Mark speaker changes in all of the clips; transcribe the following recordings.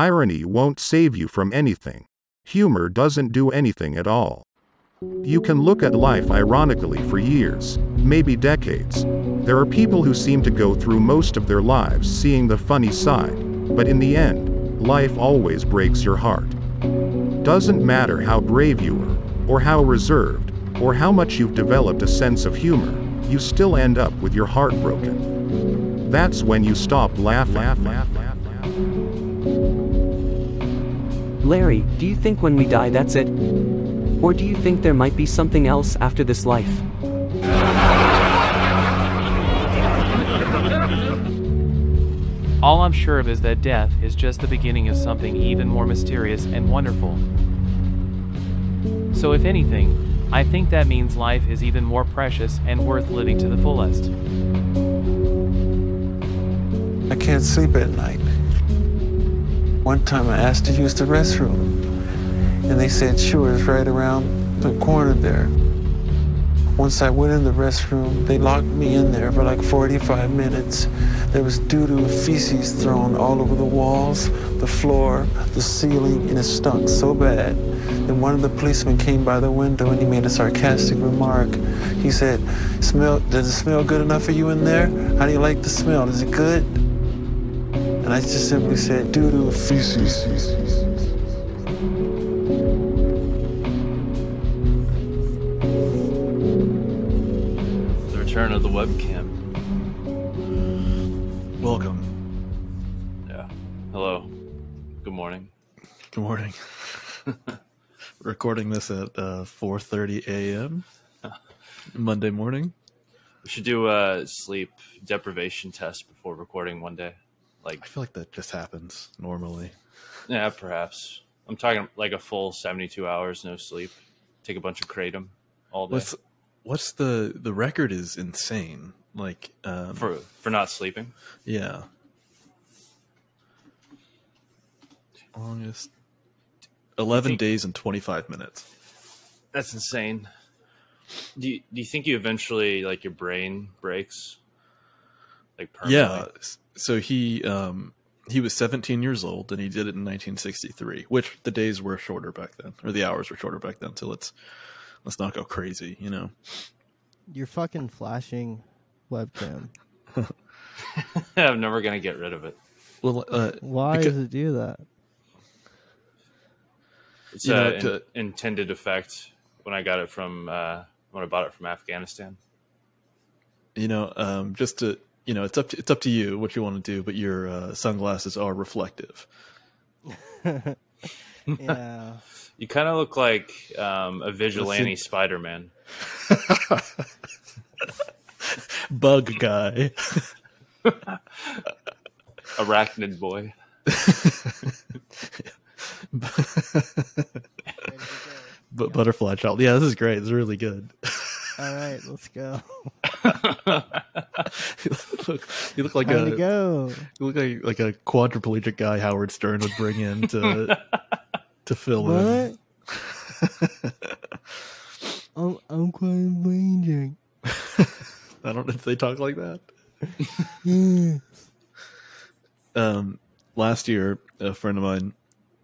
Speaker 1: Irony won't save you from anything. Humor doesn't do anything at all. You can look at life ironically for years, maybe decades. There are people who seem to go through most of their lives seeing the funny side, but in the end, life always breaks your heart. Doesn't matter how brave you were, or how reserved, or how much you've developed a sense of humor, you still end up with your heart broken. That's when you stop laugh, laugh, laugh, laugh, laugh.
Speaker 2: Larry, do you think when we die that's it? Or do you think there might be something else after this life?
Speaker 3: All I'm sure of is that death is just the beginning of something even more mysterious and wonderful. So, if anything, I think that means life is even more precious and worth living to the fullest.
Speaker 4: I can't sleep at night. One time I asked to use the restroom, and they said, sure, it's right around the corner there. Once I went in the restroom, they locked me in there for like 45 minutes. There was doo doo feces thrown all over the walls, the floor, the ceiling, and it stunk so bad. Then one of the policemen came by the window and he made a sarcastic remark. He said, smell, Does it smell good enough for you in there? How do you like the smell? Is it good? And I just simply said, Doo doo feces.
Speaker 5: return of the webcam.
Speaker 6: Welcome.
Speaker 5: Yeah. Hello. Good morning.
Speaker 6: Good morning. Recording this at uh, 4:30 a.m. Monday morning.
Speaker 5: We should do a sleep deprivation test before recording one day. Like
Speaker 6: I feel like that just happens normally.
Speaker 5: Yeah, perhaps. I'm talking like a full 72 hours no sleep. Take a bunch of kratom all day.
Speaker 6: Let's, what's the the record is insane like um,
Speaker 5: for for not sleeping
Speaker 6: yeah longest 11 think, days and 25 minutes
Speaker 5: that's insane do you, do you think you eventually like your brain breaks
Speaker 6: like yeah so he um he was 17 years old and he did it in 1963 which the days were shorter back then or the hours were shorter back then so let's let's not go crazy, you know.
Speaker 7: Your fucking flashing webcam.
Speaker 5: I'm never gonna get rid of it.
Speaker 6: Well, uh,
Speaker 7: why because, does it do that?
Speaker 5: It's you know, a, to, in, intended effect. When I got it from uh, when I bought it from Afghanistan.
Speaker 6: You know, um, just to you know, it's up to, it's up to you what you want to do, but your uh, sunglasses are reflective.
Speaker 7: yeah.
Speaker 5: You kind of look like um, a vigilante Spider Man.
Speaker 6: Bug guy.
Speaker 5: Arachnid boy.
Speaker 6: but butterfly child. Yeah, this is great. It's really good.
Speaker 7: All right, let's go.
Speaker 6: look, you look like
Speaker 7: Time
Speaker 6: a
Speaker 7: to go.
Speaker 6: You look like like a quadriplegic guy Howard Stern would bring in to to fill
Speaker 7: what?
Speaker 6: in.
Speaker 7: I'm I'm quadriplegic.
Speaker 6: I don't know if they talk like that.
Speaker 7: yes.
Speaker 6: Um, last year, a friend of mine,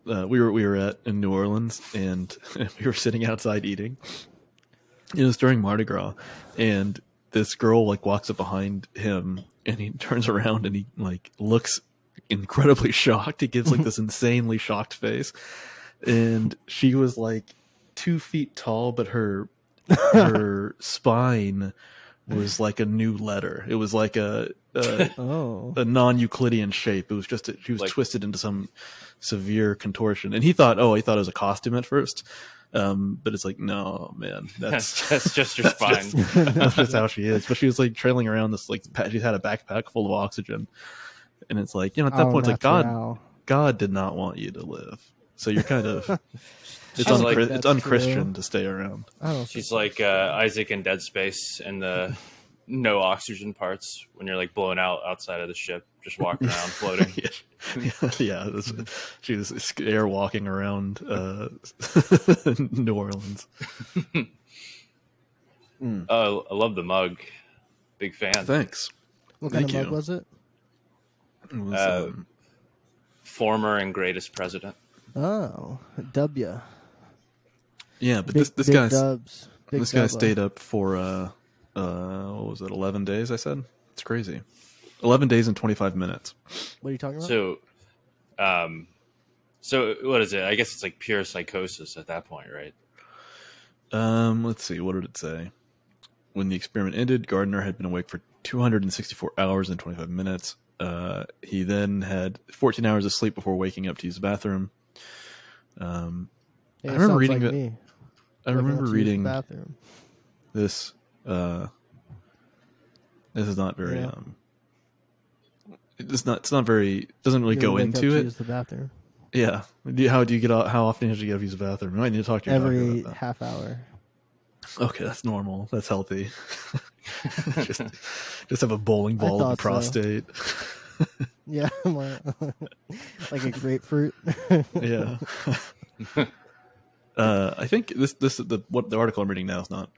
Speaker 6: uh, we were we were at in New Orleans, and we were sitting outside eating. It was during Mardi Gras, and this girl like walks up behind him, and he turns around and he like looks incredibly shocked. He gives like this insanely shocked face. And she was like two feet tall, but her her spine was like a new letter. It was like a a,
Speaker 7: oh.
Speaker 6: a non-Euclidean shape. It was just a, she was like, twisted into some severe contortion. And he thought, oh, he thought it was a costume at first. Um, but it's like, no, man,
Speaker 5: that's that's just your spine.
Speaker 6: That's just, that's just how she is. But she was like trailing around this like she had a backpack full of oxygen and it's like you know at that oh, point it's like god now. god did not want you to live so you're kind of it's, un- like, it's unchristian true. to stay around
Speaker 7: oh
Speaker 5: she's like uh, isaac in dead space and the no oxygen parts when you're like blown out outside of the ship just walking around floating
Speaker 6: yeah, yeah was, she was airwalking around uh, new orleans
Speaker 5: mm. oh i love the mug big fan
Speaker 6: thanks
Speaker 7: what
Speaker 6: Thank
Speaker 7: kind of
Speaker 6: you.
Speaker 7: mug was it
Speaker 6: was, uh,
Speaker 5: um, former and greatest president.
Speaker 7: Oh, W.
Speaker 6: Yeah, but
Speaker 7: Big,
Speaker 6: this this
Speaker 7: big
Speaker 6: guy
Speaker 7: dubs. Big
Speaker 6: this guy
Speaker 7: dubba.
Speaker 6: stayed up for uh uh what was it? Eleven days. I said it's crazy. Eleven days and twenty five minutes.
Speaker 7: What are you talking about?
Speaker 5: So, um, so what is it? I guess it's like pure psychosis at that point, right?
Speaker 6: Um, let's see. What did it say? When the experiment ended, Gardner had been awake for 264 hours and 25 minutes. Uh, he then had 14 hours of sleep before waking up to use the bathroom. Um,
Speaker 7: Hey,
Speaker 6: I
Speaker 7: it
Speaker 6: remember
Speaker 7: sounds
Speaker 6: reading
Speaker 7: like
Speaker 6: it-
Speaker 7: me.
Speaker 6: I
Speaker 7: Waking up
Speaker 6: remember
Speaker 7: to use the
Speaker 6: reading
Speaker 7: Bathroom.
Speaker 6: this. Uh, this is not very.
Speaker 7: Yeah.
Speaker 6: Um, it's not. It's not very. Doesn't really
Speaker 7: You
Speaker 6: go
Speaker 7: wake up
Speaker 6: into
Speaker 7: to
Speaker 6: it.
Speaker 7: Use the bathroom
Speaker 6: Yeah. Do you- how do you get out? How often do you have to use the bathroom? You might need to talk to your doctor
Speaker 7: every
Speaker 6: about that.
Speaker 7: half hour.
Speaker 6: Okay, that's normal. That's healthy. just, just have a bowling
Speaker 7: I
Speaker 6: ball of the
Speaker 7: thought so.
Speaker 6: prostate.
Speaker 7: Yeah, I'm like, like a grapefruit.
Speaker 6: yeah. uh, I think this this the what the article I'm reading now is not.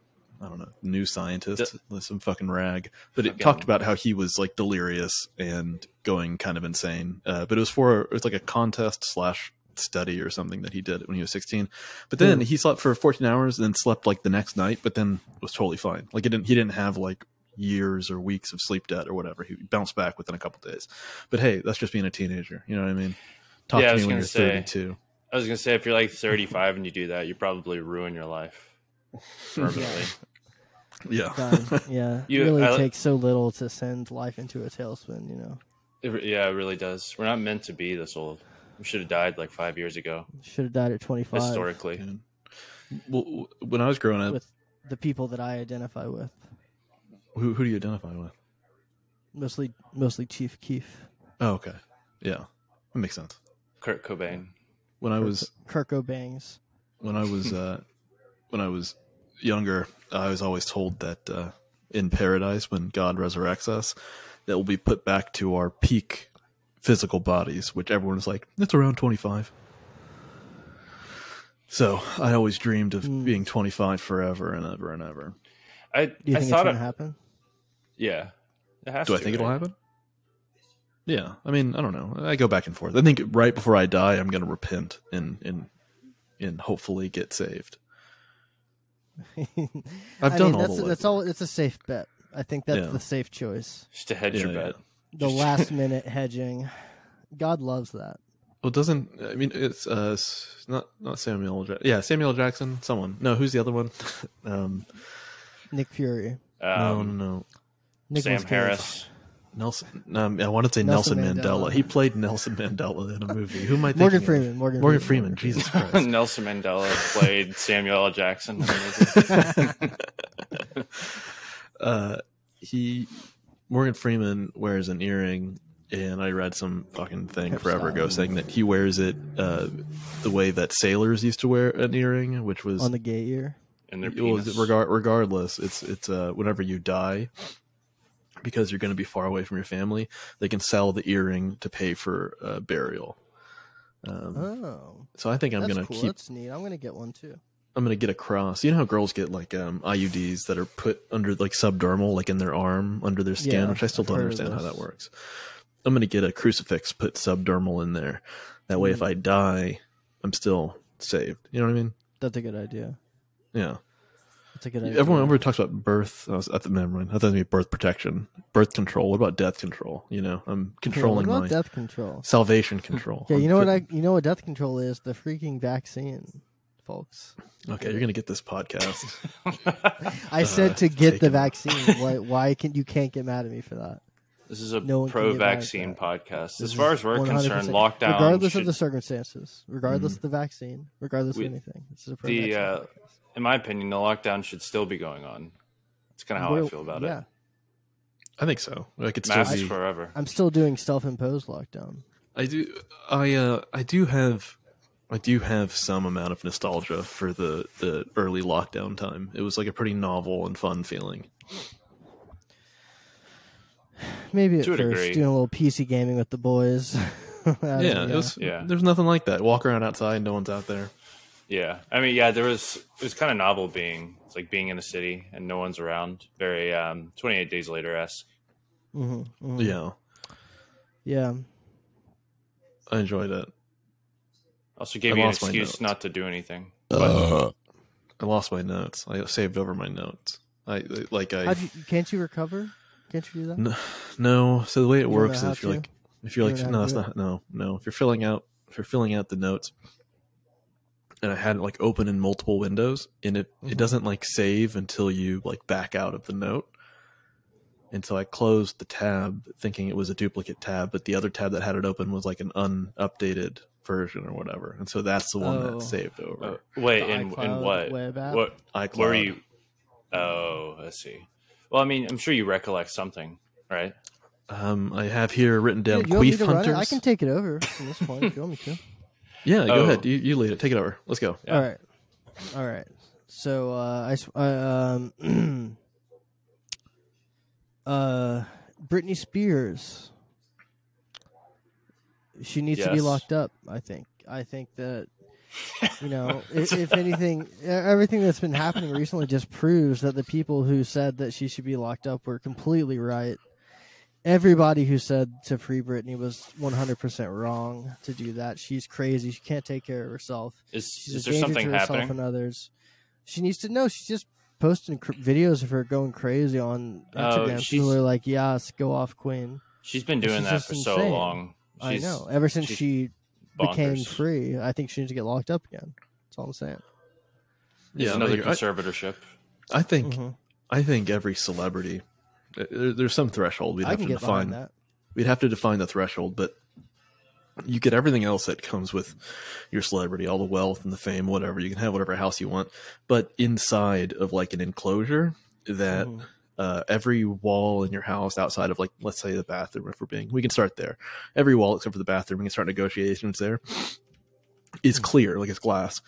Speaker 6: I don't know, new scientist, with some fucking rag, but it
Speaker 5: Fucking-
Speaker 6: talked about how he was like delirious and going kind of insane. Uh, but it was for it was like a contest slash study or something that he did when he was 16. But then he slept for 14 hours and then slept like the next night, but then was totally fine. Like it didn't he didn't have like years or weeks of sleep debt or whatever. He bounced back within a couple days. But hey, that's just being a teenager. You know what I mean? Talk
Speaker 5: Yeah, I
Speaker 6: to
Speaker 5: was
Speaker 6: me when
Speaker 5: gonna
Speaker 6: you're
Speaker 5: say.
Speaker 6: 32.
Speaker 5: I was gonna say if you're like 35 and you do that, you probably ruin your life permanently.
Speaker 6: Yeah.
Speaker 7: Done. Yeah,
Speaker 5: You-
Speaker 7: it really
Speaker 5: I-
Speaker 7: takes so little to send life into a tailspin. You know,
Speaker 5: It re- yeah, it really does. We're not meant to be this old. We should have died like five years ago,
Speaker 7: should have died at 25
Speaker 5: historically.
Speaker 6: Dude. Well, w- when I was growing up,
Speaker 7: with the people that I identify with,
Speaker 6: who, who do you identify with?
Speaker 7: mostly mostly Chief Keef,
Speaker 6: Oh, okay. Yeah. That makes sense.
Speaker 5: Kurt Cobain.
Speaker 6: When I was
Speaker 7: Kirko Bangs.
Speaker 6: when I was uh, when I was younger, I was always told that uh, in paradise, when God resurrects us, that we'll be put back to our peak physical bodies, which everyone is like, it's around twenty five. So I always dreamed of
Speaker 7: Hmm.
Speaker 6: being twenty five forever and ever and ever.
Speaker 5: I,
Speaker 7: Do you
Speaker 5: I
Speaker 7: think it's
Speaker 5: thought
Speaker 7: gonna
Speaker 5: it,
Speaker 7: happen?
Speaker 5: yeah. It has
Speaker 6: Do I
Speaker 5: to,
Speaker 6: think it'll
Speaker 5: right?
Speaker 6: happen? Yeah, I mean, I don't know. I go back and forth. I think right before I die, I'm going to repent and and and hopefully get saved. I've
Speaker 7: I
Speaker 6: done all
Speaker 7: mean, that's,
Speaker 6: the
Speaker 7: that's
Speaker 6: legwork.
Speaker 7: all. It's a safe bet. I think that's
Speaker 6: Yeah.
Speaker 7: the safe choice.
Speaker 5: Just to hedge
Speaker 6: Yeah,
Speaker 5: your
Speaker 6: yeah.
Speaker 5: bet.
Speaker 7: The
Speaker 5: Just-
Speaker 7: last minute hedging. God loves that.
Speaker 6: Well, doesn't I mean it's uh s- not not Samuel? L. Jack- Yeah, Samuel L. Jackson. Someone. No, who's the other one? um,
Speaker 7: Nick Fury.
Speaker 6: no,
Speaker 5: Um,
Speaker 6: no, no.
Speaker 7: Nicolas
Speaker 5: Sam
Speaker 7: Cage.
Speaker 5: Harris.
Speaker 6: Nelson. Um, I wanted to say Nelson,
Speaker 7: Nelson
Speaker 6: Mandela.
Speaker 7: Mandela.
Speaker 6: He played Nelson Mandela in a movie. Who am I thinking?
Speaker 7: Morgan
Speaker 6: of?
Speaker 7: Freeman. Morgan,
Speaker 6: Morgan Freeman. Jesus Christ.
Speaker 5: Nelson Mandela played Samuel L. Jackson. Amazing.
Speaker 6: uh, he Morgan Freeman wears an earring, and I read some fucking thing
Speaker 7: Hip
Speaker 6: forever ago
Speaker 7: style.
Speaker 6: saying that he wears it uh, the way that sailors used to wear an earring, which was
Speaker 7: on the gay ear.
Speaker 5: And their
Speaker 6: it was-
Speaker 5: penis.
Speaker 6: regar- regardless. It's it's uh, whenever you die. Because you're going to be far away from your family, they can sell the earring to pay for uh, burial. Um,
Speaker 7: Oh,
Speaker 6: so I think I'm
Speaker 7: that's
Speaker 6: going to
Speaker 7: cool.
Speaker 6: keep
Speaker 7: That's neat. I'm gonna get one too.
Speaker 6: I'm gonna get a cross. You know how girls get like um, IUDs that are put under like subdermal, like in their arm, under their skin,
Speaker 7: Yeah,
Speaker 6: which I still
Speaker 7: I've
Speaker 6: don't
Speaker 7: heard of
Speaker 6: understand how
Speaker 7: this.
Speaker 6: that works. I'm gonna get a crucifix put subdermal in there. That way, if
Speaker 7: Mm.
Speaker 6: I die, I'm still saved. You know what I mean?
Speaker 7: That's a good idea.
Speaker 6: Yeah.
Speaker 7: That's a good idea.
Speaker 6: Everyone over talks about birth. oh, I was at the memory. I thought it was birth protection, birth control. What about death control? You know, I'm
Speaker 7: Yeah,
Speaker 6: controlling
Speaker 7: what about
Speaker 6: my
Speaker 7: death control.
Speaker 6: salvation control.
Speaker 7: Yeah,
Speaker 6: I'm
Speaker 7: you know what
Speaker 6: putting-
Speaker 7: I? You know what death control is? The freaking vaccine, folks.
Speaker 6: Okay, you're gonna get this podcast.
Speaker 7: I said
Speaker 6: Uh,
Speaker 7: to get the
Speaker 6: taken.
Speaker 7: vaccine. why? Why can you can't get mad at me for that?
Speaker 5: This is a
Speaker 7: No one can get back
Speaker 5: pro-vaccine
Speaker 7: at
Speaker 5: podcast.
Speaker 7: This
Speaker 5: As far
Speaker 7: is
Speaker 5: as we're
Speaker 7: 100%.
Speaker 5: concerned, lockdown.
Speaker 7: regardless
Speaker 5: should,
Speaker 7: of the circumstances,
Speaker 6: Mm.
Speaker 7: regardless of the vaccine, regardless
Speaker 5: We-
Speaker 7: of anything, this is a
Speaker 5: the,
Speaker 7: pro-vaccine
Speaker 5: uh,
Speaker 7: podcast.
Speaker 5: in my opinion, the lockdown should still be going on. That's kind of how I
Speaker 7: We're-
Speaker 5: feel about
Speaker 7: yeah,
Speaker 5: it.
Speaker 6: I think so. I could still
Speaker 5: Masks
Speaker 6: be
Speaker 5: forever.
Speaker 7: I'm still doing self-imposed lockdown.
Speaker 6: I do. I uh, I do have. I do have some amount of nostalgia for the, the early lockdown time. It was like a pretty novel and fun feeling.
Speaker 7: Maybe at
Speaker 5: To a
Speaker 7: first,
Speaker 5: degree.
Speaker 7: doing a little PC gaming with the boys. yeah,
Speaker 6: yeah, it was.
Speaker 5: Yeah.
Speaker 6: There's nothing like that. Walk around outside, no one's out there.
Speaker 5: Yeah, I mean, yeah, there was it was kind of novel being it's like being in a city and no one's around. Very um, twenty eight days
Speaker 7: Mm.
Speaker 5: later esque.
Speaker 7: hmm
Speaker 6: Yeah.
Speaker 7: yeah.
Speaker 6: I enjoyed it.
Speaker 5: Also gave
Speaker 6: I
Speaker 5: you an
Speaker 6: lost my
Speaker 5: excuse
Speaker 6: notes.
Speaker 5: not to do anything.
Speaker 6: I lost my notes. I saved over my notes. I I- like I
Speaker 7: How do you, can't you recover? Can't you do that?
Speaker 6: No, no. So the way it
Speaker 7: don't
Speaker 6: works
Speaker 7: know
Speaker 6: is if
Speaker 7: how
Speaker 6: you're
Speaker 7: to?
Speaker 6: like, if you're
Speaker 7: You
Speaker 6: like,
Speaker 7: don't know
Speaker 6: no,
Speaker 7: how
Speaker 6: it's
Speaker 7: to do
Speaker 6: not. No, no. If you're filling out, if you're filling out the notes, and I had it like open in multiple windows, and it it
Speaker 7: Mhm.
Speaker 6: doesn't like save until you like back out of the note. And so I closed the tab, thinking it was a duplicate tab, but the other tab that had it open was like an unupdated version or whatever. And so that's the one
Speaker 7: Oh.
Speaker 6: that saved over.
Speaker 5: Wait,
Speaker 7: The
Speaker 5: in, in
Speaker 7: iCloud
Speaker 5: what?
Speaker 7: Web app?
Speaker 5: What?
Speaker 6: iCloud.
Speaker 5: Where are you? Oh, I see. Well, I mean, I'm sure you recollect something, right?
Speaker 6: Um, I have here written down
Speaker 7: Dude, you want me
Speaker 6: Queef
Speaker 7: to run it?
Speaker 6: Hunters.
Speaker 7: I can take it over from this point if you want me to.
Speaker 6: yeah, go
Speaker 5: Oh.
Speaker 6: ahead. You, you lead it. Take it over. Let's go.
Speaker 5: Yeah.
Speaker 7: All right. All right. So uh, I s- uh, um, uh, Britney Spears. She needs to be
Speaker 5: Yes.
Speaker 7: locked up. I think. I think that you know, if, if anything, e, everything that's been happening recently just proves that the people who said that she should be locked up were completely right. Everybody who said to free Britney was 100% wrong to do that. She's crazy. She can't take care of herself.
Speaker 5: Is
Speaker 7: She's
Speaker 5: is
Speaker 7: a
Speaker 5: there
Speaker 7: danger
Speaker 5: something
Speaker 7: to herself
Speaker 5: happening?
Speaker 7: and others. She needs to know. She's just posting cr- videos of her going crazy on
Speaker 5: Oh,
Speaker 7: Instagram.
Speaker 5: she's-
Speaker 7: People are like, "Yes, go off, Queen."
Speaker 5: She's been doing
Speaker 7: She's
Speaker 5: that
Speaker 7: just
Speaker 5: for so
Speaker 7: insane.
Speaker 5: long.
Speaker 7: I
Speaker 5: She's
Speaker 7: know. Ever since
Speaker 5: she's
Speaker 7: she
Speaker 5: bonkers.
Speaker 7: became free, I think she needs to get locked up again. That's all I'm saying.
Speaker 5: It's
Speaker 6: Yeah,
Speaker 5: another
Speaker 6: you're- I-
Speaker 5: conservatorship.
Speaker 6: I think
Speaker 5: Mm-hmm.
Speaker 7: Mhm.
Speaker 6: I think every celebrity eh, there, there's some threshold we'd
Speaker 7: I
Speaker 6: have to
Speaker 7: can get
Speaker 6: define.
Speaker 7: behind that.
Speaker 6: We'd have to define the threshold, but you get everything else that comes with your celebrity, all the wealth and the fame, whatever. You can have whatever house you want, but inside of like an enclosure that
Speaker 7: Mhm.
Speaker 6: uh, every wall in your house outside of like let's say the bathroom if we're being we can start there every wall except for the bathroom we can start negotiations there
Speaker 7: Mm-hmm.
Speaker 6: is clear like it's glass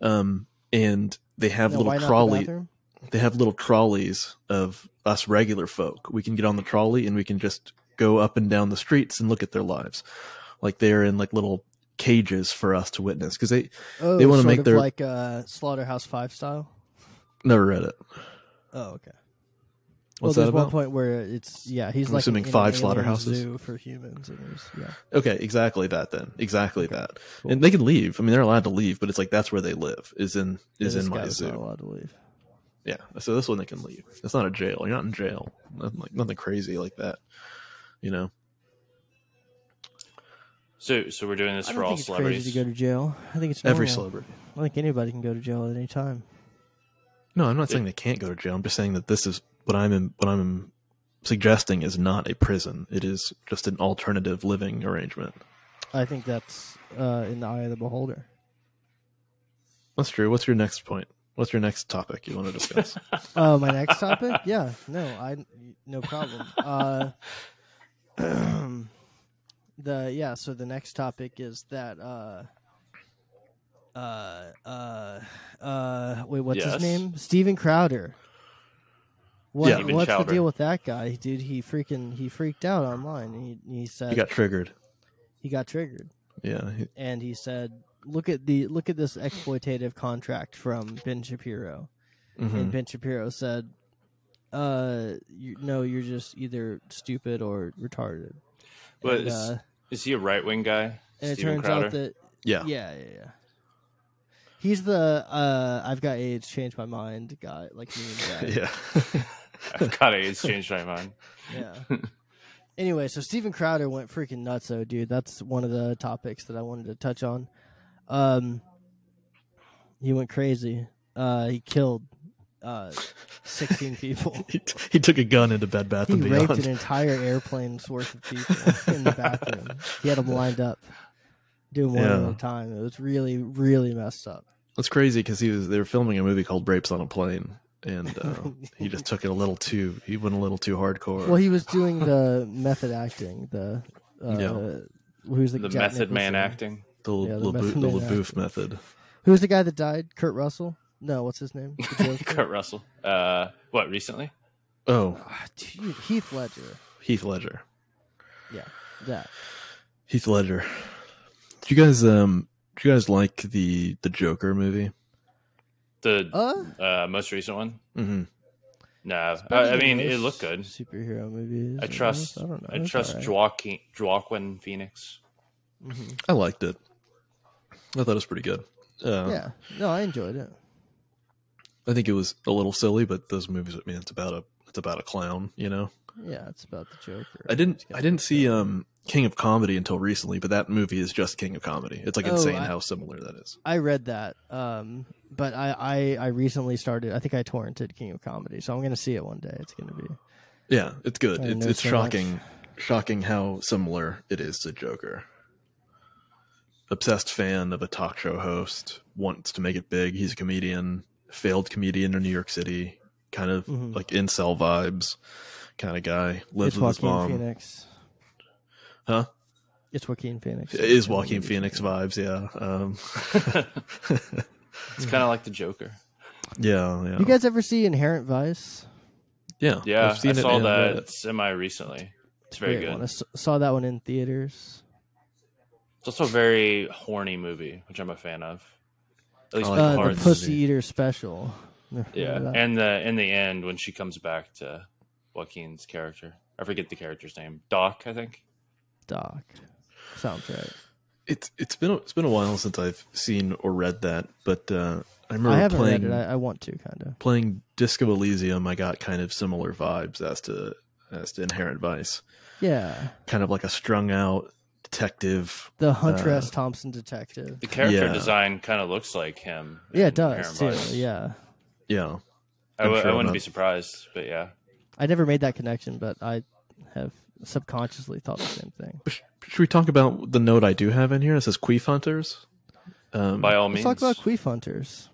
Speaker 6: um and they have
Speaker 7: Now, why
Speaker 6: little
Speaker 7: not the
Speaker 6: trolley
Speaker 7: bathroom?
Speaker 6: they have little trolleys of us regular folk. We can get on the trolley and we can just go up and down the streets and look at their lives. Like they're in like little cages for us to witness because they
Speaker 7: Oh,
Speaker 6: they wanna
Speaker 7: sort
Speaker 6: make
Speaker 7: of
Speaker 6: their-
Speaker 7: like uh, Slaughterhouse Five style.
Speaker 6: never read it.
Speaker 7: Oh, okay.
Speaker 6: What's
Speaker 7: well,
Speaker 6: that
Speaker 7: there's
Speaker 6: about?
Speaker 7: one point where it's yeah, he's
Speaker 6: I'm
Speaker 7: like
Speaker 6: assuming
Speaker 7: in an
Speaker 6: five
Speaker 7: alien
Speaker 6: slaughterhouses.
Speaker 7: zoo for humans. And there's- yeah.
Speaker 6: Okay, exactly that then. Exactly that.
Speaker 7: cool.
Speaker 6: And they can leave. I mean, they're allowed to leave, but it's like that's where they live is in is
Speaker 7: This
Speaker 6: in my
Speaker 7: guy's not
Speaker 6: zoo.
Speaker 7: allowed to leave.
Speaker 6: Yeah. So this one they can leave. It's not a jail. You're not in jail. Nothing like nothing crazy like that. You know.
Speaker 5: So so we're doing this
Speaker 7: I
Speaker 5: for all
Speaker 7: don't think it's crazy
Speaker 5: celebrities.
Speaker 7: to go to jail. I think it's
Speaker 6: Every
Speaker 7: normal.
Speaker 6: celebrity.
Speaker 7: I think anybody can go to jail at any time.
Speaker 6: No, I'm not saying they can't go to jail. I'm just saying that this is what I'm what I'm suggesting is not a prison. It is just an alternative living arrangement.
Speaker 7: I think that's uh, in the eye of the beholder.
Speaker 6: That's true. What's your next point? What's your next topic you want to discuss?
Speaker 7: Uh, my next topic? Yeah, no, I no problem. Uh, the yeah, so the next topic is that uh, uh, uh, uh, wait, what's
Speaker 5: Yes.
Speaker 7: his name? Steven Crowder. What,
Speaker 6: Yeah.
Speaker 5: Steven
Speaker 7: what's
Speaker 5: Chowder.
Speaker 7: the deal with that guy, dude? He freaking he freaked out online. He he said
Speaker 6: you got triggered.
Speaker 7: he got triggered.
Speaker 6: Yeah, he-
Speaker 7: and he said, "Look at the look at this exploitative contract from Ben Shapiro."
Speaker 5: Mm-hmm.
Speaker 6: mhm.
Speaker 7: And Ben Shapiro said, "Uh, you, no, you're just either stupid or retarded."
Speaker 5: But
Speaker 7: and,
Speaker 5: it's-
Speaker 7: uh,
Speaker 5: Is he a right wing guy?
Speaker 7: and it
Speaker 5: Steven
Speaker 7: turns
Speaker 5: Crowder?
Speaker 7: out that
Speaker 6: yeah.
Speaker 7: yeah, yeah, yeah. He's the uh, I've got AIDS, changed my mind guy, like me and guy.
Speaker 6: yeah.
Speaker 5: I've got it. It's changed my mind.
Speaker 7: yeah. Anyway, so Steven Crowder went freaking nuts, though, dude. That's one of the topics that I wanted to touch on. Um, he went crazy. Uh, he killed uh, 16 people.
Speaker 6: he, t- he took a gun into Bed Bath
Speaker 7: he
Speaker 6: and
Speaker 7: raped an
Speaker 6: Beyond.
Speaker 7: entire airplane's worth of people in the bathroom. He had them lined up, doing one
Speaker 6: Yeah.
Speaker 7: at a time. It was really, really messed up.
Speaker 6: That's crazy because he was they were filming a movie called Rapes on a Plane, and uh, he just took it a little too. He went a little too hardcore.
Speaker 7: Oh, Well, he was doing the method acting, the uh,
Speaker 6: Yeah.
Speaker 7: who's the,
Speaker 5: The
Speaker 7: Jack
Speaker 5: method man
Speaker 7: Nicholson?
Speaker 5: acting.
Speaker 6: the Le-
Speaker 7: yeah, the
Speaker 6: Le-
Speaker 7: method
Speaker 6: the
Speaker 7: man
Speaker 6: LaBouffe method.
Speaker 7: Who's the guy that died? Kurt Russell? No, what's his name? The Joker?
Speaker 5: Kurt Russell. Uh, what recently?
Speaker 6: Oh,
Speaker 7: Ah, dude, Heath Ledger.
Speaker 6: Heath Ledger.
Speaker 7: That.
Speaker 6: Heath Ledger. Did you guys um did you guys like the the Joker movie?
Speaker 5: The
Speaker 7: Uh,
Speaker 5: uh, most recent one?
Speaker 6: Mm-hmm.
Speaker 5: No,
Speaker 7: it's better
Speaker 5: Uh, I, I
Speaker 7: than
Speaker 5: mean it
Speaker 7: most
Speaker 5: looked good.
Speaker 7: Superhero movies.
Speaker 5: I trust.
Speaker 7: I don't know.
Speaker 5: I
Speaker 7: it's
Speaker 5: trust
Speaker 7: alright.
Speaker 5: Joaquin Joaquin Phoenix.
Speaker 6: I liked it. I thought it was pretty good. Uh,
Speaker 7: yeah. No, I enjoyed it.
Speaker 6: I think it was a little silly, but those movies, I mean, it's about a it's about a clown, you know.
Speaker 7: Yeah, it's about the Joker.
Speaker 6: I didn't I didn't see um King of Comedy until recently, but that movie is just King of Comedy. It's like
Speaker 7: Oh,
Speaker 6: insane
Speaker 7: I-
Speaker 6: how similar that is.
Speaker 7: I read that, um, but I, I I recently started. I think I torrented King of Comedy, so I'm gonna see it one day. It's gonna be
Speaker 6: Yeah, it's good.
Speaker 7: I
Speaker 6: It's
Speaker 7: know
Speaker 6: it's
Speaker 7: so
Speaker 6: shocking, shocking how similar it is to Joker. Obsessed fan of a talk show host wants to make it big. He's a comedian, failed comedian in New York City, kind of
Speaker 7: Mhm.
Speaker 6: like incel vibes, kind of guy. Lives
Speaker 7: it's
Speaker 6: with his
Speaker 7: Joaquin
Speaker 6: mom.
Speaker 7: Phoenix,
Speaker 6: Huh?
Speaker 7: It's Joaquin Phoenix.
Speaker 6: It is Joaquin Phoenix vibes. Yeah. Um,
Speaker 5: It's kind of like the Joker.
Speaker 6: yeah. Yeah.
Speaker 7: You guys ever see Inherent Vice?
Speaker 6: yeah.
Speaker 5: Yeah, i
Speaker 6: I've seen it
Speaker 5: saw
Speaker 6: and read
Speaker 5: that
Speaker 6: it.
Speaker 5: semi recently. It's very
Speaker 7: Great
Speaker 5: good.
Speaker 7: one. I s- saw that one in theaters.
Speaker 5: It's also a very horny movie, which I'm a fan of. At least
Speaker 6: I
Speaker 5: with
Speaker 6: like
Speaker 5: the
Speaker 7: uh, the
Speaker 5: hearts.
Speaker 7: Pussy Eater special. Remember
Speaker 5: yeah,
Speaker 7: that?
Speaker 5: and the in the end when she comes back to Joaquin's character, I forget the character's name. Doc, I think.
Speaker 7: Doc. Sounds right.
Speaker 6: It's it's been a, it's been a while since I've seen or read that, but uh, I remember
Speaker 7: I haven't
Speaker 6: playing
Speaker 7: read it. I, I want to kind of.
Speaker 6: playing Disco Elysium. I got kind of similar vibes as to as to Inherent Vice,
Speaker 7: Yeah,
Speaker 6: kind of like a strung out detective.
Speaker 7: the Hunter
Speaker 6: Uh,
Speaker 7: S. Thompson detective.
Speaker 5: The character
Speaker 6: Yeah.
Speaker 5: design kind of looks like him.
Speaker 7: Yeah,
Speaker 5: in
Speaker 7: it does
Speaker 5: Inherent
Speaker 7: too.
Speaker 5: Vice.
Speaker 7: Yeah,
Speaker 6: Yeah,
Speaker 5: I,
Speaker 6: I'm
Speaker 5: w-
Speaker 6: sure
Speaker 5: I wouldn't
Speaker 6: about-
Speaker 5: be surprised, but yeah,
Speaker 7: I never made that connection, but I have subconsciously thought the same thing.
Speaker 6: should we talk about the note I do have in here? It says Queef Hunters. Um,
Speaker 5: by all means.
Speaker 7: Let's talk about queef hunters.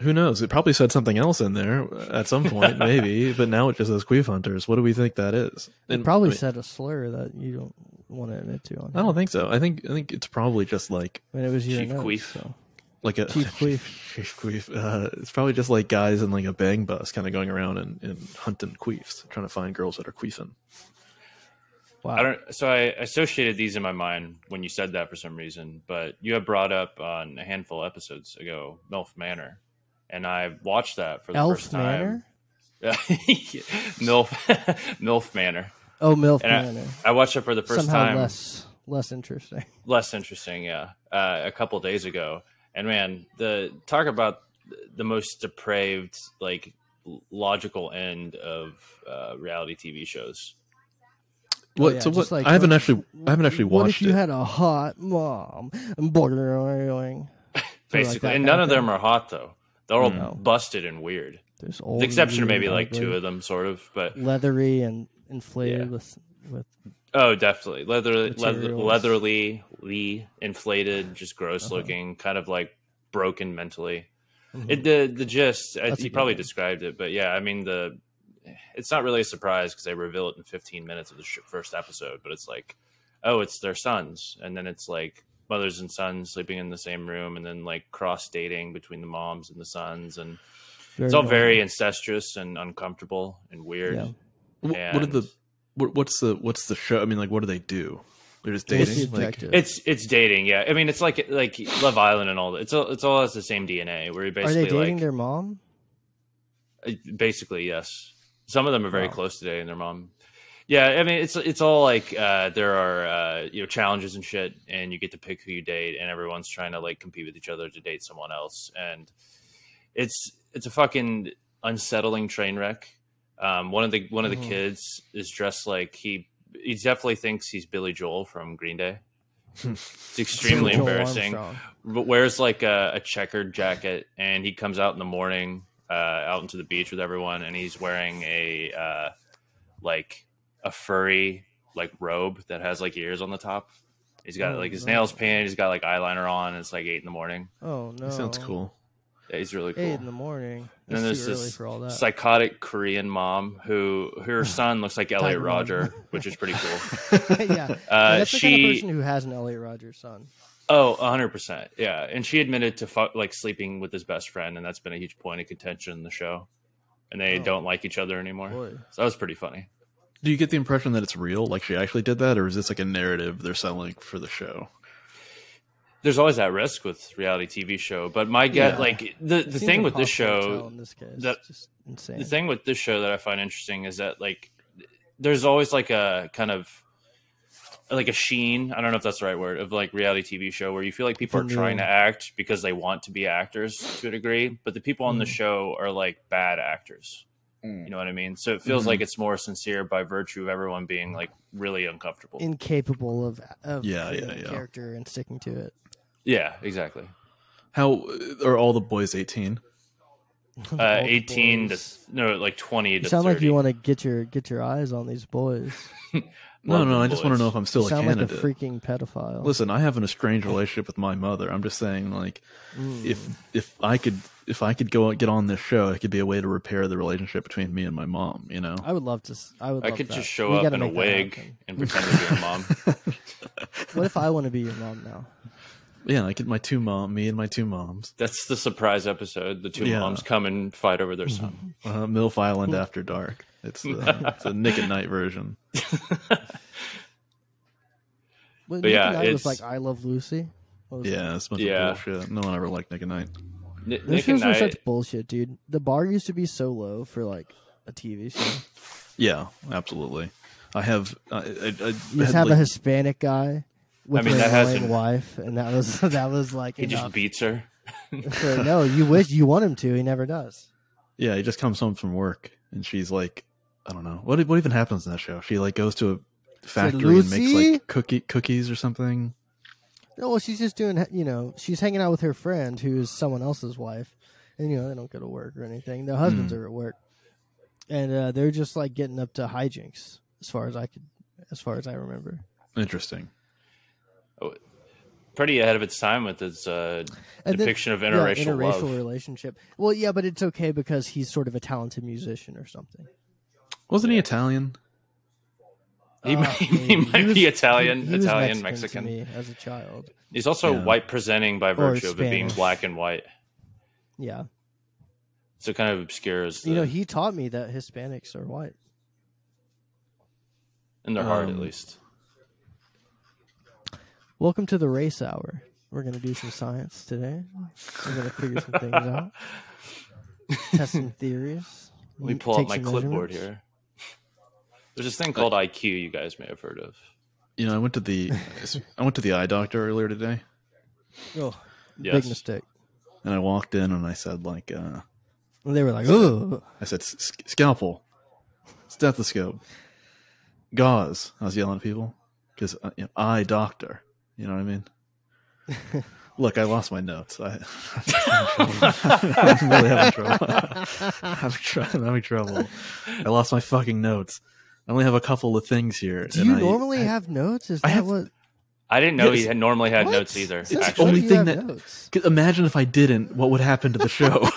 Speaker 6: who knows? It probably said something else in there at some point, maybe. But now it just says Queef Hunters. What do we think that is?
Speaker 7: It
Speaker 6: And-
Speaker 7: probably
Speaker 6: I mean,
Speaker 7: said a slur that you don't want to admit to. On
Speaker 6: I don't think so. I think I think it's probably just like
Speaker 7: I mean, it was your
Speaker 5: Chief
Speaker 7: notes,
Speaker 5: Queef.
Speaker 7: so.
Speaker 6: like a
Speaker 7: Chief Queef.
Speaker 6: Chief Queef. Uh, it's probably just like guys in like a bang bus, kind of going around and, and hunting queefs, trying to find girls that are queefing.
Speaker 7: Wow.
Speaker 5: I don't. So I associated these in my mind when you said that for some reason. But you had brought up on a handful of episodes ago, MILF Manor, and I watched that for the
Speaker 7: Elf
Speaker 5: first time.
Speaker 7: Manor?
Speaker 5: Yeah, MILF MILF Manor.
Speaker 7: Oh, MILF
Speaker 5: And
Speaker 7: Manor.
Speaker 5: I watched it for the first
Speaker 7: Somehow
Speaker 5: time.
Speaker 7: less less interesting.
Speaker 5: less interesting, yeah, uh, a couple days ago. And man, the talk about the most depraved, like l- logical end of uh, reality TV shows.
Speaker 6: What?
Speaker 7: yeah,
Speaker 6: so what?
Speaker 7: just like
Speaker 6: I haven't
Speaker 7: what-
Speaker 6: actually, I haven't actually
Speaker 7: What
Speaker 6: watched
Speaker 7: if you
Speaker 6: it.
Speaker 7: had a hot mom? Borderline.
Speaker 5: Basically,
Speaker 7: that
Speaker 5: and
Speaker 7: kind
Speaker 5: none
Speaker 7: of
Speaker 5: of them
Speaker 7: thing.
Speaker 5: are hot though. They're all
Speaker 7: No.
Speaker 5: busted and weird.
Speaker 7: There's
Speaker 5: With
Speaker 7: old.
Speaker 5: the exception of maybe
Speaker 7: weird,
Speaker 5: like two
Speaker 7: ugly,
Speaker 5: of them, sort of. But
Speaker 7: leathery and inflated
Speaker 5: Yeah.
Speaker 7: with with
Speaker 5: oh, definitely leather, leather
Speaker 7: Materials.
Speaker 5: leatherly, lee, inflated, just gross
Speaker 7: Uh-huh.
Speaker 5: looking, kind of like broken mentally. It, the the gist, I,
Speaker 7: Mm-hmm. That's a
Speaker 5: you
Speaker 7: good
Speaker 5: probably
Speaker 7: one.
Speaker 5: described it, but yeah, I mean the, it's not really a surprise because they reveal it in 15 minutes of the sh- first episode, but it's like, oh, it's their sons, and then it's like mothers and sons sleeping in the same room, and then like cross dating between the moms and the sons, and it's all
Speaker 7: old.
Speaker 5: very incestuous and uncomfortable and weird.
Speaker 7: Yeah.
Speaker 6: Wh- What are
Speaker 5: and-
Speaker 6: the? What, what's the? What's the show? I mean, like, what do they do? They're just
Speaker 7: What's the
Speaker 6: dating. Like,
Speaker 7: objective?
Speaker 5: It's it's dating, yeah. I mean, it's like like Love Island and all that. It's all it's all has the same DNA. Where you
Speaker 7: Are they
Speaker 5: basically
Speaker 7: dating
Speaker 5: like
Speaker 7: their mom?
Speaker 5: Uh, basically yes some of them are very
Speaker 7: Wow.
Speaker 5: close today and their mom yeah i mean it's it's all like uh there are uh you know challenges and shit and you get to pick who you date and everyone's trying to like compete with each other to date someone else and it's it's a fucking unsettling train wreck um one of the one
Speaker 7: Mm-hmm.
Speaker 5: of the kids is dressed like he he definitely thinks he's billy joel from green day it's extremely
Speaker 7: Joel
Speaker 5: embarrassing
Speaker 7: Armstrong.
Speaker 5: but wears like a, a checkered jacket and he comes out in the morning uh, out into the beach with everyone and he's wearing a uh, like a furry like robe that has like ears on the top he's got
Speaker 7: Oh,
Speaker 5: like his
Speaker 7: no.
Speaker 5: nails painted he's got like eyeliner on and it's like eight in the morning
Speaker 7: Oh no.
Speaker 6: that sounds cool.
Speaker 5: yeah, he's really cool
Speaker 7: Eight in the morning.
Speaker 5: And then there's
Speaker 7: It's too early
Speaker 5: this
Speaker 7: for all that.
Speaker 5: psychotic korean mom who her son looks like elliot
Speaker 7: Tiger Mom.
Speaker 5: roger which is pretty cool
Speaker 7: yeah.
Speaker 5: uh,
Speaker 7: that's the
Speaker 5: she
Speaker 7: kind of person who has an Elliot Rogers son.
Speaker 5: Oh, 100%. Yeah. And she admitted to fu- like sleeping with his best friend, and that's been a huge point of contention in the show. And they
Speaker 7: Oh.
Speaker 5: don't like each other anymore.
Speaker 7: Boy.
Speaker 5: So that was pretty funny.
Speaker 6: Do you get the impression that it's real? Like she actually did that, or is this like a narrative they're selling for the show?
Speaker 5: There's always that risk with reality TV show, but my get
Speaker 6: Yeah.
Speaker 5: like the, the
Speaker 7: Seems
Speaker 5: thing with this
Speaker 7: impossible
Speaker 5: show
Speaker 7: to tell in this case.
Speaker 5: that-
Speaker 7: It's just insane.
Speaker 5: The thing with this show that I find interesting is that like there's always like a kind of like a sheen. I don't know if that's the right word of like reality TV show where you feel like people are
Speaker 7: Veneer.
Speaker 5: trying to act because they want to be actors to a degree, but the people on the
Speaker 7: Mm.
Speaker 5: show are like bad actors. You know what I mean? So it feels
Speaker 7: Mm-hmm.
Speaker 6: Mhm.
Speaker 5: like it's more sincere by virtue of everyone being like really uncomfortable.
Speaker 7: incapable of of
Speaker 6: Yeah, yeah,
Speaker 7: creating a
Speaker 6: yeah.
Speaker 7: character and sticking to it.
Speaker 5: yeah, exactly.
Speaker 6: How are all the boys 18?
Speaker 5: Uh,
Speaker 7: All the
Speaker 5: Eighteen to
Speaker 7: boys.
Speaker 5: no, like twenty
Speaker 7: You
Speaker 5: to.
Speaker 7: sound
Speaker 5: 30.
Speaker 7: like you want to get your get your eyes on these boys.
Speaker 6: No,
Speaker 5: Love
Speaker 6: no,
Speaker 5: the
Speaker 6: I just want
Speaker 5: boys.
Speaker 6: to know if I'm still
Speaker 7: you
Speaker 6: a
Speaker 7: sound
Speaker 6: candidate.
Speaker 7: like a freaking pedophile.
Speaker 6: Listen, I have an estranged relationship with my mother. I'm just saying, like,
Speaker 7: Mm.
Speaker 6: if if I could if I could go out- get on this show, it could be a way to repair the relationship between me and my mom. You know,
Speaker 7: I would love to. s- I would.
Speaker 5: I
Speaker 7: love
Speaker 5: could
Speaker 7: that.
Speaker 5: just show
Speaker 7: We
Speaker 5: up
Speaker 7: gotta
Speaker 5: in a
Speaker 7: make that
Speaker 5: wig
Speaker 7: happen.
Speaker 5: and pretend to be your mom.
Speaker 7: What if I want to be your mom now?
Speaker 6: yeah, I get my two mom, me and my two moms,
Speaker 5: That's the surprise episode. The two
Speaker 6: Yeah.
Speaker 5: moms come and fight over their son.
Speaker 6: uh, Milf Island after dark. It's the, it's a Nick at Night version.
Speaker 7: Well,
Speaker 5: But
Speaker 7: Nick
Speaker 5: yeah,
Speaker 7: and I was
Speaker 5: it's-
Speaker 7: like I Love Lucy. What was
Speaker 6: Yeah, it's a bunch of
Speaker 5: Yeah.
Speaker 6: bullshit. No one ever liked Nick at Night. Mm-hmm.
Speaker 5: Ni-
Speaker 7: that? those
Speaker 5: Nick and
Speaker 7: shows were
Speaker 5: Knight,
Speaker 7: such bullshit, dude. The bar used to be so low for like a TV show.
Speaker 6: Yeah, absolutely. I have. I, I, I
Speaker 7: You just
Speaker 6: had,
Speaker 7: have a
Speaker 6: like-
Speaker 7: Hispanic guy with
Speaker 5: I mean,
Speaker 7: a
Speaker 5: that has
Speaker 7: Hawaiian
Speaker 5: him-
Speaker 7: wife, and that was that was like
Speaker 5: he just
Speaker 7: enough.
Speaker 5: beats her.
Speaker 7: So, no, you wish you want him to. He never does.
Speaker 6: Yeah, he just comes home from work, and she's like, I don't know what what even happens in that show. She like goes to a factory and makes
Speaker 7: Lucy?
Speaker 6: like cookie cookies or something.
Speaker 7: No, well, she's just doing. You know, she's hanging out with her friend who's someone else's wife, and you know they don't go to work or anything. Their
Speaker 5: Mm.
Speaker 7: husbands are at work, and uh, they're just like getting up to hijinks, as far as I could, as far as I remember.
Speaker 6: Interesting.
Speaker 5: Pretty ahead of its time with its uh,
Speaker 7: And then-
Speaker 5: depiction
Speaker 7: yeah,
Speaker 5: of interracial,
Speaker 7: interracial
Speaker 5: love.
Speaker 7: relationship. Well, yeah, but it's okay because he's sort of a talented musician or something.
Speaker 6: Wasn't he Italian?
Speaker 5: He,
Speaker 7: Ah,
Speaker 5: might, he
Speaker 7: maybe.
Speaker 5: might be Italian,
Speaker 7: He- he was
Speaker 5: Italian, Mexican.
Speaker 7: Mexican, to me as a child.
Speaker 5: He's also
Speaker 6: Yeah.
Speaker 5: white presenting by virtue of it being
Speaker 7: Spanish.
Speaker 5: black and white.
Speaker 7: Yeah,
Speaker 5: So it kind of obscures the,
Speaker 7: you know, he taught me that Hispanics are white.
Speaker 5: in their heart at
Speaker 6: um,
Speaker 5: least.
Speaker 7: Welcome to the race hour. We're going to do some science today. We're going to figure some things out, test some theories.
Speaker 5: Let me
Speaker 7: m-
Speaker 5: pull up
Speaker 7: take
Speaker 5: my
Speaker 7: some
Speaker 5: clipboard
Speaker 7: measurements.
Speaker 5: here. There's this thing called IQ. You guys may have heard of.
Speaker 6: You know, I went to the I went to the eye doctor earlier today,
Speaker 7: Oh,
Speaker 5: Yes.
Speaker 7: Big mistake.
Speaker 6: and I walked in and I said like uh,
Speaker 7: And they were like, "Oh,
Speaker 6: I said "S- s- scalpel, stethoscope, gauze. I was yelling at people because uh, you know, eye doctor. You know what I mean? Look, I lost my notes. I, I'm really having trouble. I'm, try- I'm having trouble. I lost my fucking notes. I only have a couple of things here.
Speaker 7: do
Speaker 6: and
Speaker 7: you
Speaker 6: I-
Speaker 7: normally
Speaker 6: I-
Speaker 7: have notes? Is
Speaker 6: I
Speaker 7: that
Speaker 6: have-
Speaker 7: what?
Speaker 5: I didn't know he
Speaker 6: Yes.
Speaker 5: had normally had
Speaker 7: What?
Speaker 5: notes either.
Speaker 7: Is this
Speaker 5: actually,
Speaker 6: only
Speaker 7: funny you
Speaker 6: thing that-
Speaker 7: have notes?
Speaker 6: C- Imagine if I didn't, what would happen to the show?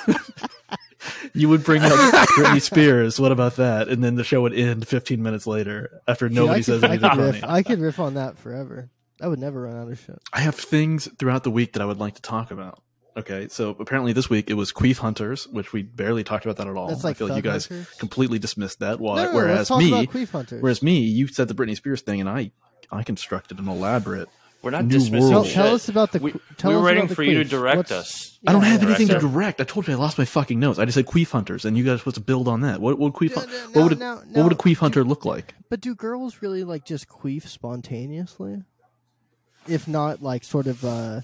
Speaker 6: you would bring up Britney Spears. What about that? And then the show would end 15 minutes later after
Speaker 7: Dude,
Speaker 6: nobody
Speaker 7: I
Speaker 6: says
Speaker 7: could, I
Speaker 6: anything
Speaker 7: could
Speaker 6: funny.
Speaker 7: riff, I could riff on that forever. I would never run out of shit.
Speaker 6: I have things throughout the week that I would like to talk about. Okay, so apparently this week it was Queef Hunters, which we barely talked about that at all.
Speaker 7: That's like
Speaker 6: I feel like you
Speaker 7: Thug
Speaker 6: guys
Speaker 7: Hunters?
Speaker 6: completely dismissed that. While,
Speaker 7: No, no, no, let's
Speaker 6: whereas
Speaker 7: talk
Speaker 6: me,
Speaker 7: about Queef Hunters.
Speaker 6: whereas me, you said the Britney Spears thing, and I, I constructed an elaborate.
Speaker 5: we're not
Speaker 6: New
Speaker 5: dismissing.
Speaker 7: tell,
Speaker 6: World.
Speaker 7: tell
Speaker 5: shit.
Speaker 7: us about the.
Speaker 5: We,
Speaker 7: que- tell
Speaker 5: we
Speaker 7: us
Speaker 5: were
Speaker 7: about
Speaker 5: waiting
Speaker 7: the
Speaker 5: for you to
Speaker 7: Queefs.
Speaker 5: direct
Speaker 7: What's-
Speaker 5: us.
Speaker 6: I don't
Speaker 7: Yeah,
Speaker 6: have
Speaker 7: yeah.
Speaker 6: anything
Speaker 5: Director.
Speaker 6: to direct. I told you I lost my fucking notes. I just said Queef Hunters, and you guys were supposed to build on that. What, what Queef?
Speaker 7: No,
Speaker 6: Hun-
Speaker 7: no,
Speaker 6: what would
Speaker 7: no,
Speaker 6: a,
Speaker 7: no,
Speaker 6: what would a
Speaker 7: no.
Speaker 6: Queef Hunter look like?
Speaker 7: But do girls really like just queef spontaneously? If not, like sort of. Uh,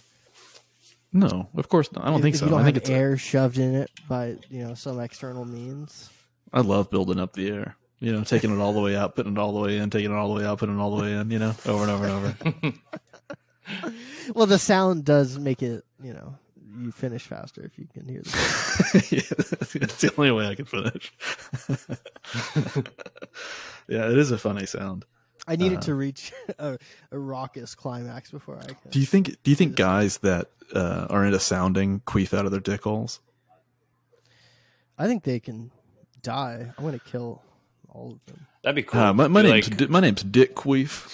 Speaker 6: No, of course not. I don't
Speaker 7: if-
Speaker 6: think
Speaker 7: if
Speaker 6: so.
Speaker 7: You don't
Speaker 6: I
Speaker 7: have
Speaker 6: think it's.
Speaker 7: air shoved in it by you know some external means.
Speaker 6: I love building up the air. You know, taking it all the way out, putting it all the way in, taking it all the way out, putting it all the way in. You know, over and over and over.
Speaker 7: Well, the sound does make it. You know, you finish faster if you can hear the.
Speaker 6: yeah, that's that's the only way I can finish. yeah, it is a funny sound.
Speaker 7: I needed
Speaker 6: Uh-huh.
Speaker 7: to reach a, a raucous climax before I can.
Speaker 6: Do you think? Do you think guys that uh, are into sounding queef out of their dick holes?
Speaker 7: I think they can die. I'm gonna kill all of them.
Speaker 5: That'd be cool.
Speaker 6: Uh, my, my
Speaker 5: Be
Speaker 6: name's
Speaker 5: like-
Speaker 6: Di- my name's Dick Queef.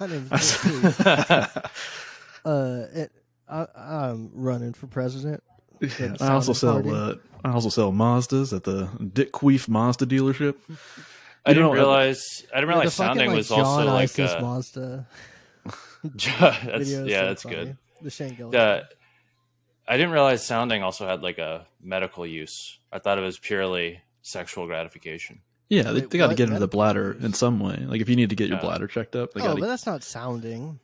Speaker 7: Not even queef. uh, it, I, I'm running for president.
Speaker 6: Yeah,
Speaker 7: Good
Speaker 6: I also
Speaker 7: sounding
Speaker 6: sell
Speaker 7: party.
Speaker 6: uh, I also sell Mazdas at the Dick Queef Mazda dealership.
Speaker 5: I didn't
Speaker 6: know, uh,
Speaker 5: realize. I didn't
Speaker 7: Yeah,
Speaker 5: realize
Speaker 7: the fucking,
Speaker 5: sounding
Speaker 7: like,
Speaker 5: was
Speaker 7: John
Speaker 5: also like.
Speaker 7: Isis
Speaker 5: Uh,
Speaker 7: Mazda.
Speaker 5: that's,
Speaker 7: video is
Speaker 5: yeah,
Speaker 7: so
Speaker 5: that's
Speaker 7: funny.
Speaker 5: good.
Speaker 7: The Shangela.
Speaker 5: Uh, I didn't realize sounding also had like a medical use. I thought it was purely sexual gratification.
Speaker 6: Yeah, they,
Speaker 7: Wait,
Speaker 6: they got to
Speaker 7: what?
Speaker 6: get into
Speaker 7: That-
Speaker 6: the bladder in some way. Like if you need to get your
Speaker 5: Yeah.
Speaker 6: bladder checked up, they
Speaker 7: Oh,
Speaker 6: got
Speaker 7: but
Speaker 6: to.
Speaker 7: that's not sounding.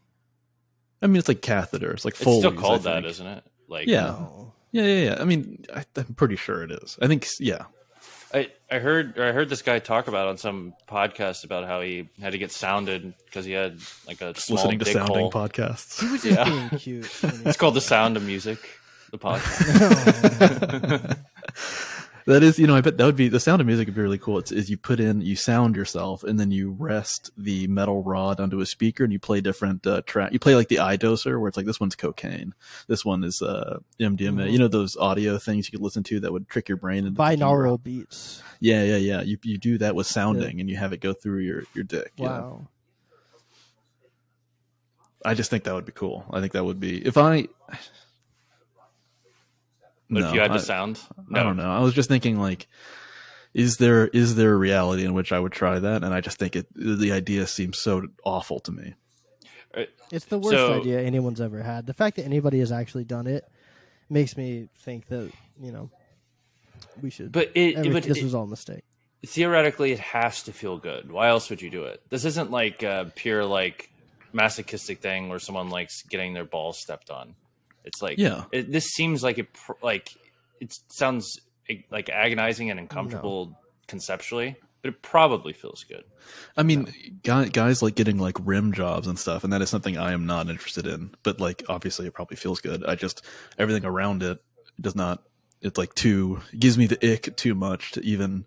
Speaker 6: I mean, it's like catheter. It's like
Speaker 5: It's
Speaker 6: Foley's.
Speaker 5: still
Speaker 6: I
Speaker 5: called that,
Speaker 6: think.
Speaker 5: isn't it? Like,
Speaker 6: Yeah.
Speaker 7: No.
Speaker 6: Yeah, yeah, yeah. I mean, I, I'm pretty sure it is. I think, yeah,
Speaker 5: I, I heard or I heard this guy talk about on some podcast about how he had to get sounded because he had like a
Speaker 6: just
Speaker 5: small
Speaker 6: listening to
Speaker 5: dick
Speaker 6: sounding
Speaker 5: hole.
Speaker 7: He
Speaker 6: podcasts.
Speaker 7: was just
Speaker 5: Yeah.
Speaker 7: being cute. when he
Speaker 5: It's called the sound of music. The podcast.
Speaker 7: No.
Speaker 6: that is, you know, I bet that would be the sound of music would be really cool. It's is you put in, you sound yourself, and then you rest the metal rod onto a speaker, and you play different uh, track. You play like the eye doser, where it's like this one's cocaine, this one is uh, MDMA. You know those audio things you could listen to that would trick your brain. into thinking you're
Speaker 7: Binaural beats.
Speaker 6: Yeah, yeah, yeah. You you do that with sounding, and you have it go through your your dick. you know?
Speaker 7: Wow.
Speaker 6: I just think that would be cool. I think that would be if I.
Speaker 5: But if you had
Speaker 6: I,
Speaker 5: the sound, no.
Speaker 6: I don't know. I was just thinking like, is there is there a reality in which I would try that? And I just think it the idea seems so awful to me.
Speaker 7: It's the worst
Speaker 5: So-
Speaker 7: idea anyone's ever had. The fact that anybody has actually done it makes me think that, you know, we should.
Speaker 5: But it,
Speaker 7: every-
Speaker 5: but
Speaker 7: this
Speaker 5: it-
Speaker 7: was all a mistake.
Speaker 5: theoretically, it has to feel good. Why else would you do it? This isn't like a pure like masochistic thing where someone likes getting their balls stepped on. It's like
Speaker 6: Yeah.
Speaker 5: it, this seems like it pr- like it sounds eh, like agonizing and uncomfortable conceptually, but it probably feels good.
Speaker 6: I mean, guy guys like getting like rim jobs and stuff, and that is something I am not interested in. But like, obviously, it probably feels good. I just everything around it does not. It's like too it gives me the ick too much to even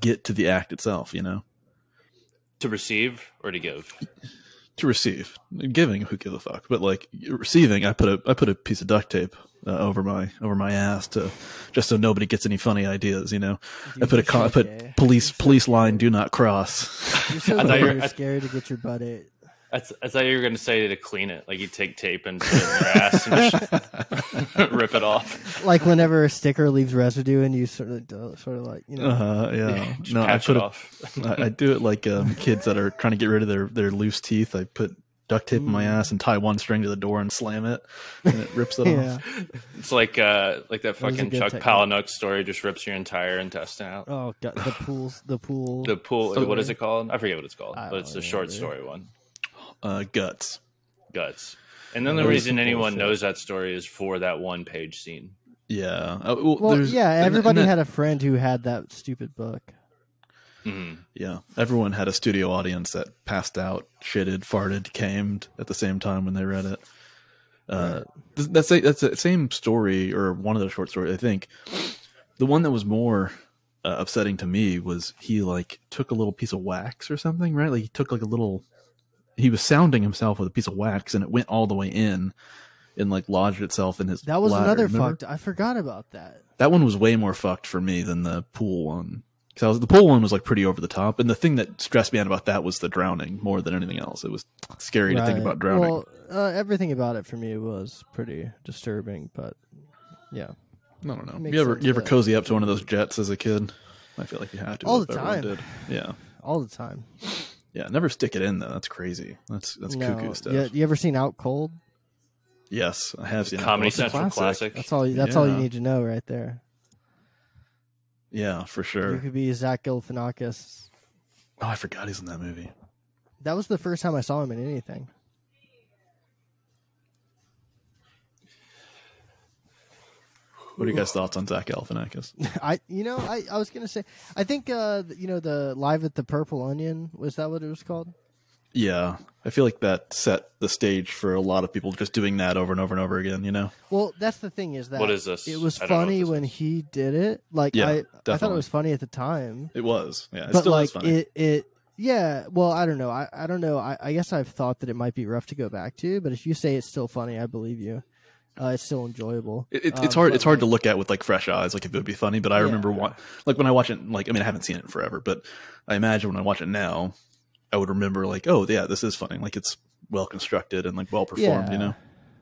Speaker 6: get to the act itself. You know,
Speaker 5: To receive or to give.
Speaker 6: to receive, giving, who gives a fuck? But like receiving, I put a I put a piece of duct tape uh, over my over my ass to just so nobody gets any funny ideas. You know, I put a con- I
Speaker 7: Okay.
Speaker 6: put police police line do not cross.
Speaker 7: You're so
Speaker 5: I thought you were-
Speaker 7: you're
Speaker 5: I-
Speaker 7: scared to get your butt ate.
Speaker 5: That's, I thought you were going to say to clean it, like you take tape and put it in your ass and just rip it off.
Speaker 7: Like whenever a sticker leaves residue and you sort of, do- sort of like, you know,
Speaker 6: Uh-huh, yeah.
Speaker 5: Just
Speaker 6: No, I
Speaker 5: patch
Speaker 6: put
Speaker 5: it
Speaker 6: a,
Speaker 5: off.
Speaker 6: I, I do it like um, kids that are trying to get rid of their, their loose teeth. I put duct tape in my ass and tie one string to the door and slam it, and it rips it
Speaker 7: yeah.
Speaker 6: off.
Speaker 5: It's like uh, like that
Speaker 7: That was a
Speaker 5: fucking
Speaker 7: good
Speaker 5: Chuck
Speaker 7: technique.
Speaker 5: Palahniuk story. Just rips your entire intestine out.
Speaker 7: Oh god, the pools, the pool.
Speaker 5: The pool.
Speaker 7: Story.
Speaker 5: What is it called? I forget what it's called,
Speaker 7: I
Speaker 5: but it's the
Speaker 7: don't
Speaker 5: short
Speaker 7: remember.
Speaker 5: story one.
Speaker 6: Uh, guts.
Speaker 5: Guts. And then the
Speaker 6: Those
Speaker 5: reason
Speaker 6: people
Speaker 5: anyone
Speaker 6: shit.
Speaker 5: knows that story is for that one page scene.
Speaker 6: Yeah. Uh,
Speaker 7: well, yeah, everybody had a friend who had that stupid book.
Speaker 5: Mhm.
Speaker 6: yeah. Everyone had a studio audience that passed out, shitted, farted, camed at the same time when they read it. Uh, th- that's a, that's the same story or one of the short stories. I think the one that was more uh, upsetting to me was he like took a little piece of wax or something, right? Like he took like a little. He was sounding himself with a piece of wax, and it went all the way in, and like lodged itself in his.
Speaker 7: That was
Speaker 6: bladder,
Speaker 7: another
Speaker 6: remember?
Speaker 7: fucked. I forgot about that.
Speaker 6: That one was way more fucked for me than the pool one. Because I was the pool one was like pretty over the top, and the thing that stressed me out about that was the drowning more than anything else. It was scary to think
Speaker 7: Right.
Speaker 6: about drowning.
Speaker 7: Well, uh, everything about it for me was pretty disturbing, but yeah,
Speaker 6: I don't know.
Speaker 7: makes
Speaker 6: You ever
Speaker 7: sense,
Speaker 6: you ever
Speaker 7: yeah.
Speaker 6: cozy up to one of those jets as a kid? I feel like you had to.
Speaker 7: All
Speaker 6: if
Speaker 7: the
Speaker 6: everyone
Speaker 7: time.
Speaker 6: Did. Yeah,
Speaker 7: all the time.
Speaker 6: yeah. Never stick it in though. That's crazy. That's that's
Speaker 7: No,
Speaker 6: cuckoo stuff.
Speaker 7: You, you ever seen Out Cold?
Speaker 6: Yes, I have seen it.
Speaker 5: Comedy
Speaker 6: It's a
Speaker 5: Central classic.
Speaker 7: That's all. That's all you
Speaker 6: Yeah.
Speaker 7: need to know right there.
Speaker 6: Yeah, for sure.
Speaker 7: You could be Zach Galifianakis.
Speaker 6: Oh, I forgot he's in that movie.
Speaker 7: That was the first time I saw him in anything.
Speaker 6: What are you guys' thoughts on Zach Galifianakis?
Speaker 7: I, you know, I, I was gonna say, I think, uh, you know, the live at the Purple Onion was that what it was called?
Speaker 6: Yeah, I feel like that set the stage for a lot of people just doing that over and over and over again. You know?
Speaker 7: Well, that's the thing is that
Speaker 5: What is this?
Speaker 7: It was
Speaker 5: I don't know what
Speaker 7: funny
Speaker 5: this
Speaker 7: when
Speaker 5: is.
Speaker 7: he did it. Like
Speaker 6: Yeah,
Speaker 7: I, I thought it
Speaker 6: definitely.
Speaker 7: was funny at the time,
Speaker 6: It was. Yeah, it
Speaker 7: but
Speaker 6: still
Speaker 7: like
Speaker 6: is funny.
Speaker 7: it, it, yeah. Well, I don't know. I, I don't know. I, I guess I've thought that it might be rough to go back to, but if you say it's still funny, I believe you. Uh, it's still enjoyable.
Speaker 6: It, it,
Speaker 7: Um,
Speaker 6: it's hard.
Speaker 7: but,
Speaker 6: It's hard to
Speaker 7: like,
Speaker 6: look at with like fresh eyes. Like if it would be funny, but I
Speaker 7: Yeah.
Speaker 6: remember wa- like when I watch it. Like I mean, I haven't seen it in forever, but I imagine when I watch it now, I would remember like, oh yeah, this is funny. Like it's well constructed and like well performed.
Speaker 7: Yeah.
Speaker 6: You know?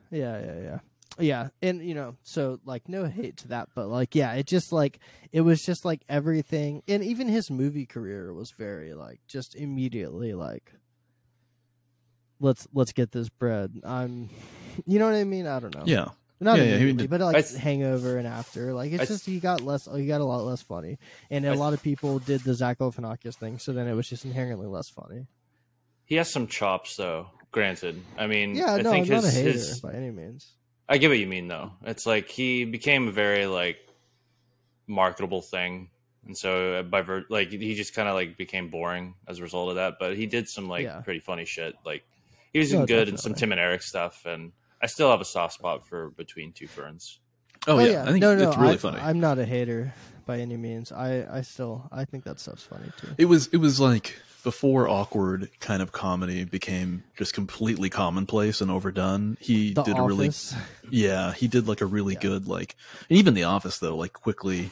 Speaker 7: Yeah, yeah, yeah. Yeah, and you know, so like no hate to that, but like yeah, it just like it was just like everything and even his movie career was very like just immediately like let's let's get this bread. I'm you know what I mean? I don't know.
Speaker 6: Yeah.
Speaker 7: Not
Speaker 6: Yeah, yeah, he
Speaker 7: immediately,
Speaker 6: did-
Speaker 7: but like
Speaker 5: I s-
Speaker 7: hangover and after. Like it's
Speaker 5: I s-
Speaker 7: just he got less. He got a lot less funny, and a
Speaker 5: I-
Speaker 7: lot of people did the Zach Galifianakis thing. So then it was just inherently less funny.
Speaker 5: He has some chops, though. Granted, I mean,
Speaker 7: Yeah,
Speaker 5: Mm, I
Speaker 7: no,
Speaker 5: think
Speaker 7: I'm
Speaker 5: his,
Speaker 7: not a hater
Speaker 5: his
Speaker 7: by any means.
Speaker 5: I get what you mean, though. It's like he became a very like marketable thing, and so uh, by ver- like he just kind of like became boring as a result of that. But he did some like
Speaker 7: Yeah.
Speaker 5: pretty funny shit. Like he was
Speaker 7: No,
Speaker 5: in good and some
Speaker 7: definitely.
Speaker 5: Tim and Eric stuff, and I still have a soft spot for between two ferns.
Speaker 6: Oh,
Speaker 7: But
Speaker 6: yeah. I think
Speaker 7: no, no,
Speaker 6: it's really
Speaker 7: I,
Speaker 6: funny.
Speaker 7: I'm not a hater by any means. I, I still, I think that stuff's funny too.
Speaker 6: It was it was like before awkward kind of comedy became just completely commonplace and overdone. He
Speaker 7: the
Speaker 6: did a really
Speaker 7: Office,
Speaker 6: yeah, he did like a really
Speaker 7: Yeah.
Speaker 6: good like and even The Office though like quickly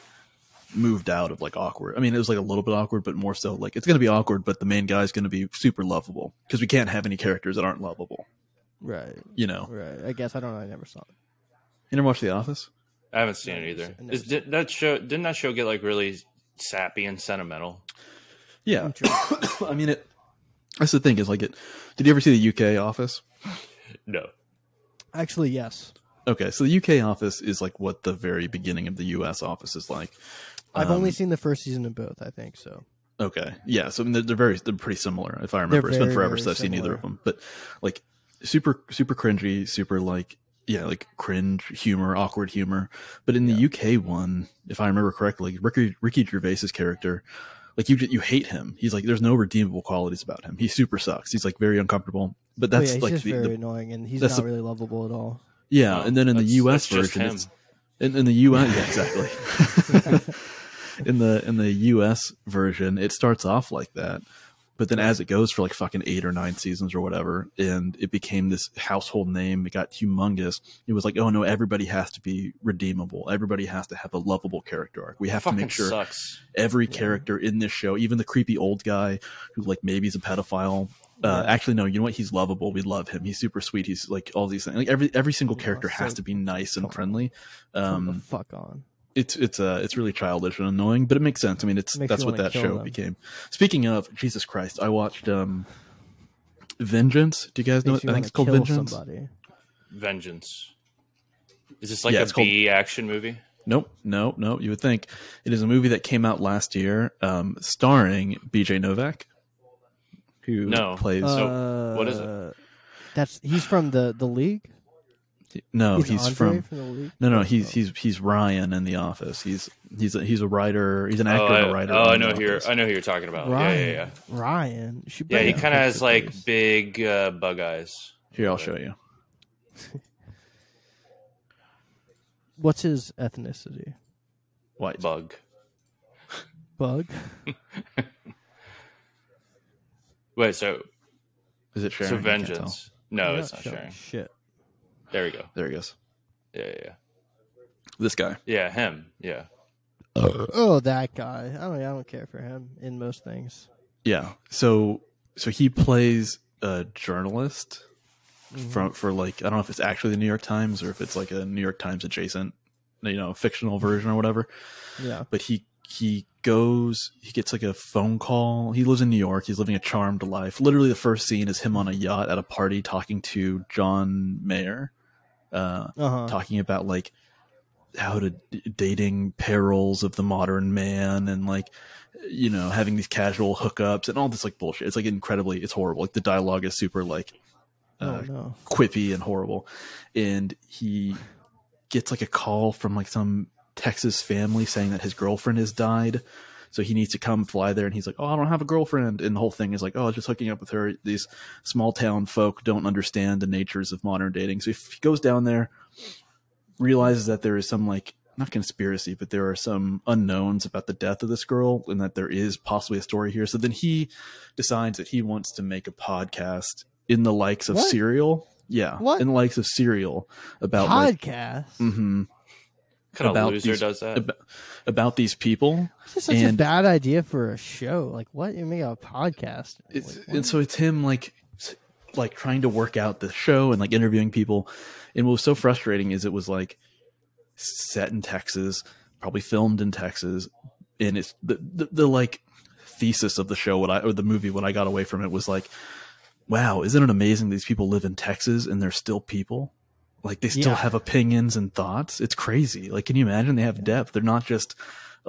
Speaker 6: moved out of like awkward. I mean, it was like a little bit awkward, but more so like it's gonna be awkward, but the main guy's gonna be super lovable because we can't have any characters that aren't lovable.
Speaker 7: right,
Speaker 6: You know,
Speaker 7: right. I guess I don't know. I never saw it.
Speaker 6: you never watch The Office?
Speaker 5: I haven't seen
Speaker 7: No,
Speaker 5: it
Speaker 7: I never
Speaker 5: either.
Speaker 7: se- I never
Speaker 5: Is,
Speaker 7: seen
Speaker 5: did, that show didn't that show get like really sappy and sentimental?
Speaker 6: Yeah, I mean it. That's the thing is like it. Did you ever see the UK Office?
Speaker 5: No.
Speaker 7: Actually, yes.
Speaker 6: Okay, so the UK Office is like what the very beginning of the US Office is like.
Speaker 7: I've
Speaker 6: Um,
Speaker 7: only seen the first season of both. I think so.
Speaker 6: Okay. Yeah. So I mean, they're, they're very, they're pretty similar. If I
Speaker 7: They're
Speaker 6: remember, it's been
Speaker 7: very,
Speaker 6: forever
Speaker 7: very
Speaker 6: since I've seen either
Speaker 7: similar.
Speaker 6: of them. But like, super, super cringy, super like, yeah, like cringe humor, awkward humor. But in the UK one, if I remember correctly, Ricky Ricky Gervais's character, like you ju- you hate him. He's like, there's no redeemable qualities about him. He super sucks. He's like very uncomfortable. But
Speaker 7: But
Speaker 6: that's
Speaker 7: Oh, yeah, he's
Speaker 6: like
Speaker 7: just
Speaker 6: the,
Speaker 7: very
Speaker 6: the-
Speaker 7: annoying, and he's
Speaker 6: that's
Speaker 7: not
Speaker 6: the-
Speaker 7: really lovable at all.
Speaker 6: yeah.
Speaker 5: No,
Speaker 6: and then in the
Speaker 5: that's-
Speaker 6: US
Speaker 5: that's just
Speaker 6: version,
Speaker 5: him.
Speaker 6: it's in, in the US, yeah, exactly. in the in the US version, it starts off like that, but then as it goes for like fucking eight or nine seasons or whatever, and it became this household name. It got humongous. It was like, oh no, everybody has to be redeemable. Everybody has to have a lovable character arc. We have to
Speaker 5: Fucking
Speaker 6: make sure
Speaker 5: sucks.
Speaker 6: every character in this show, even the creepy old guy who like maybe is a pedophile. Uh, Actually, no. You know what? He's lovable. We love him. He's super sweet. He's like all these things. Like every every single character has
Speaker 7: so-
Speaker 6: to be nice and friendly.
Speaker 7: Come the
Speaker 6: Um,
Speaker 7: fuck on.
Speaker 6: it's it's uh it's really childish and annoying, but it makes sense. I mean, it's
Speaker 7: Makes
Speaker 6: that's
Speaker 7: you
Speaker 6: what
Speaker 7: wanna
Speaker 6: that
Speaker 7: kill
Speaker 6: show
Speaker 7: them.
Speaker 6: became. Speaking of Jesus Christ, I watched um Vengeance. Do you guys know?
Speaker 7: Makes
Speaker 6: It?
Speaker 7: you
Speaker 6: I think
Speaker 7: wanna
Speaker 6: it's called
Speaker 7: kill
Speaker 6: Vengeance.
Speaker 7: Somebody.
Speaker 5: Vengeance. Is this like
Speaker 6: Yeah,
Speaker 5: a
Speaker 6: it's called-
Speaker 5: B action movie?
Speaker 6: Nope, no, no. You would think it is a movie that came out last year, um, starring B.J. Novak, who
Speaker 5: No.
Speaker 6: plays.
Speaker 5: So, what is it?
Speaker 7: Uh, That's he's from the the league.
Speaker 5: Oh,
Speaker 6: no, he's,
Speaker 7: Andre
Speaker 6: from.
Speaker 7: from the league.
Speaker 6: No, no,
Speaker 7: Oh.
Speaker 6: he's he's he's Ryan in The Office. He's he's a, he's a writer. He's an actor
Speaker 5: oh,
Speaker 6: and
Speaker 5: I-
Speaker 6: a writer.
Speaker 5: oh, I
Speaker 6: in The
Speaker 5: know who you're,
Speaker 6: Office.
Speaker 5: I know who you're talking about.
Speaker 7: Ryan.
Speaker 5: Yeah, yeah, yeah.
Speaker 7: Ryan. You should
Speaker 5: Yeah,
Speaker 7: bring
Speaker 5: he
Speaker 7: up
Speaker 5: kind of has
Speaker 7: picture,
Speaker 5: like
Speaker 7: please.
Speaker 5: big uh, bug eyes.
Speaker 6: Here, I'll show you.
Speaker 7: What's his ethnicity?
Speaker 6: White.
Speaker 5: Bug.
Speaker 7: Bug.
Speaker 5: Wait, so
Speaker 6: Is it Sharon?
Speaker 5: so
Speaker 6: I can't tell.
Speaker 5: vengeance? No,
Speaker 7: You're
Speaker 5: it's not
Speaker 7: showing
Speaker 5: sharing.
Speaker 7: Shit.
Speaker 5: There we go.
Speaker 6: There he goes.
Speaker 5: Yeah, yeah, yeah.
Speaker 6: This guy.
Speaker 5: Yeah, him. Yeah,
Speaker 7: Oh, that guy. I don't. I don't care for him in most things.
Speaker 6: Yeah. So so he plays a journalist
Speaker 7: Mm-hmm.
Speaker 6: from for like I don't know if it's actually the New York Times or if it's like a New York Times adjacent, you know, fictional version or whatever.
Speaker 7: Yeah.
Speaker 6: But he he goes he gets like a phone call. He lives in New York. He's living a charmed life. Literally the first scene is him on a yacht at a party talking to John Mayer. Uh
Speaker 7: Uh huh.
Speaker 6: talking about like how to dating perils of the modern man and like you know having these casual hookups and all this like bullshit it's like incredibly it's horrible like the dialogue is super like
Speaker 7: Oh
Speaker 6: uh,
Speaker 7: no.
Speaker 6: quippy and horrible and he gets like a call from like some texas family saying that his girlfriend has died so he needs to come fly there and he's like oh i don't have a girlfriend and the whole thing is like oh just hooking up with her these small town folk don't understand the natures of modern dating so if he goes down there realizes that there is some like not conspiracy but there are some unknowns about the death of this girl and that there is possibly a story here so then he decides that he wants to make a podcast in the likes of
Speaker 7: What?
Speaker 6: serial yeah
Speaker 7: What?
Speaker 6: in the likes of serial about like
Speaker 7: Podcast.
Speaker 5: Mm-hmm.
Speaker 6: hmm
Speaker 5: kind of
Speaker 6: About
Speaker 5: loser
Speaker 6: these-
Speaker 5: does that.
Speaker 6: about, about these people
Speaker 7: It's just such
Speaker 6: and-
Speaker 7: a bad idea for a show. Like, what? You make a podcast?
Speaker 6: it's,
Speaker 7: Like, what?
Speaker 6: and so it's him like s- like trying to work out the show and like interviewing people and what was so frustrating is it was like set in texas probably filmed in texas and it's the the, the like thesis of the show what i or the movie what i got away from it was like wow isn't it amazing these people live in texas and they're still people Like they still
Speaker 7: Yeah.
Speaker 6: have opinions and thoughts. It's crazy. Like, can you imagine they have depth? They're not just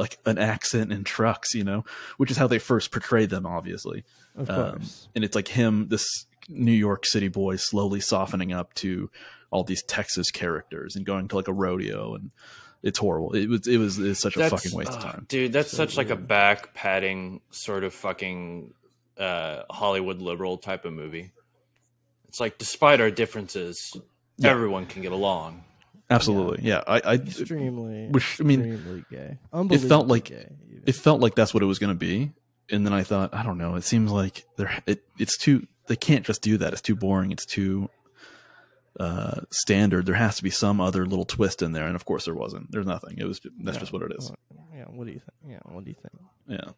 Speaker 6: like an accent and trucks, you know, which is how they first portrayed them, obviously.
Speaker 7: Of
Speaker 6: Um,
Speaker 7: course.
Speaker 6: and it's like him, this New York City boy, slowly softening up to all these Texas characters and going to like a rodeo, and it's horrible. It was it was it's such a fucking waste of
Speaker 5: ugh,
Speaker 6: time.
Speaker 5: dude. That's
Speaker 6: So
Speaker 5: such like a
Speaker 6: weird.
Speaker 5: back patting sort of fucking uh, Hollywood liberal type of movie. It's like despite our differences,
Speaker 6: Yeah.
Speaker 5: everyone can get along.
Speaker 6: Absolutely, yeah. I, I
Speaker 7: extremely,
Speaker 6: which, I mean,
Speaker 7: extremely gay.
Speaker 6: it
Speaker 7: Unbelievably
Speaker 6: felt like-
Speaker 7: gay. even.
Speaker 6: it felt like that's what it was going to be, and then I thought, I don't know. It seems like they're it, it's too. They can't just do that. It's too boring. It's too uh standard there has to be some other little twist in there and of course there wasn't there's nothing it was that's
Speaker 7: Yeah.
Speaker 6: just what it is
Speaker 7: Yeah. What do you think? Yeah. What do you think?
Speaker 6: yeah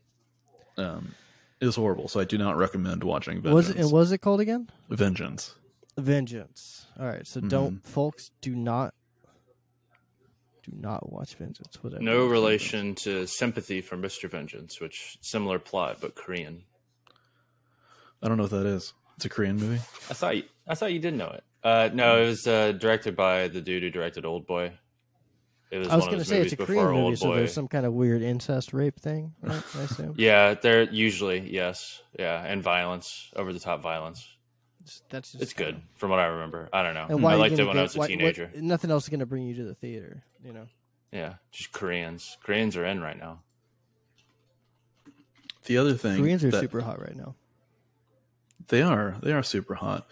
Speaker 6: um it was horrible so i do not recommend watching vengeance
Speaker 7: Was it? And was it called again?
Speaker 6: vengeance
Speaker 7: Vengeance. All right. So
Speaker 6: Mm-hmm.
Speaker 7: don't, folks, do not, do not watch Vengeance. Whatever.
Speaker 5: No
Speaker 7: it's called.
Speaker 5: relation to sympathy for Mr. Vengeance, which similar plot but Korean.
Speaker 6: i don't know what that is it's a korean movie
Speaker 5: I thought you, I thought you did know it. Uh, no, it was uh, directed by the dude who directed Old Boy. It was,
Speaker 7: I
Speaker 5: one of
Speaker 7: was going to
Speaker 5: his
Speaker 7: say it's
Speaker 5: movies
Speaker 7: a
Speaker 5: before
Speaker 7: Korean movie,
Speaker 5: Old
Speaker 7: so
Speaker 5: Boy.
Speaker 7: there's some kind of weird incest rape thing. Right? I assume.
Speaker 5: Yeah, they're usually yes, yeah, and violence, over the top violence.
Speaker 7: Just- That's just
Speaker 5: It's good from what I remember. I don't know.
Speaker 6: Mm-hmm.
Speaker 7: And
Speaker 5: I
Speaker 7: why are you
Speaker 5: liked it
Speaker 7: gonna
Speaker 5: when
Speaker 7: go-
Speaker 5: I was a
Speaker 7: why- what-
Speaker 5: teenager.
Speaker 7: nothing else is going to bring you to the theater. You know.
Speaker 5: Yeah, just Koreans. Koreans are in right now.
Speaker 6: the other thing
Speaker 7: Koreans are
Speaker 6: that-
Speaker 7: super hot right now.
Speaker 6: They are. They are super hot.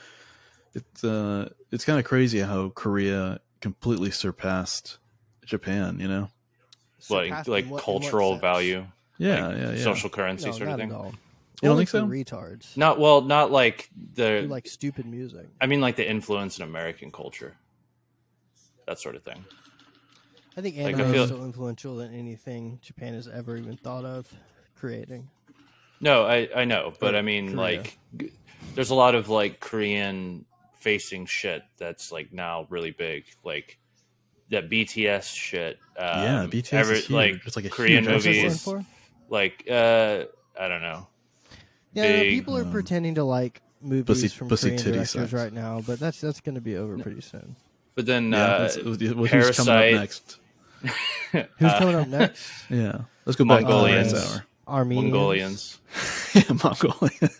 Speaker 6: It's uh, it's kind of crazy how Korea completely surpassed Japan. You know?
Speaker 5: Like
Speaker 7: Surpassed in
Speaker 5: like
Speaker 7: what- in what
Speaker 5: cultural
Speaker 7: sense?
Speaker 5: value,
Speaker 6: Yeah,
Speaker 5: like
Speaker 6: Uh, yeah, yeah.
Speaker 5: social currency
Speaker 7: No,
Speaker 5: sort of
Speaker 7: not
Speaker 5: thing.
Speaker 7: at all.
Speaker 6: don't
Speaker 7: Only
Speaker 6: think so?
Speaker 7: for Retards.
Speaker 5: Not well, not like
Speaker 7: Who
Speaker 5: the
Speaker 7: like stupid music.
Speaker 5: I mean like the influence in American culture. That sort of thing.
Speaker 7: I think
Speaker 5: Like, I
Speaker 7: anime
Speaker 5: feel-
Speaker 7: is so influential than anything Japan has ever even thought of creating.
Speaker 5: No, I I know, but I mean
Speaker 6: Oh, Korea.
Speaker 5: like g- there's a lot of like Korean facing shit that's like now really big. Like that BTS shit. Um,
Speaker 6: yeah, BTS
Speaker 5: every-
Speaker 6: is huge.
Speaker 5: like
Speaker 6: it's like a
Speaker 5: Korean
Speaker 6: huge
Speaker 7: What's that stand
Speaker 5: movies.
Speaker 7: for?
Speaker 5: like uh I don't know.
Speaker 7: Yeah,
Speaker 5: Big,
Speaker 7: people are
Speaker 6: um,
Speaker 7: pretending to like movies
Speaker 6: pussy-
Speaker 7: from
Speaker 6: pussy
Speaker 7: Korean
Speaker 6: titty
Speaker 7: directors
Speaker 6: sex.
Speaker 7: right now, but that's that's going to be over pretty soon.
Speaker 5: But then
Speaker 6: Yeah,
Speaker 5: uh,
Speaker 6: that's- who's coming
Speaker 5: Parasite.
Speaker 6: up next?
Speaker 7: Who's coming
Speaker 6: Uh,
Speaker 7: up next?
Speaker 6: Yeah, let's go back
Speaker 5: Mongolians.
Speaker 6: to the last hour.
Speaker 7: Armenians.
Speaker 5: Mongolians.
Speaker 6: yeah, Mongolia.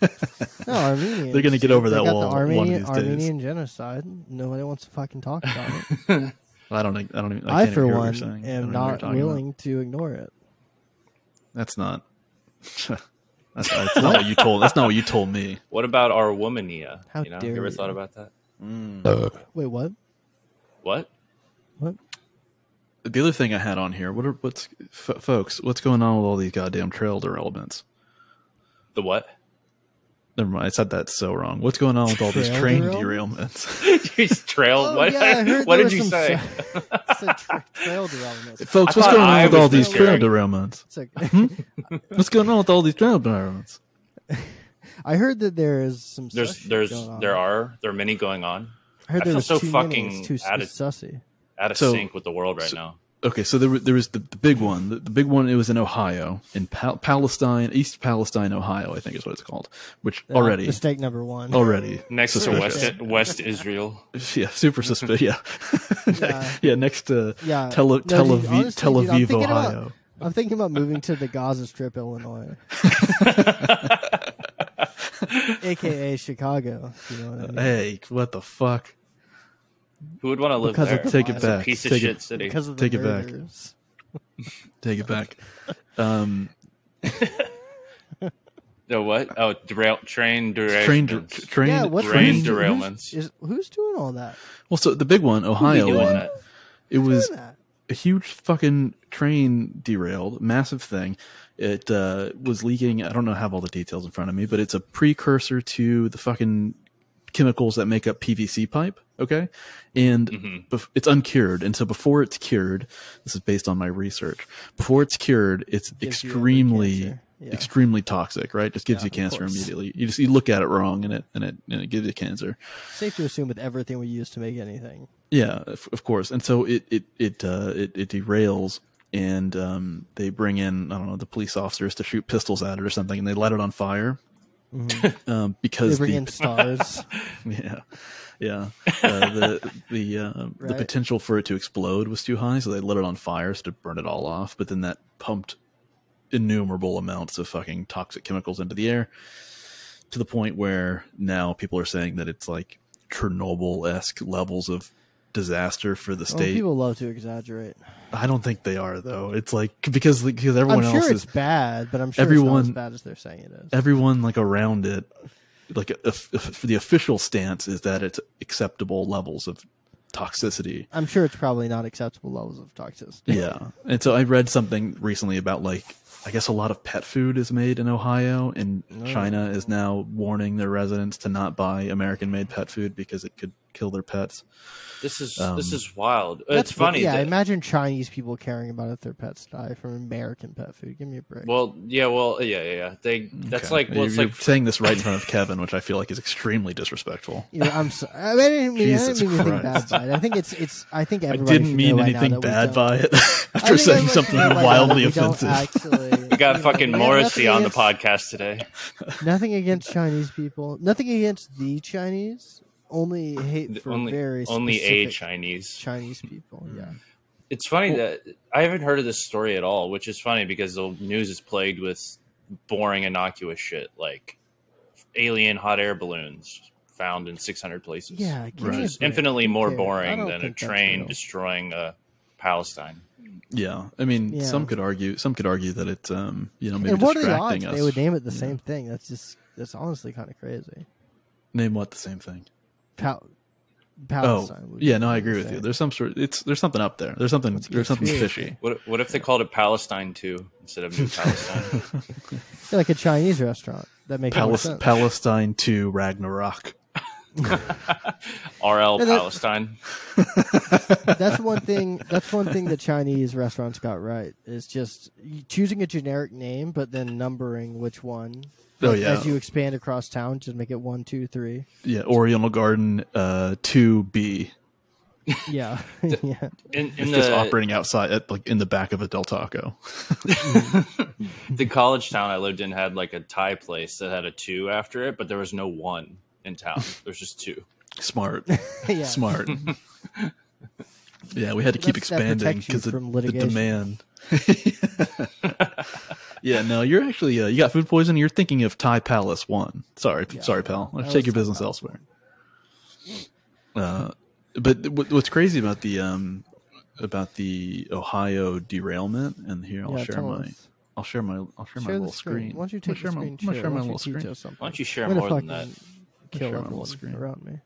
Speaker 7: No, Armenians.
Speaker 6: They're gonna get over
Speaker 7: They
Speaker 6: that
Speaker 7: got
Speaker 6: wall one
Speaker 7: The
Speaker 6: of
Speaker 7: Armenian,
Speaker 6: these days.
Speaker 7: Armenian genocide. Nobody wants to fucking talk about it.
Speaker 6: I don't. I don't even. I,
Speaker 7: I,
Speaker 6: can't
Speaker 7: for
Speaker 6: even hear what
Speaker 7: one,
Speaker 6: you're saying. I don't
Speaker 7: am
Speaker 6: even know what you're
Speaker 7: not
Speaker 6: talking about.
Speaker 7: willing to ignore it.
Speaker 6: That's not. that's, that's not what you told. That's not what you told me.
Speaker 5: What about our womania?
Speaker 7: How
Speaker 5: you know,
Speaker 7: dare
Speaker 5: you ever
Speaker 7: you.
Speaker 5: thought about that?
Speaker 7: Wait, what?
Speaker 5: What?
Speaker 7: What?
Speaker 6: the other thing I had on here, what are what's f- folks? What's going on with all these goddamn trail derailments?
Speaker 5: The what?
Speaker 6: Never mind, I said that so wrong. What's going on with all these
Speaker 7: Trail
Speaker 6: train
Speaker 7: derail-
Speaker 6: derailments?
Speaker 5: Jeez, trail.
Speaker 7: Oh,
Speaker 5: what?
Speaker 7: yeah, I heard
Speaker 5: what
Speaker 7: there
Speaker 5: did
Speaker 7: was
Speaker 5: you
Speaker 7: some
Speaker 5: say?
Speaker 7: tra- I said tra- trail developments.
Speaker 6: folks,
Speaker 5: I
Speaker 6: what's
Speaker 5: thought
Speaker 6: going
Speaker 5: I
Speaker 6: on with
Speaker 5: was
Speaker 6: all these
Speaker 5: the
Speaker 6: trail
Speaker 5: jerk.
Speaker 6: derailments?
Speaker 7: It's like-
Speaker 6: What's going on with all these trail derailments?
Speaker 7: I heard that there is some.
Speaker 5: There's
Speaker 7: sus shit
Speaker 5: there's
Speaker 7: going on.
Speaker 5: there are there are many going on
Speaker 7: I heard
Speaker 5: I
Speaker 7: there
Speaker 5: feel
Speaker 7: was
Speaker 5: so
Speaker 7: too
Speaker 5: fucking
Speaker 7: many. It's too s-
Speaker 5: out of-
Speaker 7: sussy.
Speaker 5: out of
Speaker 6: So-
Speaker 5: sync with the world right
Speaker 6: so-
Speaker 5: now.
Speaker 6: Okay, so there, were- there was the, the big one. The, the big one, it was in Ohio, in Pal- Palestine, East Palestine, Ohio, I think is what it's called, which
Speaker 7: Uh,
Speaker 6: already,
Speaker 7: mistake number one.
Speaker 6: already.
Speaker 5: Next to
Speaker 6: suspicious.
Speaker 5: West West Israel.
Speaker 6: Yeah, super suspicious. Yeah. yeah.
Speaker 7: Yeah.
Speaker 6: next to
Speaker 7: Yeah.
Speaker 6: Tel,
Speaker 7: No,
Speaker 6: Tel,
Speaker 7: dude,
Speaker 6: Aviv,
Speaker 7: honestly,
Speaker 6: Tel
Speaker 7: dude, I'm
Speaker 6: Aviv,
Speaker 7: thinking about-
Speaker 6: Ohio.
Speaker 7: I'm thinking about moving to the Gaza Strip, Illinois, aka Chicago. if You know what I mean?
Speaker 6: Hey, what the fuck?
Speaker 5: Who would want to live
Speaker 7: Because of
Speaker 5: there?
Speaker 7: the
Speaker 6: Take it
Speaker 7: That's a
Speaker 6: back.
Speaker 5: Piece of
Speaker 6: Take
Speaker 5: shit
Speaker 6: It,
Speaker 5: city.
Speaker 7: because of the
Speaker 6: Take it back.
Speaker 7: murders.
Speaker 6: take it back. Um,
Speaker 5: The what? Oh, derail train derail.
Speaker 6: train, dr- train.
Speaker 7: Yeah, what's
Speaker 5: Train
Speaker 7: who's-
Speaker 5: derailments.
Speaker 7: Who's, is, who's doing all that?
Speaker 6: Well, so the big one, Ohio
Speaker 5: doing
Speaker 6: one.
Speaker 5: that?
Speaker 6: It was
Speaker 7: Doing that?
Speaker 6: a huge fucking train derailed, massive thing. It uh, was leaking. I don't know I have all the details in front of me, but it's a precursor to the fucking chemicals that make up PVC pipe. Okay, and
Speaker 7: Mm-hmm.
Speaker 6: bef- it's uncured, and so before it's cured, this is based on my research. Before it's cured, it's
Speaker 7: Gives you
Speaker 6: extremely,
Speaker 7: cancer. Yeah.
Speaker 6: extremely toxic. Right, just gives
Speaker 7: Yeah,
Speaker 6: you
Speaker 7: of
Speaker 6: cancer
Speaker 7: course.
Speaker 6: immediately. You just you look at it wrong, and it and it and it gives you cancer.
Speaker 7: Safe to assume with everything we use to make anything.
Speaker 6: Yeah, of, of course. And so it it it uh, it, it derails, and um, they bring in I don't know the police officers to shoot pistols at it or something, and they light it on fire,
Speaker 7: Mhm.
Speaker 6: um,
Speaker 7: They
Speaker 6: because
Speaker 7: bring
Speaker 6: the-
Speaker 7: in stars.
Speaker 6: yeah, yeah, uh, the the uh, the
Speaker 7: Right.
Speaker 6: potential for it to explode was too high, so they lit it on fire so to burn it all off. But then that pumped innumerable amounts of fucking toxic chemicals into the air to the point where now people are saying that it's like Chernobyl esque levels of disaster for the
Speaker 7: Well,
Speaker 6: state.
Speaker 7: people love to exaggerate.
Speaker 6: I don't think they are though. It's like because because everyone
Speaker 7: I'm sure
Speaker 6: else
Speaker 7: it's
Speaker 6: is
Speaker 7: bad, but I'm sure
Speaker 6: everyone-
Speaker 7: it's not as bad as they're saying it is.
Speaker 6: everyone like around it like if, if, the official stance is that it's acceptable levels of toxicity
Speaker 7: I'm sure it's probably not acceptable levels of toxicity.
Speaker 6: yeah and so i read something recently about like i guess a lot of pet food is made in ohio and
Speaker 5: Oh.
Speaker 6: china is now warning their residents to not buy american made pet food because it could kill their pets
Speaker 5: This is
Speaker 6: Um,
Speaker 5: this is wild.
Speaker 7: That's
Speaker 5: it's funny.
Speaker 7: Yeah,
Speaker 5: that-
Speaker 7: imagine Chinese people caring about if their pets die from American pet food. Give me a break.
Speaker 5: well, yeah, well, yeah, yeah, yeah. They that's
Speaker 6: Okay.
Speaker 5: like well, it's
Speaker 6: You're-
Speaker 5: like
Speaker 6: you're saying this right in front of kevin which i feel like is extremely disrespectful
Speaker 7: You know, I'm sorry. I, mean, I didn't mean, I didn't
Speaker 6: Jesus
Speaker 7: mean anything bad
Speaker 6: Christ.
Speaker 7: by it. I think it's it's. I think
Speaker 6: i
Speaker 7: everybody
Speaker 6: didn't
Speaker 7: should
Speaker 6: mean
Speaker 7: know right now
Speaker 6: anything
Speaker 7: that we
Speaker 6: bad
Speaker 7: don't-
Speaker 6: by it
Speaker 7: I
Speaker 6: after
Speaker 7: think
Speaker 6: saying
Speaker 7: everybody
Speaker 6: something
Speaker 7: should know right now that
Speaker 6: wildly
Speaker 7: we don't
Speaker 6: offensive
Speaker 7: Actually,
Speaker 5: we got fucking
Speaker 7: We have
Speaker 5: Morrissey
Speaker 7: nothing
Speaker 5: on the
Speaker 7: against-
Speaker 5: podcast today.
Speaker 7: Nothing against Chinese people. Nothing against the Chinese. Only hate for
Speaker 5: Only
Speaker 7: very
Speaker 5: only a
Speaker 7: specific
Speaker 5: Chinese.
Speaker 7: Chinese people.
Speaker 6: Mm.
Speaker 7: Yeah.
Speaker 5: It's funny that I haven't heard of this story at all, which is funny because the news is plagued with boring, innocuous shit like alien hot air balloons found in 600 places.
Speaker 7: Yeah, give
Speaker 5: which
Speaker 7: me a
Speaker 5: is
Speaker 7: break.
Speaker 5: infinitely
Speaker 7: Who
Speaker 5: more
Speaker 7: cares? I
Speaker 5: boring
Speaker 7: don't
Speaker 5: than a
Speaker 7: think that's
Speaker 5: train
Speaker 7: real.
Speaker 5: destroying uh, Palestine.
Speaker 6: Yeah, I mean,
Speaker 7: Yeah.
Speaker 6: some could argue, some could argue that it's, um, you know, maybe
Speaker 7: and what are the odds
Speaker 6: distracting us.
Speaker 7: they would name it the
Speaker 6: Yeah.
Speaker 7: same thing? That's just that's honestly kind of crazy.
Speaker 6: Name what the same thing?
Speaker 7: Pal- Palestine.
Speaker 6: oh,
Speaker 7: would
Speaker 6: yeah,
Speaker 7: be
Speaker 6: no, I
Speaker 7: the
Speaker 6: agree with you.
Speaker 7: same.
Speaker 6: There's some sort. It's there's something up there. There's something.
Speaker 7: It's
Speaker 6: There's something
Speaker 7: conspiracy.
Speaker 6: fishy.
Speaker 5: What what if they called it Palestine too instead of New Palestine?
Speaker 7: They're like a Chinese restaurant. That makes more
Speaker 6: Palis-
Speaker 7: sense.
Speaker 6: Palestine to Ragnarok.
Speaker 5: RL
Speaker 7: Yeah, that-
Speaker 5: Palestine.
Speaker 7: that's one thing. That's one thing the Chinese restaurants got right is just choosing a generic name, but then numbering which one.
Speaker 6: Oh,
Speaker 7: Like,
Speaker 6: yeah.
Speaker 7: As you expand across town, just make it one, two, three.
Speaker 6: Yeah, Oriental Garden uh, to B.
Speaker 7: Yeah, yeah.
Speaker 5: In,
Speaker 6: It's
Speaker 5: in
Speaker 6: just
Speaker 5: the,
Speaker 6: operating outside, at, like in the back of a Del Taco.
Speaker 5: the college town I lived in had like a Thai place that had a two after it, but there was no one in town. There's just two.
Speaker 6: Smart,
Speaker 7: yeah.
Speaker 6: smart. yeah, we had to keep
Speaker 7: That's- that protects
Speaker 6: expanding
Speaker 7: you
Speaker 6: because the,
Speaker 7: from
Speaker 6: the
Speaker 7: litigation.
Speaker 6: demand. yeah, no, you're actually uh, you got food poisoning. You're thinking of Thai Palace One. Sorry, sorry, pal. Let's
Speaker 7: That
Speaker 6: take
Speaker 7: was
Speaker 6: your
Speaker 7: Thai
Speaker 6: business elsewhere. Uh, but what, what's crazy about the um about the Ohio derailment, and here I'll
Speaker 7: Yeah,
Speaker 6: share
Speaker 7: tell
Speaker 6: my
Speaker 7: us.
Speaker 6: I'll share my I'll share, my
Speaker 7: Share the
Speaker 6: little screen.
Speaker 7: Why don't you
Speaker 6: I'm gonna
Speaker 7: take the
Speaker 6: share my- I'm
Speaker 7: screen?
Speaker 6: gonna
Speaker 7: share.
Speaker 6: share
Speaker 7: Why
Speaker 6: my
Speaker 7: don't
Speaker 6: little
Speaker 7: you teach
Speaker 6: screen.
Speaker 7: us something?
Speaker 5: Why don't you share
Speaker 7: I'm gonna
Speaker 5: more than that?
Speaker 7: fucking Kill
Speaker 6: Share my little
Speaker 7: everyone
Speaker 6: screen.
Speaker 7: around me.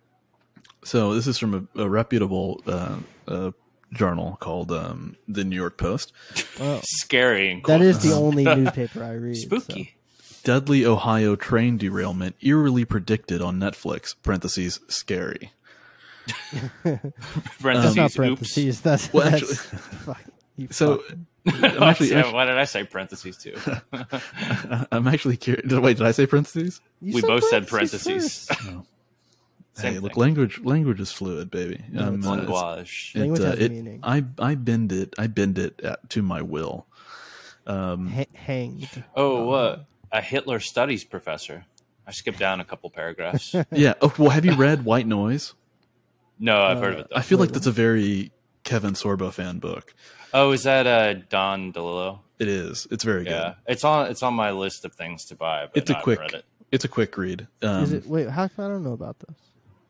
Speaker 6: So this is from a, a reputable uh, uh, journal called um, the New York Post.
Speaker 7: Well,
Speaker 5: Scary and cool.
Speaker 7: that is the only newspaper I read. so-
Speaker 5: spooky.
Speaker 6: Dudley, Ohio train derailment eerily predicted on Netflix. Parentheses scary.
Speaker 7: That's
Speaker 5: Parentheses,
Speaker 7: not
Speaker 5: oops.
Speaker 7: parentheses. That's
Speaker 6: Uh, Well,
Speaker 7: that's-
Speaker 6: actually-
Speaker 7: fuck, you
Speaker 6: So
Speaker 7: fuck.
Speaker 6: I'm actually,
Speaker 5: Yeah, why did I say parentheses too?
Speaker 6: I'm actually curious. Wait, did I say parentheses?
Speaker 7: You
Speaker 5: we both said
Speaker 7: parentheses
Speaker 5: parentheses.
Speaker 7: first.
Speaker 5: Same
Speaker 6: hey, look,
Speaker 5: thing.
Speaker 6: language language is fluid, baby.
Speaker 7: No, it's
Speaker 6: uh,
Speaker 7: not.
Speaker 6: it's-
Speaker 5: Language.
Speaker 6: it,
Speaker 7: Language
Speaker 6: uh,
Speaker 7: has
Speaker 6: it-
Speaker 7: meaning.
Speaker 6: I I bend it. I bend it at, to my will. Um,
Speaker 7: Ha- hanged.
Speaker 5: Oh, uh, a Hitler studies professor. I skipped down a couple paragraphs.
Speaker 6: yeah. Oh, well, have you read White Noise?
Speaker 5: No, I've heard of it.
Speaker 6: Uh, I
Speaker 5: Though.
Speaker 6: feel like that's a very Kevin Sorbo fan book.
Speaker 5: Oh, is that uh, Don DeLillo?
Speaker 6: It is. It's very
Speaker 5: Yeah,
Speaker 6: good.
Speaker 5: it's on. It's on my list of things to buy. But
Speaker 6: It's a
Speaker 5: I haven't
Speaker 6: quick.
Speaker 5: Read it.
Speaker 6: It's a quick read. Um,
Speaker 7: Is it? Wait, how come I don't know about this?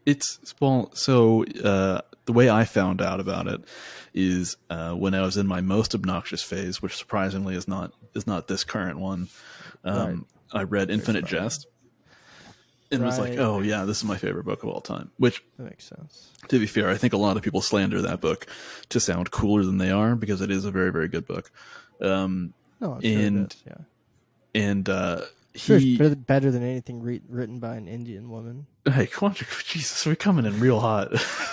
Speaker 6: It's well, so uh, the way I found out about it is uh, when I was in my most obnoxious phase, which surprisingly is not is not this current one. Um, I read Infinite Jest and was like,
Speaker 7: Right.
Speaker 6: "Oh yeah, this is my favorite book of all time." Which,
Speaker 7: That makes sense.
Speaker 6: to be fair, I think a lot of people slander that book to sound cooler than they are because it is a very very good book. Um,
Speaker 7: No, I'm sure it
Speaker 6: And
Speaker 7: is, yeah.
Speaker 6: and uh,
Speaker 7: Sure, it's
Speaker 6: he,
Speaker 7: better, better than anything re- written by an Indian woman.
Speaker 6: hey, come on, Jesus, we're coming in real hot.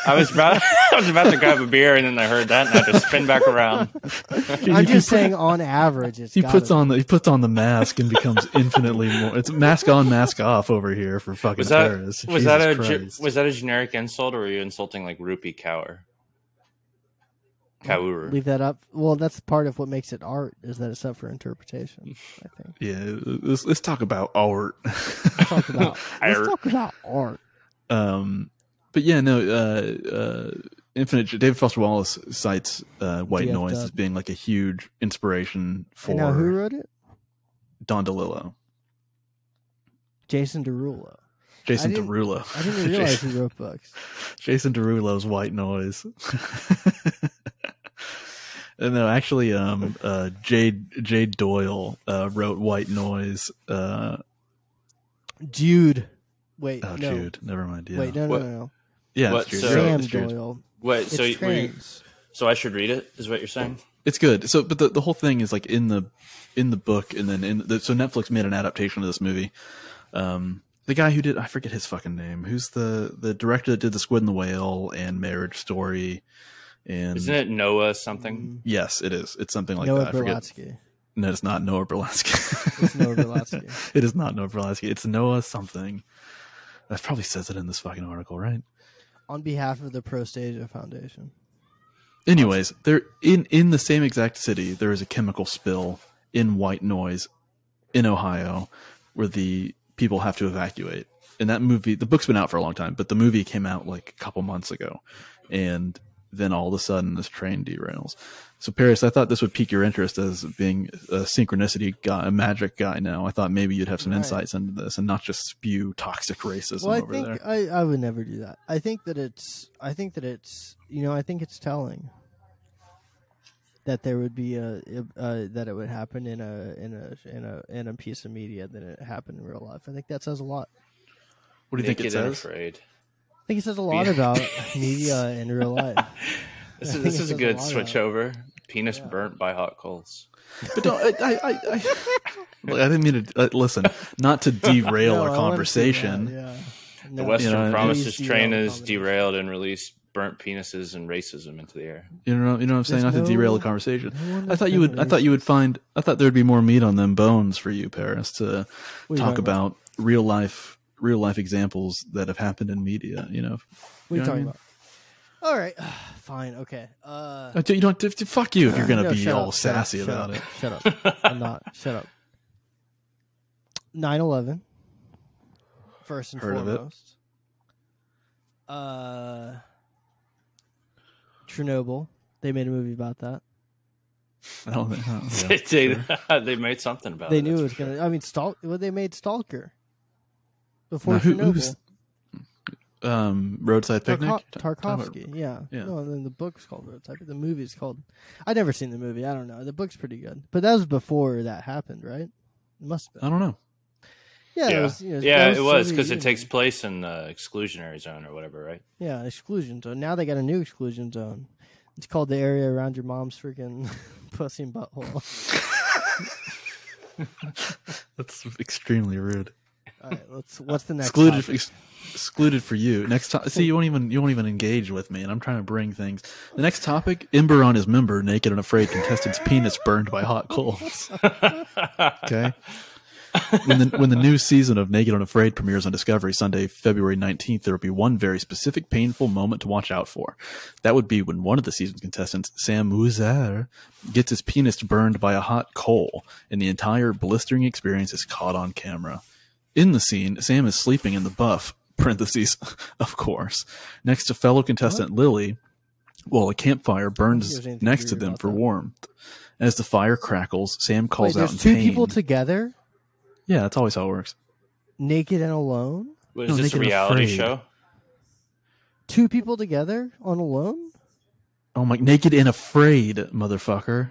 Speaker 5: I was about. I was about to grab a beer, and then I heard that, and I just spin back around.
Speaker 7: I'm
Speaker 6: You
Speaker 7: just saying, on average, it's
Speaker 6: He
Speaker 7: gotta
Speaker 6: puts
Speaker 7: be.
Speaker 6: on the he puts on the mask and becomes infinitely more. It's mask on, mask off over here for fucking
Speaker 5: Was that
Speaker 6: Paris.
Speaker 5: was that a
Speaker 6: Jesus
Speaker 5: ge-
Speaker 6: Christ.
Speaker 5: was that a generic insult, or were you insulting like Rupee Cower?
Speaker 7: I
Speaker 5: Kauru.
Speaker 7: leave that up. Well, that's part of what makes it art is that it's up for interpretation. I think.
Speaker 6: Yeah, let's, let's talk about art.
Speaker 7: Let's talk about let's
Speaker 5: Art.
Speaker 7: talk about art.
Speaker 6: um, but yeah, no. Uh, uh, Infinite David Foster Wallace cites uh, White
Speaker 7: DF
Speaker 6: Noise
Speaker 7: dub.
Speaker 6: as being like a huge inspiration
Speaker 7: And now who
Speaker 6: for
Speaker 7: wrote it?
Speaker 6: Don DeLillo,
Speaker 7: Jason Derulo.
Speaker 6: Jason
Speaker 7: didn't-
Speaker 6: Derulo.
Speaker 7: I didn't realize
Speaker 6: Jason-
Speaker 7: he wrote books.
Speaker 6: Jason Derulo's White Noise. and no, actually, um, uh, Jade Jade Doyle uh, wrote White Noise. Uh,
Speaker 7: Jude. Wait,
Speaker 6: oh,
Speaker 7: no.
Speaker 6: Jude, never mind. Yeah,
Speaker 7: Wait, no, no,
Speaker 5: What?
Speaker 7: no, no.
Speaker 6: yeah,
Speaker 5: What,
Speaker 6: it's, Jude.
Speaker 5: so-
Speaker 7: Sam
Speaker 6: it's, Jude.
Speaker 7: Doyle.
Speaker 5: Wait,
Speaker 7: It's
Speaker 5: so you, were you-
Speaker 7: trans.
Speaker 5: so I should read it? Is what you're saying?
Speaker 6: It's good. So, but the, the whole thing is like in the in the book, and then in the, so Netflix made an adaptation of this movie. Um, the guy who did I forget his fucking name. Who's the the director that did the Squid and the Whale and Marriage Story? And
Speaker 5: Isn't it Noah something?
Speaker 6: yes, it is. It's something like
Speaker 7: Noah
Speaker 6: that. I forget.
Speaker 7: Berlatsky.
Speaker 6: No, it's not Noah Berlatsky.
Speaker 7: It's Noah Berlatsky.
Speaker 6: it is not Noah Berlatsky. It's Noah something. That probably says it in this fucking article, right?
Speaker 7: On behalf of the Prostasia Foundation.
Speaker 6: Anyways, they're in in the same exact city. There is a chemical spill in White Noise, in Ohio, where the people have to evacuate. And that movie, the book's been out for a long time, but the movie came out like a couple months ago, and then all of a sudden this train derails. So Paris, I thought this would pique your interest as being a synchronicity guy, a magic guy. Now I thought maybe you'd have some
Speaker 7: Right.
Speaker 6: insights into this and not just spew toxic racism
Speaker 7: well, I
Speaker 6: over
Speaker 7: think
Speaker 6: there.
Speaker 7: I, I would never do that. I think that it's I think that it's you know I think it's telling that there would be a, uh that it would happen in a in a in a in a piece of media than it happened in real life. I think that says a lot.
Speaker 6: What do you think it
Speaker 5: Naked and
Speaker 6: says?
Speaker 5: Afraid.
Speaker 7: I think it says a lot
Speaker 5: Yeah.
Speaker 7: about media in real life.
Speaker 5: This is
Speaker 7: I think
Speaker 5: this
Speaker 7: it
Speaker 5: is a
Speaker 7: says
Speaker 5: good
Speaker 7: lot
Speaker 5: switch
Speaker 7: about-
Speaker 5: over. Penis
Speaker 7: Yeah.
Speaker 5: burnt by hot coals.
Speaker 6: But don't, I, I, I, I, Look, I didn't mean to uh, listen, not to derail
Speaker 7: No, I
Speaker 6: our
Speaker 7: wanna see
Speaker 6: conversation.
Speaker 7: that, yeah.
Speaker 5: The
Speaker 7: No,
Speaker 5: Western
Speaker 6: know,
Speaker 5: Promises
Speaker 7: please
Speaker 5: train
Speaker 7: derail
Speaker 5: is
Speaker 7: comedy.
Speaker 5: derailed and released burnt penises and racism into the air.
Speaker 6: You know, you know what I'm saying?
Speaker 7: There's
Speaker 6: not to derail the
Speaker 7: no-
Speaker 6: conversation.
Speaker 7: no one
Speaker 6: I
Speaker 7: is
Speaker 6: thought you would. I thought you would find. I thought there would be more meat on them bones for you, Paris, to
Speaker 7: What are you
Speaker 6: talk
Speaker 7: talking
Speaker 6: about real life, real life examples that have happened in media. You know,
Speaker 7: What are
Speaker 6: You know what
Speaker 7: you
Speaker 6: I
Speaker 7: talking
Speaker 6: mean?
Speaker 7: about? All right, fine, okay. Uh,
Speaker 6: I tell you don't. have to- Fuck you if you're gonna
Speaker 7: no,
Speaker 6: be
Speaker 7: shut
Speaker 6: all
Speaker 7: up, shut up,
Speaker 6: sassy
Speaker 7: shut
Speaker 6: about
Speaker 7: up,
Speaker 6: it.
Speaker 7: Shut up. I'm not. Shut up. 9/11. First and
Speaker 6: Heard of it.
Speaker 7: foremost. Uh, Chernobyl. They made a movie about that.
Speaker 6: I don't think. I don't- yeah,
Speaker 5: they,
Speaker 6: sure.
Speaker 5: they made something about
Speaker 7: they
Speaker 5: it.
Speaker 7: knew
Speaker 5: Oh, that's
Speaker 7: it was
Speaker 5: for
Speaker 7: gonna.
Speaker 5: sure.
Speaker 7: I mean, Stalk. Well, they made Stalker. Before
Speaker 6: Now, who-
Speaker 7: Chernobyl.
Speaker 6: who's um, roadside picnic?
Speaker 7: Tarko-
Speaker 6: Talking about-
Speaker 7: Tarkovsky, yeah.
Speaker 6: yeah.
Speaker 7: No, then the book's called Roadside. Picnic. The movie's called. I never seen the movie. I don't know. The book's pretty good, but that was before that happened, right? It must have been.
Speaker 6: I don't know.
Speaker 7: Yeah,
Speaker 5: Yeah,
Speaker 7: it was. You know, that
Speaker 5: yeah, it was
Speaker 7: Soviet
Speaker 5: because it
Speaker 7: Union.
Speaker 5: takes place in the exclusionary zone or whatever, right?
Speaker 7: Yeah, exclusion zone. Now they got a new exclusion zone. It's called the area around your mom's freaking pussy and butthole.
Speaker 6: That's extremely rude.
Speaker 7: All right, let's. What's the next?
Speaker 6: excluded
Speaker 7: topic?
Speaker 6: ex- excluded for you next time see you won't even you won't even engage with me and i'm trying to bring things the next topic ember on his member naked and afraid contestant's penis burned by hot coals okay when the when the new season of naked and afraid premieres on discovery sunday february 19th there will be one very specific painful moment to watch out for that would be when one of the season's contestants sam Woozer, gets his penis burned by a hot coal and the entire blistering experience is caught on camera in the scene, Sam is sleeping in the buff, parentheses, of course, next to fellow contestant Lily, while a campfire
Speaker 7: there's
Speaker 6: burns
Speaker 7: anything
Speaker 6: next to
Speaker 7: weird
Speaker 6: them
Speaker 7: about
Speaker 6: for
Speaker 7: that.
Speaker 6: warmth. As the fire crackles, Sam
Speaker 7: Wait,
Speaker 6: calls out in
Speaker 7: there's two
Speaker 6: pain.
Speaker 7: people together,
Speaker 6: yeah, that's always how it works.
Speaker 7: naked and alone.
Speaker 5: Was
Speaker 6: No,
Speaker 5: this a
Speaker 6: Naked and
Speaker 5: reality
Speaker 6: Afraid.
Speaker 5: show?
Speaker 7: Two people together on alone.
Speaker 6: Oh my, naked and afraid, motherfucker.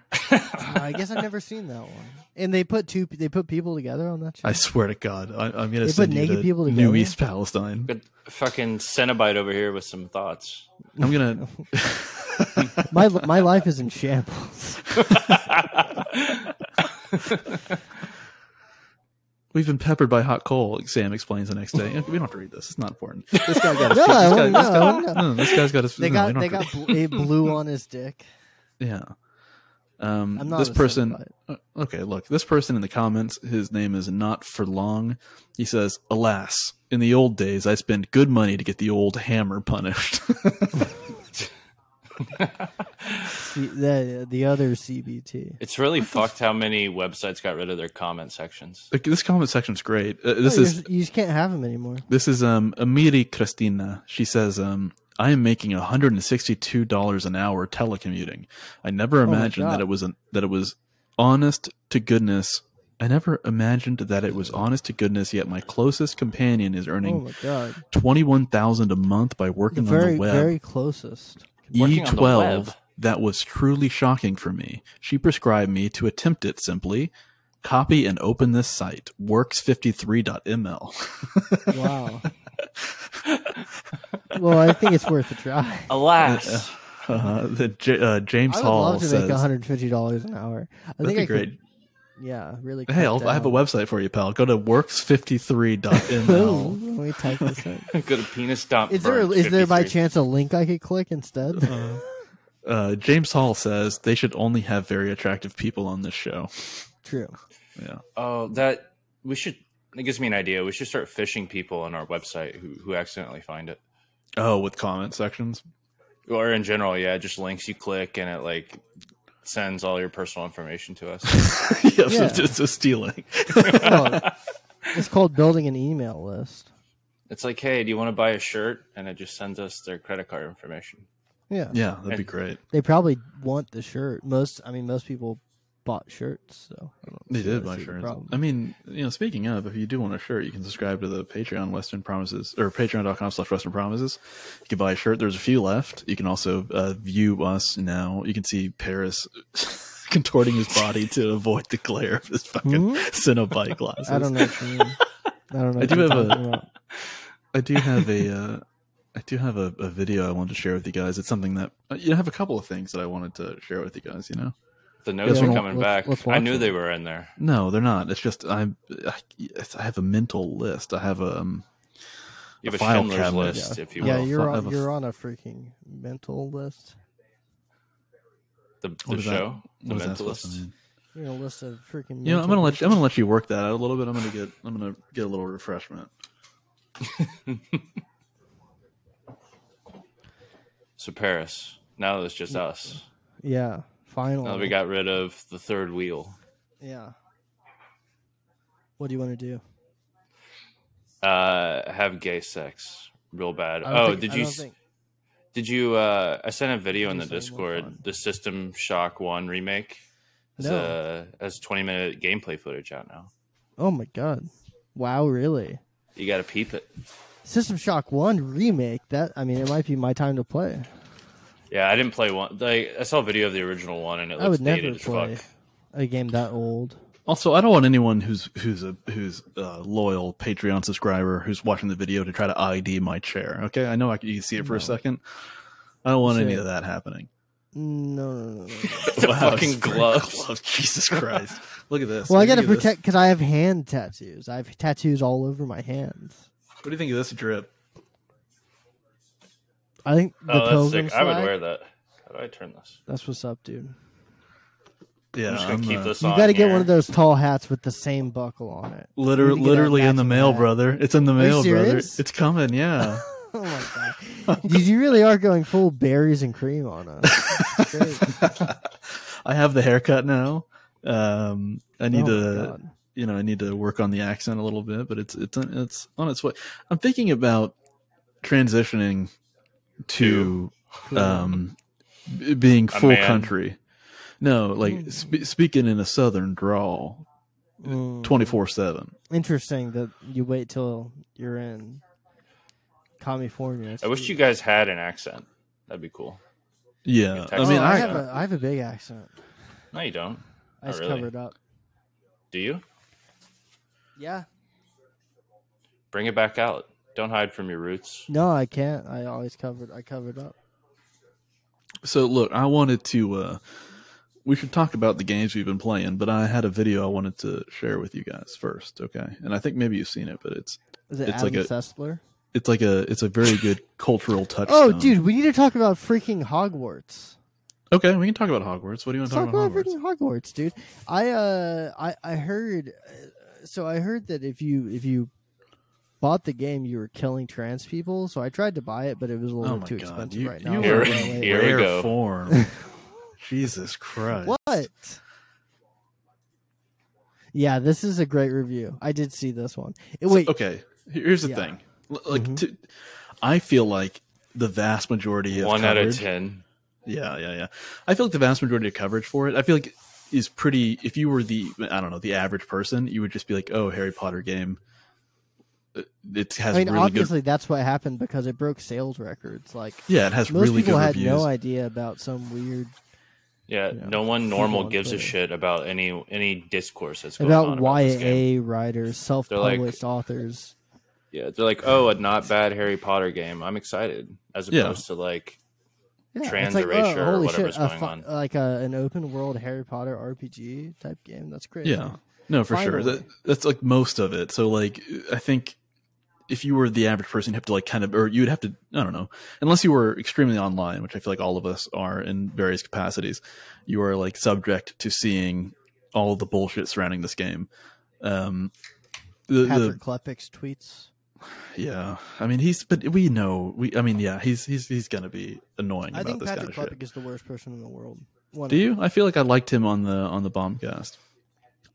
Speaker 7: I guess I've never seen that one. And they put two. They put people together on that show.
Speaker 6: I swear to God, I, I'm gonna
Speaker 7: They
Speaker 6: send you
Speaker 7: put naked
Speaker 6: to
Speaker 7: people
Speaker 6: New
Speaker 7: together?
Speaker 6: East Palestine.
Speaker 5: Got fucking Cenobite over here with some thoughts.
Speaker 6: I'm gonna.
Speaker 7: my my life is in shambles.
Speaker 6: We've been peppered by hot coal. Sam explains the next day. We don't have to read this. It's not important. This guy got. His,
Speaker 7: No,
Speaker 6: this guy,
Speaker 7: I wanna
Speaker 6: this
Speaker 7: know,
Speaker 6: guy-
Speaker 7: I wanna know.
Speaker 6: no, this guy's got his.
Speaker 7: They
Speaker 6: no, we
Speaker 7: got
Speaker 6: don't
Speaker 7: they
Speaker 6: have to-
Speaker 7: got bl- a blue on his dick.
Speaker 6: Yeah. Um,
Speaker 7: I'm not
Speaker 6: this
Speaker 7: upset
Speaker 6: person.
Speaker 7: by it.
Speaker 6: uh, Okay, look, this person in the comments, his name is not for long. He says, "Alas, in the old days, I spent good money to get the old hammer punished."
Speaker 7: C- the the other CBT.
Speaker 5: It's really fucked how many websites got rid of their comment sections.
Speaker 6: Like, this comment section's great. Uh, this
Speaker 7: No,
Speaker 6: is
Speaker 7: Oh, you're- you just can't have them anymore.
Speaker 6: This is um Amiri Cristina. She says, um, I am making $162 an hour telecommuting. I never
Speaker 7: Oh my
Speaker 6: imagined that
Speaker 7: God.
Speaker 6: it was an, that it was honest to goodness. I never imagined that it was honest to goodness, yet my closest companion is
Speaker 7: Oh
Speaker 6: earning
Speaker 7: my god!
Speaker 6: 21,000 a month by
Speaker 7: The
Speaker 6: working on
Speaker 7: very
Speaker 6: the web.
Speaker 7: very closest.
Speaker 5: Working on the
Speaker 6: E12
Speaker 5: web.
Speaker 6: that was truly shocking for me. She prescribed me to attempt it simply. Copy and open this site, works53.ml.
Speaker 7: Wow. well, I think it's worth a try.
Speaker 5: Alas,
Speaker 6: Uh, the J- uh, James
Speaker 7: I would
Speaker 6: Hall
Speaker 7: love to
Speaker 6: says,
Speaker 7: make one hundred fifty dollars an hour. I
Speaker 6: "That'd
Speaker 7: think
Speaker 6: be
Speaker 7: I
Speaker 6: great."
Speaker 7: Could, yeah, really.
Speaker 6: hey,
Speaker 7: cut
Speaker 6: I'll, I have a
Speaker 7: down.
Speaker 6: website for you, pal. Go to works53.ml.
Speaker 7: Let me type this in.
Speaker 5: go to penis dump.
Speaker 7: Is there
Speaker 5: burn
Speaker 7: is there by
Speaker 5: 53.
Speaker 7: chance a link I could click instead?
Speaker 6: uh, uh, James Hall says they should only have very attractive people on this show.
Speaker 7: True.
Speaker 6: Yeah,
Speaker 5: Oh, that we should. That gives me an idea. We should start phishing people on our website who who accidentally find it,
Speaker 6: Oh, with comment sections.
Speaker 5: or in general, yeah, just links you click and it like sends all your personal information to us.
Speaker 6: yes,
Speaker 7: Yeah.
Speaker 6: it's, it's a stealing.
Speaker 7: Well, it's called building an email list.
Speaker 5: it's like, hey, do you want to buy a shirt? And it just sends us their credit card information.
Speaker 7: Yeah.
Speaker 6: Yeah, that'd be great.
Speaker 7: They probably want the shirt. Most I mean most people bought shirts, so I don't
Speaker 6: They
Speaker 7: see-
Speaker 6: did
Speaker 7: I
Speaker 6: buy
Speaker 7: see the
Speaker 6: shirts.
Speaker 7: problem.
Speaker 6: I mean, you know, speaking of, if you do want a shirt, you can subscribe to the Patreon Western Promises or patreon.com slash Western Promises. You can buy a shirt. There's a few left. You can also uh, view us now. You can see Paris contorting his body to avoid the glare of his fucking
Speaker 7: Hmm?
Speaker 6: Cenobite glasses.
Speaker 7: I don't know what you mean. I don't know.
Speaker 6: I
Speaker 7: what
Speaker 6: do
Speaker 7: you're
Speaker 6: have a-
Speaker 7: talking about.
Speaker 6: I do have a, uh, I do have a, a video I wanted to share with you guys. It's something that uh, you know, I have a couple of things that I wanted to share with you guys. You know,
Speaker 5: The notes
Speaker 6: Yeah,
Speaker 5: are
Speaker 6: let's-
Speaker 5: coming
Speaker 7: let's-
Speaker 5: back.
Speaker 7: let's
Speaker 5: I
Speaker 7: watch
Speaker 5: knew
Speaker 7: it.
Speaker 5: they were in there.
Speaker 6: no, they're not. It's just I'm, I, it's- I have a mental list. I have a, um,
Speaker 5: You
Speaker 6: A
Speaker 5: have a,
Speaker 6: file
Speaker 5: Schindler's
Speaker 6: cabinet.
Speaker 5: list, if you will.
Speaker 7: Yeah, you're
Speaker 6: I have
Speaker 7: on,
Speaker 6: a-
Speaker 7: you're on a freaking mental list.
Speaker 5: the
Speaker 6: What
Speaker 5: the
Speaker 6: is that?
Speaker 5: show, The
Speaker 6: what is that supposed to
Speaker 5: Mentalist.
Speaker 6: mean?
Speaker 7: You're on a list of freaking.
Speaker 6: You know, I'm
Speaker 7: mental
Speaker 6: gonna let you, I'm
Speaker 7: issues.
Speaker 6: gonna let you work that out a little bit. I'm gonna get I'm gonna get a little refreshment.
Speaker 5: So Paris. Now it's just us.
Speaker 7: Yeah, finally.
Speaker 5: Now that we got rid of the third wheel.
Speaker 7: Yeah. What do you want to do?
Speaker 5: Uh, have gay sex, real bad.
Speaker 7: I don't
Speaker 5: Oh,
Speaker 7: think-
Speaker 5: did
Speaker 7: I
Speaker 5: you
Speaker 7: don't
Speaker 5: s-
Speaker 7: think-
Speaker 5: did you? Uh, I sent a video in the
Speaker 7: Just like more
Speaker 5: Discord.
Speaker 7: fun.
Speaker 5: The System Shock One remake. Has,
Speaker 7: No.
Speaker 5: uh, has 20 minute gameplay footage out now.
Speaker 7: Oh my god! Wow, really?
Speaker 5: You got to peep it.
Speaker 7: System Shock One remake. That I mean, it might be my time to play.
Speaker 5: Yeah, I didn't play one. Like, I saw a video of the original one, and it looks
Speaker 7: I would
Speaker 5: dated
Speaker 7: never
Speaker 5: as
Speaker 7: play
Speaker 5: fuck.
Speaker 7: a game that old.
Speaker 6: Also, I don't want anyone who's who's a who's a loyal Patreon subscriber who's watching the video to try to ID my chair. Okay, I know I can, you can see it for a second. I don't want any
Speaker 7: Sure.
Speaker 6: of that happening.
Speaker 7: No, no, no. no, no.
Speaker 5: The
Speaker 6: Wow,
Speaker 5: fucking
Speaker 6: it's very
Speaker 5: gloves.
Speaker 6: close. Jesus Christ! Look at this.
Speaker 7: well,
Speaker 6: What
Speaker 7: I
Speaker 6: do you
Speaker 7: gotta
Speaker 6: think of this?
Speaker 7: protect because I have hand tattoos. I have tattoos all over my hands.
Speaker 6: What do you think of this drip?
Speaker 7: I think the
Speaker 5: Oh, that's
Speaker 7: Pilgrim
Speaker 5: sick. I would
Speaker 7: flag-
Speaker 5: wear that. How do I turn this?
Speaker 7: That's what's up, dude.
Speaker 6: Yeah,
Speaker 5: I'm just gonna
Speaker 6: I'm,
Speaker 5: keep
Speaker 6: uh,
Speaker 5: this.
Speaker 7: You
Speaker 5: on
Speaker 7: got to get one
Speaker 5: here.
Speaker 7: of those tall hats with the same buckle on it.
Speaker 6: Liter-
Speaker 7: Need to get
Speaker 6: literally
Speaker 7: out
Speaker 6: in the
Speaker 7: matching
Speaker 6: mail,
Speaker 7: hat.
Speaker 6: brother. It's in the
Speaker 7: you
Speaker 6: mail, brother.
Speaker 7: serious?
Speaker 6: It's coming. Yeah.
Speaker 7: Oh my god! Dude, you really are going full berries and cream on us. It's great.
Speaker 6: I have the haircut now. Um, I need
Speaker 7: Oh my
Speaker 6: to,
Speaker 7: God.
Speaker 6: you know, I need to work on the accent a little bit, but it's it's on- it's on its way. I'm thinking about transitioning to um, b- being
Speaker 5: A
Speaker 6: full
Speaker 5: man.
Speaker 6: country. No,
Speaker 7: Hmm.
Speaker 6: like spe- speaking in a southern drawl,
Speaker 7: Mm.
Speaker 6: twenty four seven.
Speaker 7: Interesting that you wait till you're in California.
Speaker 5: I wish you guys had an accent. That'd be cool.
Speaker 6: Yeah, um, I
Speaker 5: Oh,
Speaker 6: mean, I,
Speaker 7: have a I have a big accent.
Speaker 5: No, you don't.
Speaker 7: I
Speaker 5: Oh,
Speaker 7: just
Speaker 5: really?
Speaker 7: covered up.
Speaker 5: Do you?
Speaker 7: Yeah.
Speaker 5: Bring it back out. Don't hide from your roots.
Speaker 7: No, I can't. I always covered. I covered up.
Speaker 6: so look, I wanted to. uh we should talk about the games we've been playing, but I had a video I wanted to share with you guys first, okay? And I think maybe you've seen it, but it's
Speaker 7: Is it
Speaker 6: It's
Speaker 7: Adam
Speaker 6: like a-
Speaker 7: Sessler?
Speaker 6: it's like a it's a very good cultural touchstone.
Speaker 7: Oh, dude, we need to talk about freaking Hogwarts.
Speaker 6: Okay, we can talk about Hogwarts. What do you want
Speaker 7: Let's
Speaker 6: to
Speaker 7: talk
Speaker 6: talk,
Speaker 7: about
Speaker 6: about? Hogwarts?
Speaker 7: freaking Hogwarts, dude. I uh, I I heard. uh, So I heard that if you if you bought the game, you were killing trans people. So I tried to buy it, but it was a little
Speaker 6: Oh
Speaker 7: bit
Speaker 6: my
Speaker 7: too
Speaker 6: god!
Speaker 7: expensive
Speaker 6: You,
Speaker 7: right
Speaker 6: you
Speaker 7: now.
Speaker 5: Here-
Speaker 6: are
Speaker 7: so I
Speaker 6: in
Speaker 7: went
Speaker 5: here
Speaker 7: away.
Speaker 5: we
Speaker 6: rare
Speaker 5: go.
Speaker 6: form. Jesus Christ!
Speaker 7: What? Yeah, this is a great review. I did see this one. Eh,
Speaker 6: So,
Speaker 7: Wait,
Speaker 6: okay, here's the
Speaker 7: Yeah.
Speaker 6: thing. L- Like,
Speaker 7: Mhm.
Speaker 6: to, I feel like the vast majority of
Speaker 5: One out of
Speaker 6: coverage-
Speaker 5: ten.
Speaker 6: Yeah, yeah, yeah. I feel like the vast majority of coverage for it, I feel like is pretty. If you were the, I don't know, the average person, you would just be like, "Oh, Harry Potter game." Uh, It has
Speaker 7: I mean,
Speaker 6: really good.
Speaker 7: obviously that's what happened because it broke sales records. Like
Speaker 6: Yeah, it has
Speaker 7: most
Speaker 6: really good
Speaker 7: people had
Speaker 6: reviews.
Speaker 7: no idea about some weird
Speaker 5: Yeah,
Speaker 7: Yeah.
Speaker 5: no one normal
Speaker 7: on
Speaker 5: gives a
Speaker 7: Twitter.
Speaker 5: shit about any any discourse that's going on
Speaker 7: about
Speaker 5: about this game.
Speaker 7: YA writers, self-published authors.
Speaker 5: Yeah, they're like, oh, a not bad Harry Potter game. I'm excited, as
Speaker 6: Yeah.
Speaker 5: opposed to like,
Speaker 7: Yeah, it's
Speaker 5: Trans
Speaker 7: like, oh,
Speaker 5: erasure or
Speaker 7: holy
Speaker 5: whatever's
Speaker 7: shit, a
Speaker 5: going
Speaker 7: fu-
Speaker 5: on.
Speaker 7: Like a, an open world Harry Potter RPG type game. That's crazy.
Speaker 6: Yeah, no, for sure.
Speaker 7: Finally.
Speaker 6: That, that's like most of it. So, like, I think if you were the average person, you have to like kind of, or you'd have to, I don't know, unless you were extremely online, which I feel like all of us are in various capacities, you are like subject to seeing all the bullshit surrounding this game. Um, the, the
Speaker 7: Patrick Klepek's tweets.
Speaker 6: yeah, I mean he's, but we know we, I mean yeah, he's he's he's gonna be annoying
Speaker 7: I
Speaker 6: about
Speaker 7: think
Speaker 6: this
Speaker 7: Patrick
Speaker 6: kind of
Speaker 7: Klepek
Speaker 6: shit.
Speaker 7: is the worst person in the world. One
Speaker 6: Do you? I feel like I liked him on the on the bombcast.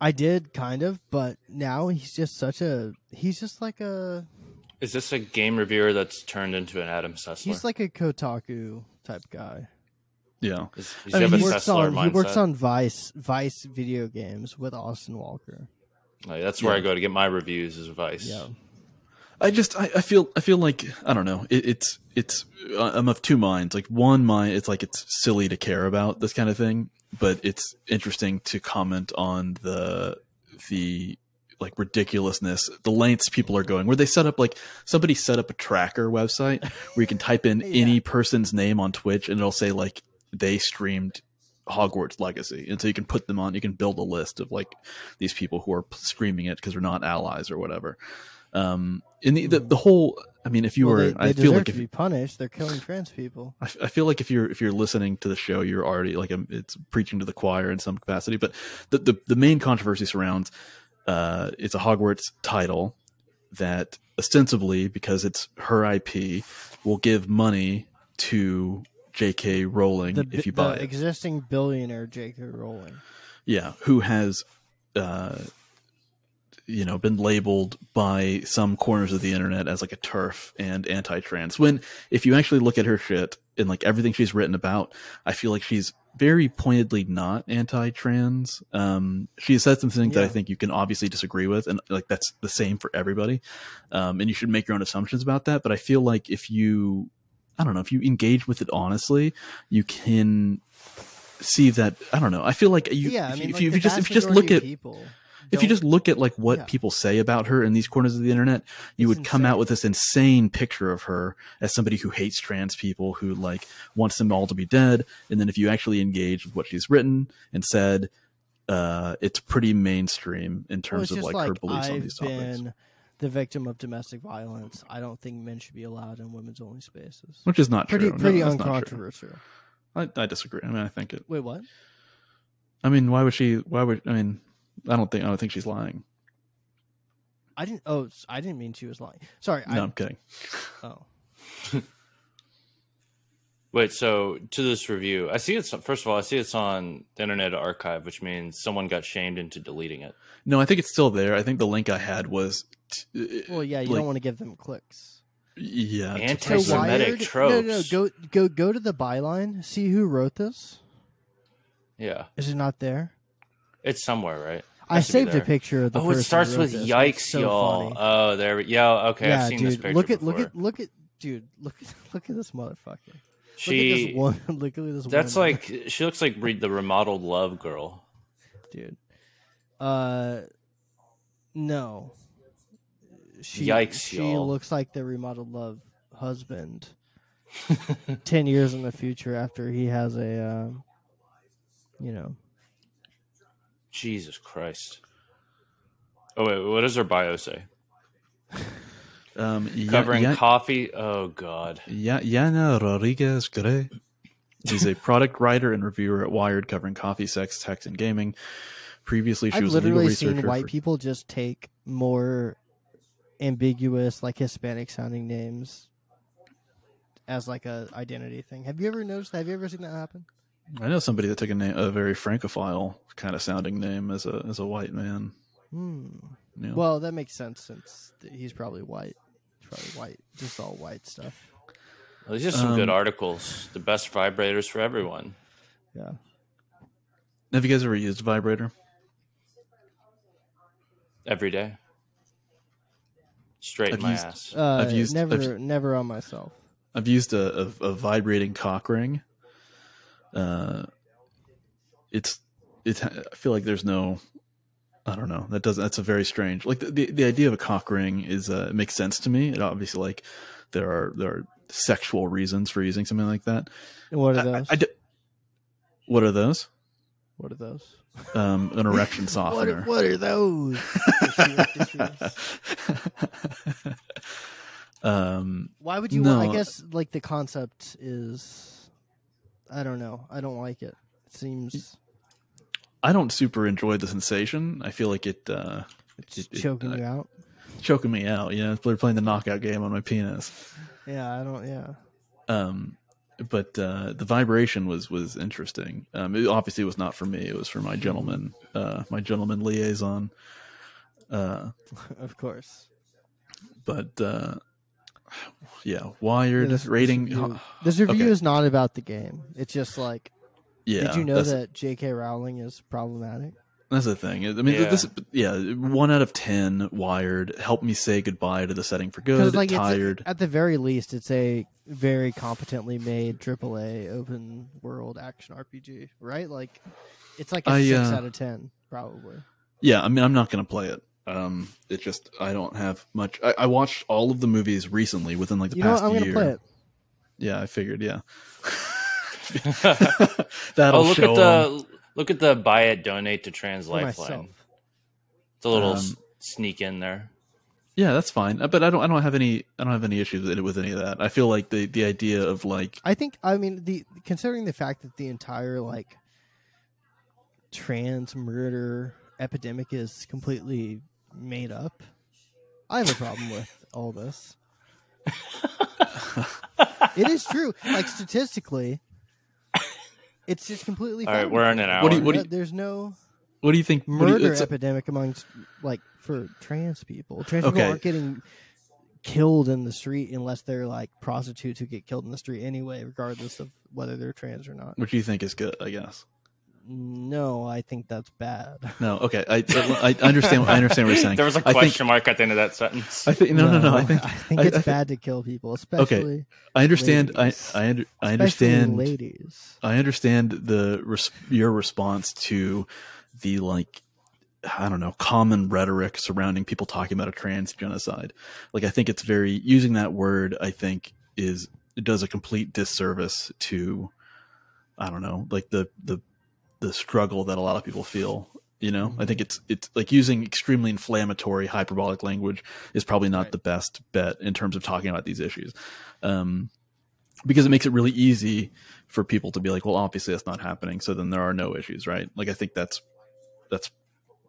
Speaker 7: I did kind of, but now he's just such a he's just like a
Speaker 5: is this a game reviewer that's turned into an Adam Sessler?
Speaker 7: he's like a Kotaku type guy.
Speaker 6: Yeah,
Speaker 5: Is- does
Speaker 6: I
Speaker 5: he
Speaker 6: mean,
Speaker 5: have a
Speaker 7: oh, he works
Speaker 5: Sessler
Speaker 7: on
Speaker 5: mindset?
Speaker 7: he works on Vice Vice video games with Austin Walker.
Speaker 5: Like, that's where
Speaker 6: Yeah.
Speaker 5: I go to get my reviews is advice.
Speaker 7: Yeah.
Speaker 6: I just I, I feel I feel like I don't know. It, it's it's uh, I'm of two minds. Like one mind, it's like it's silly to care about this kind of thing, but it's interesting to comment on the the like ridiculousness, the lengths people are going. Where they set up like somebody set up a tracker website where you can type in
Speaker 7: Yeah.
Speaker 6: any person's name on Twitch and it'll say like they streamed Hogwarts Legacy, and so you can put them on. You can build a list of like these people who are p- streaming it because they're not allies or whatever. Um, in the, the the whole, I mean, if you
Speaker 7: Well,
Speaker 6: were,
Speaker 7: they, they
Speaker 6: I
Speaker 7: deserve
Speaker 6: feel like
Speaker 7: to
Speaker 6: if
Speaker 7: be punished. They're killing trans people.
Speaker 6: I f- I feel like if you're if you're listening to the show, you're already like um, it's preaching to the choir in some capacity. But the the, the main controversy surrounds uh, it's a Hogwarts title that ostensibly because it's her IP will give money to J.K. Rowling
Speaker 7: The,
Speaker 6: if you
Speaker 7: the
Speaker 6: buy it.
Speaker 7: existing billionaire J.K. Rowling.
Speaker 6: yeah, who has, uh, you know, been labeled by some corners of the internet as like a turf and anti-trans. When if you actually look at her shit and like everything she's written about, I feel like she's very pointedly not anti-trans. Um, she said some things that I
Speaker 7: Yeah.
Speaker 6: think you can obviously disagree with, and like that's the same for everybody. Um, and you should make your own assumptions about that. But I feel like if you, I don't know, if you engage with it honestly, you can see that. I don't know. I feel like you,
Speaker 7: yeah, I
Speaker 6: if, you-
Speaker 7: mean,
Speaker 6: if
Speaker 7: like
Speaker 6: you, if
Speaker 7: the
Speaker 6: you just if
Speaker 7: vast
Speaker 6: you just
Speaker 7: majority
Speaker 6: look
Speaker 7: of
Speaker 6: at
Speaker 7: people
Speaker 6: if you
Speaker 7: don't-
Speaker 6: just look at like what
Speaker 7: Yeah.
Speaker 6: people say about her in these corners of the internet, you
Speaker 7: It's
Speaker 6: would come out
Speaker 7: insane.
Speaker 6: with this insane picture of her as somebody who hates trans people, who like wants them all to be dead. And then if you actually engage with what she's written and said, uh, it's pretty mainstream in
Speaker 7: Well, it's
Speaker 6: terms of
Speaker 7: just
Speaker 6: like, her beliefs on these topics.
Speaker 7: the victim of domestic violence. I don't think men should be allowed in women's only spaces.
Speaker 6: Which is not
Speaker 7: Pretty
Speaker 6: true. No,
Speaker 7: pretty
Speaker 6: that's not true.
Speaker 7: uncontroversial.
Speaker 6: I, I disagree. I mean, I think it.
Speaker 7: Wait, what?
Speaker 6: I mean, why would she? Why would I mean? I don't think. I don't think she's lying.
Speaker 7: I didn't. Oh, s- I didn't mean she was lying. Sorry.
Speaker 6: No, I'm kidding.
Speaker 7: I, oh,
Speaker 5: Wait, so to this review, I see it's first of all, I see it's on the Internet Archive, which means someone got shamed into deleting it.
Speaker 6: No, I think it's still there. I think the link I had was. T-
Speaker 7: well, yeah. You
Speaker 6: like-
Speaker 7: don't want to give them clicks.
Speaker 6: Yeah. to
Speaker 5: Anti-
Speaker 7: So
Speaker 6: place it-
Speaker 5: Anti-Semitic
Speaker 7: wired. No, no.
Speaker 5: tropes.
Speaker 7: Go, go, go to the byline. See who wrote this.
Speaker 5: Yeah,
Speaker 7: Is it not there?
Speaker 5: it's somewhere, right?
Speaker 7: I
Speaker 5: Has to be
Speaker 7: saved a
Speaker 5: there.
Speaker 7: picture of the.
Speaker 5: Oh,
Speaker 7: person
Speaker 5: it
Speaker 7: who
Speaker 5: starts
Speaker 7: wrote
Speaker 5: with
Speaker 7: this.
Speaker 5: "yikes,
Speaker 7: It's so
Speaker 5: y'all."
Speaker 7: funny.
Speaker 5: Oh, there. We, yeah, okay,
Speaker 7: yeah,
Speaker 5: I've seen
Speaker 7: dude.
Speaker 5: this picture
Speaker 7: look at, look
Speaker 5: before.
Speaker 7: at, look at, dude. Look at, look at this motherfucker. look at
Speaker 5: she.
Speaker 7: this one. Look at this.
Speaker 5: that's
Speaker 7: woman.
Speaker 5: like she looks like read the remodeled Love Girl.
Speaker 7: dude. Uh, no. She,
Speaker 5: Yikes,
Speaker 7: She
Speaker 5: y'all.
Speaker 7: looks like the remodeled love husband. Ten years in the future, after he has a, uh, you know,
Speaker 5: Jesus Christ. Oh wait, what does her bio say?
Speaker 6: Um, Ya-
Speaker 5: Covering
Speaker 6: Ya-
Speaker 5: coffee. Oh God.
Speaker 6: Ya- Yana Rodriguez Gray is a product writer and reviewer at Wired covering coffee, sex, tech, and gaming. Previously, she
Speaker 7: I've
Speaker 6: was a legal
Speaker 7: literally seen
Speaker 6: researcher.
Speaker 7: white
Speaker 6: for-
Speaker 7: people just take more ambiguous, like Hispanic sounding names as like a identity thing. Have you ever noticed? Have you ever seen that happen?
Speaker 6: I know somebody that took a name, a very francophile kind of sounding name as a as a white man.
Speaker 7: Hmm.
Speaker 6: you know?
Speaker 7: Well, that makes sense since th- he's probably white. He's probably white, just all white stuff.
Speaker 5: Well, these are some good
Speaker 6: Um,
Speaker 5: articles. The best vibrators for everyone.
Speaker 7: Yeah.
Speaker 6: have you guys ever used a vibrator?
Speaker 5: Every day. Straight in
Speaker 6: I've
Speaker 5: my
Speaker 6: used-
Speaker 5: ass.
Speaker 7: Uh,
Speaker 6: I've used-
Speaker 7: never,
Speaker 6: I've-
Speaker 7: never on myself.
Speaker 6: I've used a, a, a vibrating cock ring. Uh, it's it's. I feel like there's no. I don't know. That doesn't. That's a very strange. Like the, the, the idea of a cock ring is uh, it makes sense to me. It obviously like there are there are sexual reasons for using something like that.
Speaker 7: And
Speaker 6: I-
Speaker 7: what are
Speaker 6: I-
Speaker 7: those?
Speaker 6: I d- what are those?
Speaker 7: what are those?
Speaker 6: Um, an erection
Speaker 7: What
Speaker 6: softener.
Speaker 7: are, what are those?
Speaker 6: um,
Speaker 7: Why would you? want-
Speaker 6: No.
Speaker 7: I guess like the concept is, I don't know. I don't like it. It seems
Speaker 6: I don't super enjoy the sensation. I feel like it. Uh,
Speaker 7: it's
Speaker 6: it- it-
Speaker 7: choking
Speaker 6: uh,
Speaker 7: you out.
Speaker 6: choking me out. Yeah, they're playing the knockout game on my penis.
Speaker 7: Yeah, I don't. Yeah,
Speaker 6: Um, but uh, the vibration was was interesting. Um, it obviously was not for me. It was for my gentleman, uh, my gentleman liaison. Uh,
Speaker 7: of course.
Speaker 6: but uh, yeah, wired
Speaker 7: Yeah, this- this
Speaker 6: rating. uh,
Speaker 7: review- This review is not about the game. It's just like,
Speaker 6: yeah,
Speaker 7: did you know
Speaker 6: that's-
Speaker 7: that J.K. Rowling is problematic?
Speaker 6: That's the thing. I mean,
Speaker 5: Yeah.
Speaker 6: this yeah, one out of ten wired helped me say goodbye to the setting for good.
Speaker 7: like it's-
Speaker 6: tired.
Speaker 7: At the very least, it's a very competently made AAA open world action RPG, right? Like, it's like a
Speaker 6: I,
Speaker 7: six
Speaker 6: uh,
Speaker 7: out of ten, probably.
Speaker 6: yeah, I mean, I'm not gonna play it. Um, it just I don't have much. I, I watched all of the movies recently within like the
Speaker 7: You know, what?
Speaker 6: past
Speaker 7: I'm gonna
Speaker 6: year.
Speaker 7: play it.
Speaker 6: Yeah, I figured. Yeah,
Speaker 5: oh,
Speaker 6: that'll
Speaker 5: look
Speaker 6: show
Speaker 5: at
Speaker 6: 'em.
Speaker 5: the look at the buy it, donate to Trans
Speaker 7: for
Speaker 5: Lifeline.
Speaker 7: myself.
Speaker 5: It's a little
Speaker 6: Um,
Speaker 5: s- sneak in there.
Speaker 6: Yeah, that's fine. Uh, But I don't. I don't have any. I don't have any issues with, it- with any of that. I feel like the the idea of like
Speaker 7: I think I mean the considering the fact that the entire like trans murder epidemic is completely made up. I have a problem with all this. it is true. Like statistically, it's just completely.
Speaker 5: All right,
Speaker 7: found.
Speaker 5: we're in an hour.
Speaker 6: What do you- what do you-
Speaker 7: Uh, There's no
Speaker 6: what do you think what do you-
Speaker 7: murder
Speaker 6: it's-
Speaker 7: epidemic amongst like for trans people. Trans
Speaker 6: Okay.
Speaker 7: people aren't getting killed in the street unless they're like prostitutes who get killed in the street anyway, regardless of whether they're trans or not.
Speaker 6: What do you think is good? I guess.
Speaker 7: No, I think that's bad.
Speaker 6: No. Okay. I I I understand. I understand what you're saying.
Speaker 5: There was a
Speaker 6: I think-
Speaker 5: question mark at the end of that sentence.
Speaker 6: I think no, no, no. I think
Speaker 7: I think
Speaker 6: I-
Speaker 7: it's
Speaker 6: I thi-
Speaker 7: bad to kill people, especially
Speaker 6: I understand. I
Speaker 7: Ladies.
Speaker 6: I, under, I
Speaker 7: especially
Speaker 6: understand.
Speaker 7: ladies.
Speaker 6: I understand the res- your response to the like I don't know common rhetoric surrounding people talking about a trans genocide. Like I think it's very using that word. I think is it does a complete disservice to I don't know like the the the struggle that a lot of people feel. You know, I think it's it's like using extremely inflammatory hyperbolic language is probably not
Speaker 7: Right.
Speaker 6: the best bet in terms of talking about these issues, um, because it makes it really easy for people to be like, well, obviously that's not happening, so then there are no issues, right? Like I think that's that's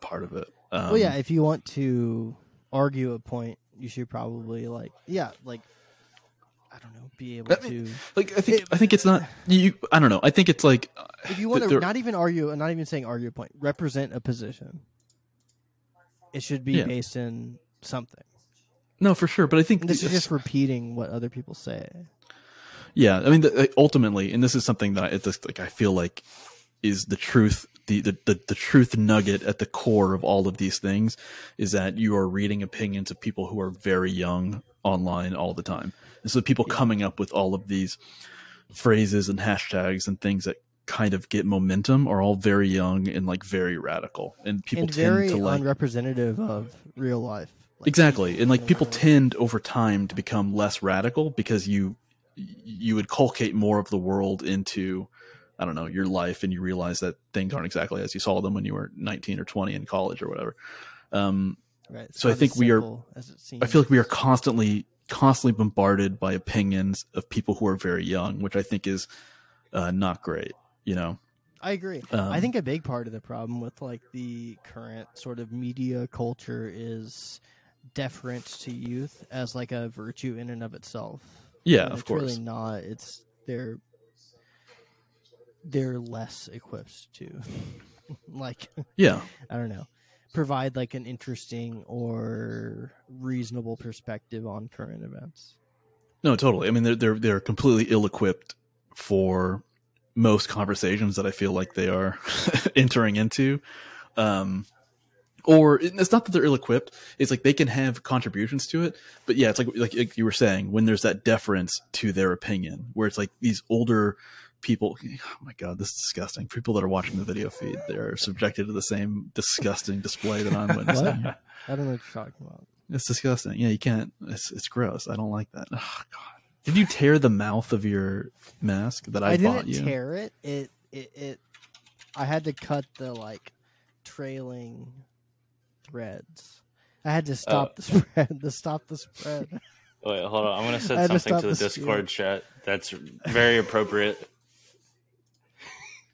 Speaker 6: part of it. Um,
Speaker 7: well, yeah, if you want to argue a point, you should probably like, yeah, like I don't know, be able
Speaker 6: I mean-
Speaker 7: to.
Speaker 6: like I think I think it's not you. I don't know. I think it's like uh,
Speaker 7: If you want to
Speaker 6: there-
Speaker 7: not even argue, not even saying argue a point, represent a position. It should be
Speaker 6: Yeah.
Speaker 7: based in something.
Speaker 6: no, for sure. But I think
Speaker 7: And this is
Speaker 6: it's-
Speaker 7: just repeating what other people say.
Speaker 6: Yeah, I mean, the, like, ultimately, and this is something that I, it just, like I feel like is the truth, the, the the the truth nugget at the core of all of these things is that you are reading opinions of people who are very young online all the time, and so people coming up with all of these phrases and hashtags and things that kind of get momentum are all very young and like very radical, and people
Speaker 7: and
Speaker 6: tend
Speaker 7: very
Speaker 6: to like
Speaker 7: unrepresentative of real life. Like,
Speaker 6: exactly and like people tend over time to become less radical because you you would culcate more of the world into i don't know your life and you realize that things aren't exactly as you saw them when you were 19 or 20 in college or whatever um
Speaker 7: Right. it's
Speaker 6: So I
Speaker 7: not as
Speaker 6: think we are-
Speaker 7: simple As it seems.
Speaker 6: i feel like we are constantly constantly bombarded by opinions of people who are very young which i think is uh not great you know
Speaker 7: I agree.
Speaker 6: um,
Speaker 7: I think a big part of the problem with like the current sort of media culture is deference to youth as like a virtue in and of itself.
Speaker 6: Yeah,
Speaker 7: when
Speaker 6: of
Speaker 7: it's
Speaker 6: course.
Speaker 7: Really not. It's they're they're less equipped to like
Speaker 6: Yeah.
Speaker 7: I don't know provide like an interesting or reasonable perspective on current events.
Speaker 6: No, totally. I mean, they're they're they're completely ill-equipped for most conversations that I feel like they are entering into. Um, or it- it's not that they're ill-equipped; it's like they can have contributions to it. But yeah, it's like like, like you were saying when there's that deference to their opinion, where it's like these older people. Oh my god, this is disgusting. People that are watching the video feed, they're subjected to the same disgusting display that I'm witnessing.
Speaker 7: What? I don't know what you're talking about.
Speaker 6: It's disgusting. Yeah, you can't. It's it's gross. I don't like that. Oh god. Did you tear the mouth of your mask that I,
Speaker 7: I
Speaker 6: bought
Speaker 7: didn't
Speaker 6: you?
Speaker 7: tear it. It it it. I had to cut the like trailing threads. I had to
Speaker 6: Uh,
Speaker 7: stop the spread. To stop the spread.
Speaker 5: Wait, hold on. I'm gonna
Speaker 7: I had
Speaker 5: send
Speaker 7: to
Speaker 5: something
Speaker 7: stop
Speaker 5: to the
Speaker 7: the screen.
Speaker 5: Discord chat. That's very appropriate.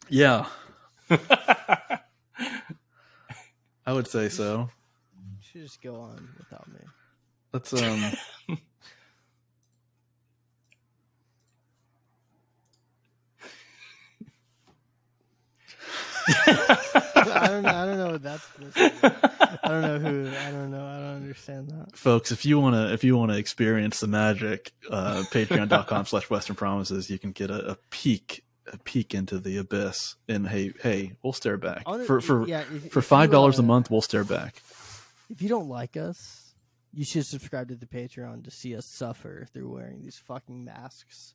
Speaker 6: Yeah, I would say so.
Speaker 7: You should just go on without me.
Speaker 6: Let's um.
Speaker 7: I don't. know- I don't know what that's. supposed to be. I don't know who. I don't know. I don't understand that.
Speaker 6: folks if you want to if you want to experience the magic uh patreon.com slash western promises you can get a, a peek a peek into the abyss and hey hey we'll stare back
Speaker 7: I wanna-
Speaker 6: for for
Speaker 7: yeah, if- if
Speaker 6: for
Speaker 7: you,
Speaker 6: five dollars a
Speaker 7: uh,
Speaker 6: month we'll stare back
Speaker 7: If you don't like us, you should subscribe to the Patreon to see us suffer through wearing these fucking masks.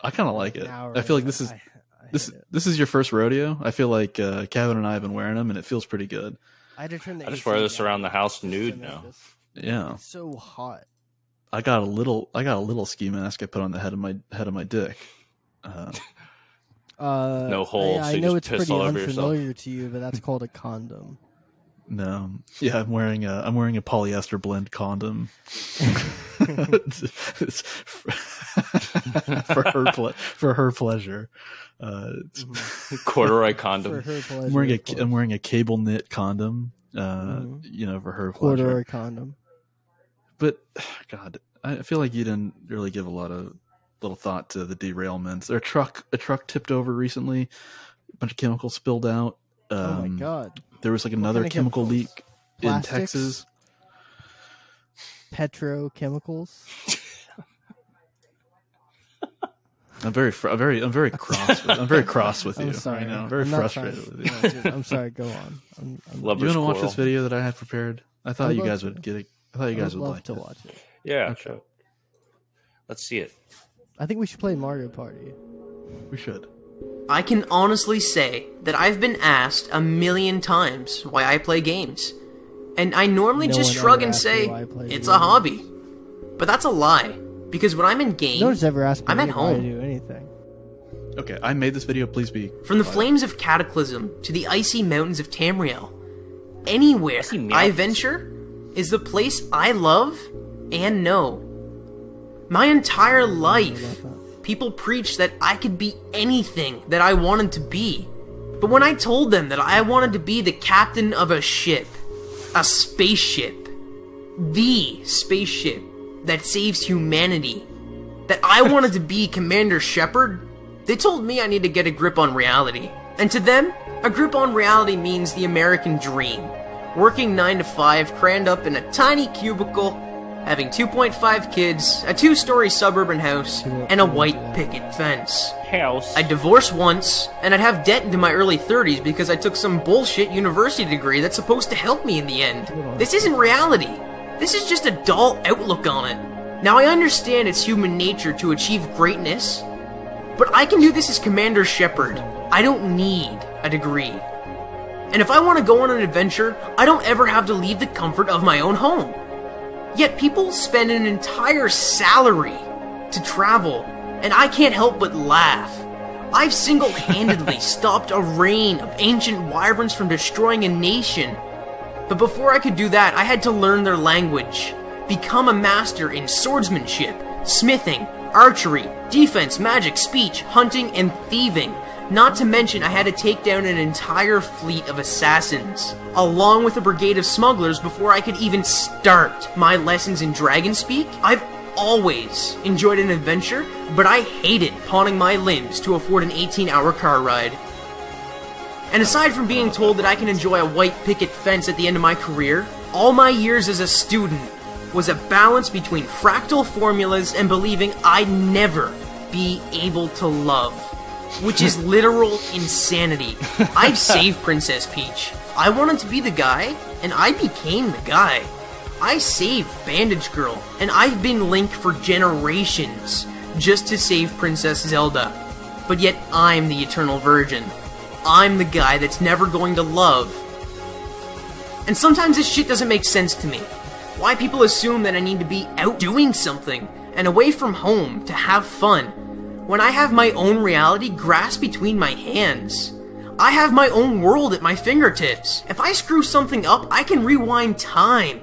Speaker 6: i kind of like
Speaker 7: an
Speaker 6: it
Speaker 7: hour
Speaker 6: i feel like
Speaker 7: and a-
Speaker 6: this is
Speaker 7: I- I hate
Speaker 6: this
Speaker 7: it.
Speaker 6: this is your first rodeo i feel like uh kevin and i have been wearing them and it feels pretty good
Speaker 7: I had to turn the.
Speaker 5: I just
Speaker 7: AC
Speaker 5: wear this
Speaker 7: down
Speaker 5: around the house
Speaker 7: just to
Speaker 5: nude
Speaker 7: make
Speaker 5: now. Oh.
Speaker 7: this-
Speaker 6: yeah
Speaker 7: It's so hot.
Speaker 6: i got a little i got a little ski mask i put on the head of my head of my dick uh,
Speaker 7: Uh,
Speaker 5: No hole,
Speaker 7: I,
Speaker 5: so
Speaker 7: I
Speaker 5: you just
Speaker 7: know it's
Speaker 5: piss
Speaker 7: pretty
Speaker 5: all over yourself.
Speaker 7: unfamiliar to you, but that's called a condom.
Speaker 6: No, yeah, I'm wearing a I'm wearing a polyester blend condom. It's for, for her ple- for her pleasure, uh, it's-
Speaker 5: Corduroy
Speaker 7: For
Speaker 5: condom.
Speaker 7: her Mm-hmm. pleasure.
Speaker 6: I'm wearing
Speaker 7: of
Speaker 6: a
Speaker 7: course.
Speaker 6: I'm wearing a cable knit condom. Uh,
Speaker 7: Mhm.
Speaker 6: You know, for her pleasure.
Speaker 7: corduroy condom.
Speaker 6: But God, I feel like you didn't really give a lot of little thought to the derailments. Their truck a truck tipped over recently. A bunch of chemicals spilled out. Um,
Speaker 7: oh my god!
Speaker 6: There was like another
Speaker 7: kind of
Speaker 6: chemical
Speaker 7: chemicals?
Speaker 6: leak
Speaker 7: Plastics?
Speaker 6: in Texas.
Speaker 7: Petrochemicals.
Speaker 6: I'm very, fr- I'm very, I'm very cross. With, I'm very cross with you
Speaker 7: I'm sorry.
Speaker 6: right now. I'm very
Speaker 7: I'm not
Speaker 6: frustrated
Speaker 7: trying-
Speaker 6: with you.
Speaker 7: no, dude, I'm sorry. Go on. I'm, I'm,
Speaker 5: Love
Speaker 6: You want to watch
Speaker 5: quarrel.
Speaker 6: this video that I had prepared? I thought
Speaker 7: I'd
Speaker 6: you
Speaker 7: love
Speaker 6: guys
Speaker 7: to.
Speaker 6: would get it. I thought you
Speaker 7: I
Speaker 6: guys
Speaker 7: would
Speaker 6: would
Speaker 7: love
Speaker 6: like
Speaker 7: to
Speaker 6: it.
Speaker 7: watch it.
Speaker 5: Yeah.
Speaker 6: Okay.
Speaker 5: Let's see it.
Speaker 7: I think we should play Mario Party.
Speaker 6: We should.
Speaker 8: I can honestly say that I've been asked a million times why I play games. And I normally
Speaker 7: No
Speaker 8: just
Speaker 7: one
Speaker 8: shrug
Speaker 7: ever
Speaker 8: and
Speaker 7: asked
Speaker 8: say,
Speaker 7: me why I play
Speaker 8: it's
Speaker 7: video
Speaker 8: a hobby. But that's a lie, because when I'm in game,
Speaker 7: No one's ever asked me
Speaker 8: I'm at
Speaker 7: if I
Speaker 8: home.
Speaker 7: do anything.
Speaker 6: Okay, I made this video. Please be.
Speaker 8: from the flames of Cataclysm to the icy mountains of Tamriel, anywhere
Speaker 5: Icy
Speaker 8: I
Speaker 5: mountains.
Speaker 8: venture is the place I love and know. My entire life, people preached that I could be anything that I wanted to be. But when I told them that I wanted to be the captain of a ship, a spaceship, the spaceship that saves humanity, that I wanted to be Commander Shepard, they told me I need to get a grip on reality. And to them, a grip on reality means the American dream. Working 9 to 5, crammed up in a tiny cubicle, having 2.5 kids, a two story suburban house, and a white picket fence.
Speaker 5: House.
Speaker 8: I'd divorce once, and I'd have debt into my early 30s because I took some bullshit university degree that's supposed to help me in the end. This isn't reality. This is just a dull outlook on it. Now, I understand it's human nature to achieve greatness, but I can do this as Commander Shepard. I don't need a degree. And if I want to go on an adventure, I don't ever have to leave the comfort of my own home. Yet people spend an entire salary to travel, and I can't help but laugh. I've single handedly stopped a reign of ancient wyverns from destroying a nation. But before I could do that, I had to learn their language, become a master in swordsmanship, smithing, archery, defense, magic, speech, hunting, and thieving, Not to mention, I had to take down an entire fleet of assassins, along with a brigade of smugglers, before I could even start my lessons in Dragon Speak. I've always enjoyed an adventure, but I hated pawning my limbs to afford an 18 hour car ride. And aside from being told that I can enjoy a white picket fence at the end of my career, all my years as a student was a balance between fractal formulas and believing I'd never be able to love, which is literal insanity. I've saved Princess Peach. I wanted to be the guy, and I became the guy. I saved Bandage Girl, and I've been Link for generations just to save Princess Zelda. But yet, I'm the Eternal Virgin. I'm the guy that's never going to love. And sometimes this shit doesn't make sense to me. Why people assume that I need to be out doing something and away from home to have fun when I have my own reality grasped between my hands. I have my own world at my fingertips. If I screw something up, I can rewind time.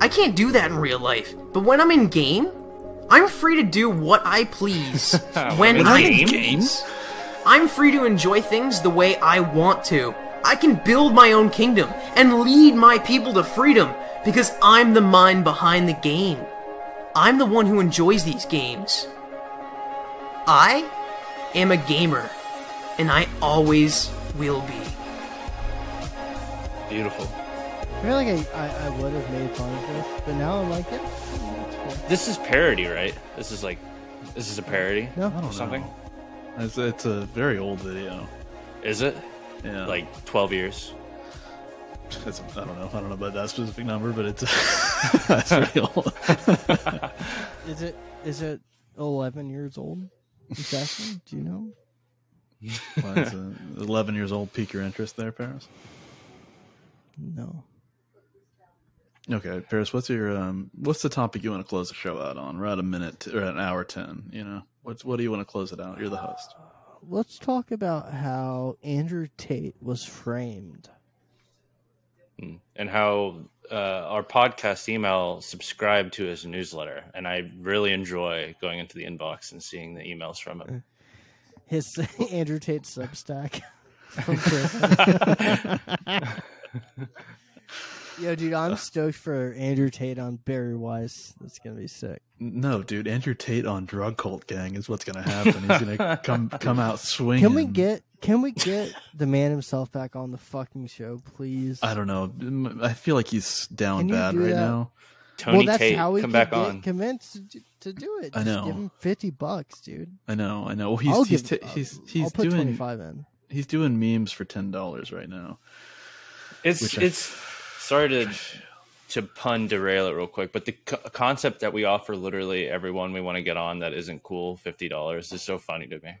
Speaker 8: I can't do that in real life. But when I'm in game, I'm free to do what I please. when I
Speaker 5: games.
Speaker 8: I'm free to enjoy things the way I want to. I can build my own kingdom and lead my people to freedom because I'm the mind behind the game. I'm the one who enjoys these games. I am a gamer, and I always will be.
Speaker 5: Beautiful.
Speaker 7: I feel like I, I, I would have made fun of this, but now I'm like, yeah, that's cool.
Speaker 5: This is parody, right? This is like, this is a parody.
Speaker 6: I
Speaker 7: No,
Speaker 6: don't
Speaker 5: Something?
Speaker 6: know. It's, it's a very old video.
Speaker 5: Is it?
Speaker 6: Yeah,
Speaker 5: Like 12 years.
Speaker 6: it's, I don't know. I don't know about that specific number, but it's that's very old.
Speaker 7: is it is it 11 years old? Exactly. Do you know?
Speaker 6: Mine's uh, Eleven years old. Pique your interest there, Paris.
Speaker 7: No.
Speaker 6: Okay, Paris. What's your um? What's the topic you want to close the show out on? We're at a minute or an hour ten. You know, what's what do you want to close it out? You're the host.
Speaker 7: Let's talk about how Andrew Tate was framed.
Speaker 5: And how uh, our podcast email subscribed to his newsletter. And I really enjoy going into the inbox and seeing the emails from him.
Speaker 7: His Andrew Tate Substack. from prison. Yo, dude, I'm stoked for Andrew Tate on Barry Weiss. That's gonna be sick.
Speaker 6: No, dude, Andrew Tate on drug cult gang is what's gonna happen. He's gonna come come out swinging.
Speaker 7: Can we get can we get the man himself back on the fucking show, please?
Speaker 6: I don't know. I feel like he's down
Speaker 7: Can you
Speaker 6: bad
Speaker 7: do
Speaker 6: right
Speaker 7: that?
Speaker 6: now.
Speaker 5: Tony
Speaker 7: well, that's
Speaker 5: Tate,
Speaker 7: how we
Speaker 5: come
Speaker 7: could
Speaker 5: back
Speaker 7: get
Speaker 5: on.
Speaker 7: convinced to, do- to do it.
Speaker 6: I
Speaker 7: Just
Speaker 6: know.
Speaker 7: give him fifty bucks, dude.
Speaker 6: I know. I know. Well, he's
Speaker 7: I'll
Speaker 6: he's
Speaker 7: give.
Speaker 6: ta-
Speaker 7: uh,
Speaker 6: he's he's
Speaker 7: I'll put
Speaker 6: doing
Speaker 7: twenty-five in.
Speaker 6: he's doing memes for ten dollars right now.
Speaker 5: It's
Speaker 6: Which I-
Speaker 5: it's sorry to to pun derail it real quick, but the co- concept that we offer literally everyone we want to get on that isn't cool fifty dollars is so funny to me.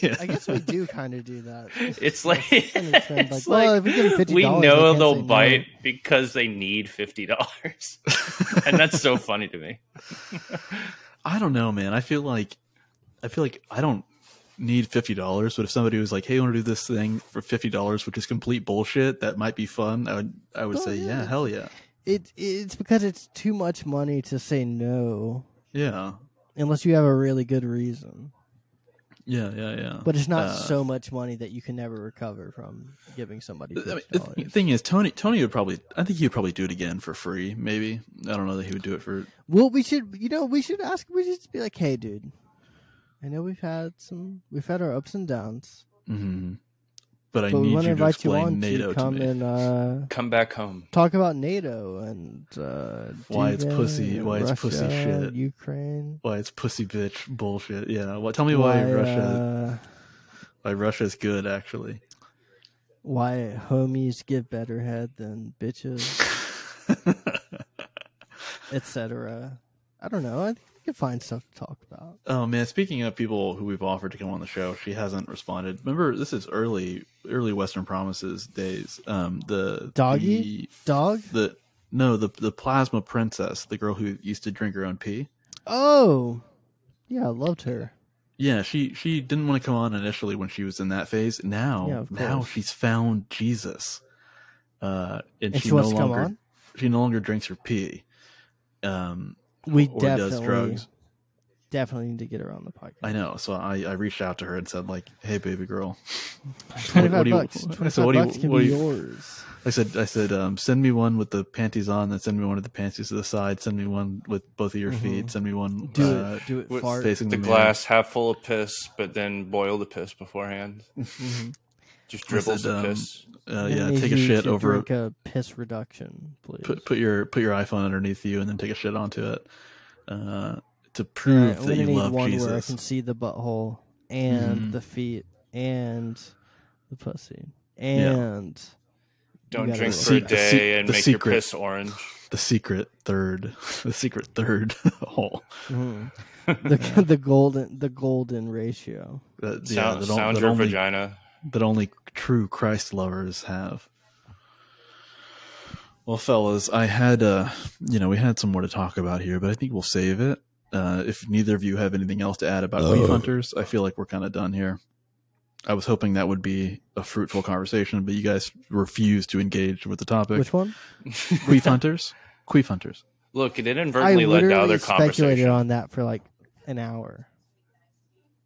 Speaker 6: yeah.
Speaker 7: I guess we do kind of do that.
Speaker 5: It's like,
Speaker 7: kind of trend, like,
Speaker 5: it's
Speaker 7: well,
Speaker 5: like
Speaker 7: if we give them $50,
Speaker 5: we
Speaker 7: they
Speaker 5: know
Speaker 7: can't
Speaker 5: they'll
Speaker 7: say no.
Speaker 5: bite because they need fifty dollars, and that's so funny to me.
Speaker 6: I don't know, man. I feel like I feel like I don't need fifty dollars, but if somebody was like, "Hey, I want to do this thing for fifty dollars, which is complete bullshit," that might be fun. I would I would
Speaker 7: Oh,
Speaker 6: say,
Speaker 7: yeah,
Speaker 6: yeah,
Speaker 7: it's-
Speaker 6: hell yeah,
Speaker 7: It it's because it's too much money to say no
Speaker 6: yeah,
Speaker 7: unless you have a really good reason.
Speaker 6: yeah, yeah, yeah.
Speaker 7: But it's not
Speaker 6: Uh,
Speaker 7: so much money that you can never recover from giving somebody
Speaker 6: I mean,
Speaker 7: fifty
Speaker 6: the
Speaker 7: dollars.
Speaker 6: th- thing is, Tony Tony would probably I think he would probably do it again for free. Maybe I don't know that he would do it for.
Speaker 7: well, we should you know we should ask we should be like, hey, dude, I know we've had some we've had our ups and downs,
Speaker 6: mhm. But I
Speaker 7: but we
Speaker 6: need you
Speaker 7: want
Speaker 6: to
Speaker 7: to invite you
Speaker 6: explain
Speaker 7: on
Speaker 6: NATO
Speaker 7: to
Speaker 6: to
Speaker 7: come
Speaker 6: me.
Speaker 7: and uh,
Speaker 5: Come back home.
Speaker 7: talk about NATO and uh,
Speaker 6: Why it's
Speaker 7: Dugan
Speaker 6: pussy-
Speaker 7: and
Speaker 6: why it's pussy
Speaker 7: Russia
Speaker 6: shit.
Speaker 7: and Ukraine.
Speaker 6: why it's pussy bitch bullshit. Yeah. Well, tell me why, Russia
Speaker 7: uh,
Speaker 6: why Russia's good actually.
Speaker 7: why homies give better head than bitches, etc. I don't know. I think we could find stuff to talk about.
Speaker 6: Oh man, speaking of people who we've offered to come on the show, she hasn't responded. Remember, this is early, early Western Promises days. Um, the
Speaker 7: Doggy dog.
Speaker 6: the, the no, the the plasma princess, the girl who used to drink her own pee.
Speaker 7: Oh, yeah, I loved her.
Speaker 6: Yeah, she she didn't want to come on initially when she was in that phase. Now,
Speaker 7: Yeah, of
Speaker 6: now
Speaker 7: course.
Speaker 6: she's found Jesus, uh, and,
Speaker 7: And
Speaker 6: she,
Speaker 7: she
Speaker 6: no
Speaker 7: wants to come
Speaker 6: longer
Speaker 7: on?
Speaker 6: she no longer drinks her pee. Um,
Speaker 7: We
Speaker 6: or
Speaker 7: definitely
Speaker 6: does drugs.
Speaker 7: definitely need to get her on the podcast.
Speaker 6: I know. So I, I reached out to her and said like, "Hey, baby girl,
Speaker 7: Twenty
Speaker 6: what
Speaker 7: five
Speaker 6: do you-
Speaker 7: bucks.
Speaker 6: I said,
Speaker 7: Twenty
Speaker 6: what
Speaker 7: five
Speaker 6: do you-
Speaker 7: bucks can
Speaker 6: what
Speaker 7: be
Speaker 6: do you-
Speaker 7: yours.
Speaker 6: I said, I said, um, send me one with the panties on, then send me one with the panties to the side, send me one with both of your feet, send me one
Speaker 7: Mm-hmm. Do
Speaker 6: uh,
Speaker 7: it. Do it.
Speaker 5: what's
Speaker 7: Fart.
Speaker 6: facing
Speaker 5: The
Speaker 6: mirror."
Speaker 5: glass half full of piss, but then boil the piss beforehand.
Speaker 7: Mm-hmm.
Speaker 5: Just dribbles
Speaker 6: said,
Speaker 5: of
Speaker 6: um,
Speaker 5: piss.
Speaker 6: Uh,
Speaker 7: I
Speaker 6: yeah,
Speaker 7: need
Speaker 6: take a
Speaker 7: you
Speaker 6: shit
Speaker 7: to
Speaker 6: over.
Speaker 7: Drink a piss reduction, please.
Speaker 6: Put, put your put your iPhone underneath you, and then take a shit onto it uh, to
Speaker 7: All
Speaker 6: prove
Speaker 7: right,
Speaker 6: that
Speaker 7: I'm
Speaker 6: you
Speaker 7: gonna need
Speaker 6: love
Speaker 7: one where I
Speaker 6: Jesus.
Speaker 7: can see the butthole and
Speaker 6: Mhm.
Speaker 7: the feet and the pussy and
Speaker 5: Don't
Speaker 7: gotta
Speaker 5: drink
Speaker 7: do it.
Speaker 5: for a
Speaker 6: The se- the
Speaker 5: day and
Speaker 6: se- the
Speaker 5: make
Speaker 6: secret.
Speaker 5: your piss orange.
Speaker 6: The secret third, the secret third hole.
Speaker 7: mhm. the the golden the golden ratio.
Speaker 6: That, yeah,
Speaker 5: Sound,
Speaker 6: that, on-
Speaker 5: sound
Speaker 6: that
Speaker 5: your
Speaker 6: only,
Speaker 5: vagina.
Speaker 6: that only true Christ lovers have. Well, fellas, I had uh, you know, we had some more to talk about here, but I think we'll save it. Uh, if neither of you have anything else to add about
Speaker 9: Oh.
Speaker 6: Leaf Hunters, I feel like we're kind of done here. I was hoping that would be a fruitful conversation, but you guys refuse to engage with the topic.
Speaker 7: Which one?
Speaker 6: Queef Hunters, Queef Hunters.
Speaker 5: Look, it
Speaker 7: I
Speaker 5: inadvertently led
Speaker 7: literally
Speaker 5: to other
Speaker 7: speculated
Speaker 5: conversation.
Speaker 7: on that for like an hour.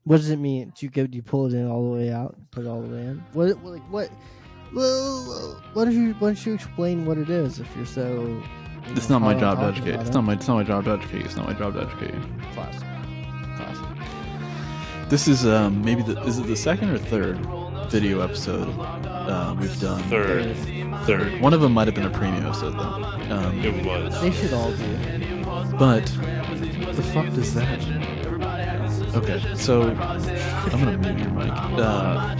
Speaker 7: What does it mean? Do you go? Do you pull it in all the way out? Put it all the way in? What? what- Like what? Well, why don't you why don't you explain what it is if you're so? you
Speaker 6: It's
Speaker 7: know,
Speaker 6: not my
Speaker 7: hot
Speaker 6: job to
Speaker 7: on talking
Speaker 6: educate.
Speaker 7: about
Speaker 6: It's
Speaker 7: it?
Speaker 6: not my. It's not my job to educate. It's not my job to educate. you.
Speaker 7: Classic. Classic.
Speaker 6: This is um, maybe the is it the second or third video episode uh, we've done.
Speaker 5: Third. Third.
Speaker 6: One of them might have been a premium episode though. Um,
Speaker 5: It was.
Speaker 7: They should all do.
Speaker 6: but what the fuck does that? Okay, so I'm gonna mute your mic. Uh,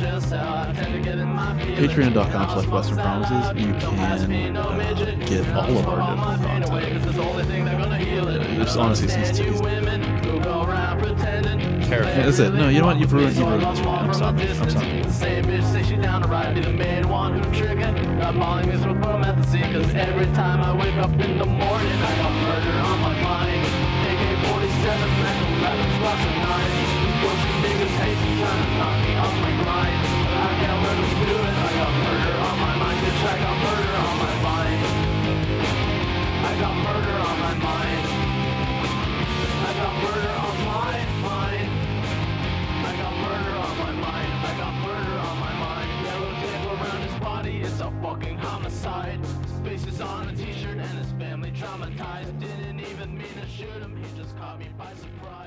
Speaker 6: Patreon.com slash Western Promises. You can uh, get all of our different content. Uh, It's honestly since it's,
Speaker 5: Terrifying.
Speaker 6: that's it. No, you know what? You've ruined. You've ruined this. one. I'm stopping. I'm stopping.
Speaker 10: Same bitch say she down to ride, be the main one who triggered. I'm balling this with romantasy, cause every time I wake up in the morning, I got murder on my mind. AK 47, metal rabbits, lots of nines. Pussy niggas hate me, trying to knock me off my grind. I can't let them do it, I got murder on my mind, bitch, I got murder on my mind. I got murder on my mind. I got murder on my mind. I got murder on my mind. I got murder on my mind. Yellow tape around his body, it's a fucking homicide. Space is on a t-shirt and his family traumatized. Didn't even mean to shoot him, he just caught me by surprise.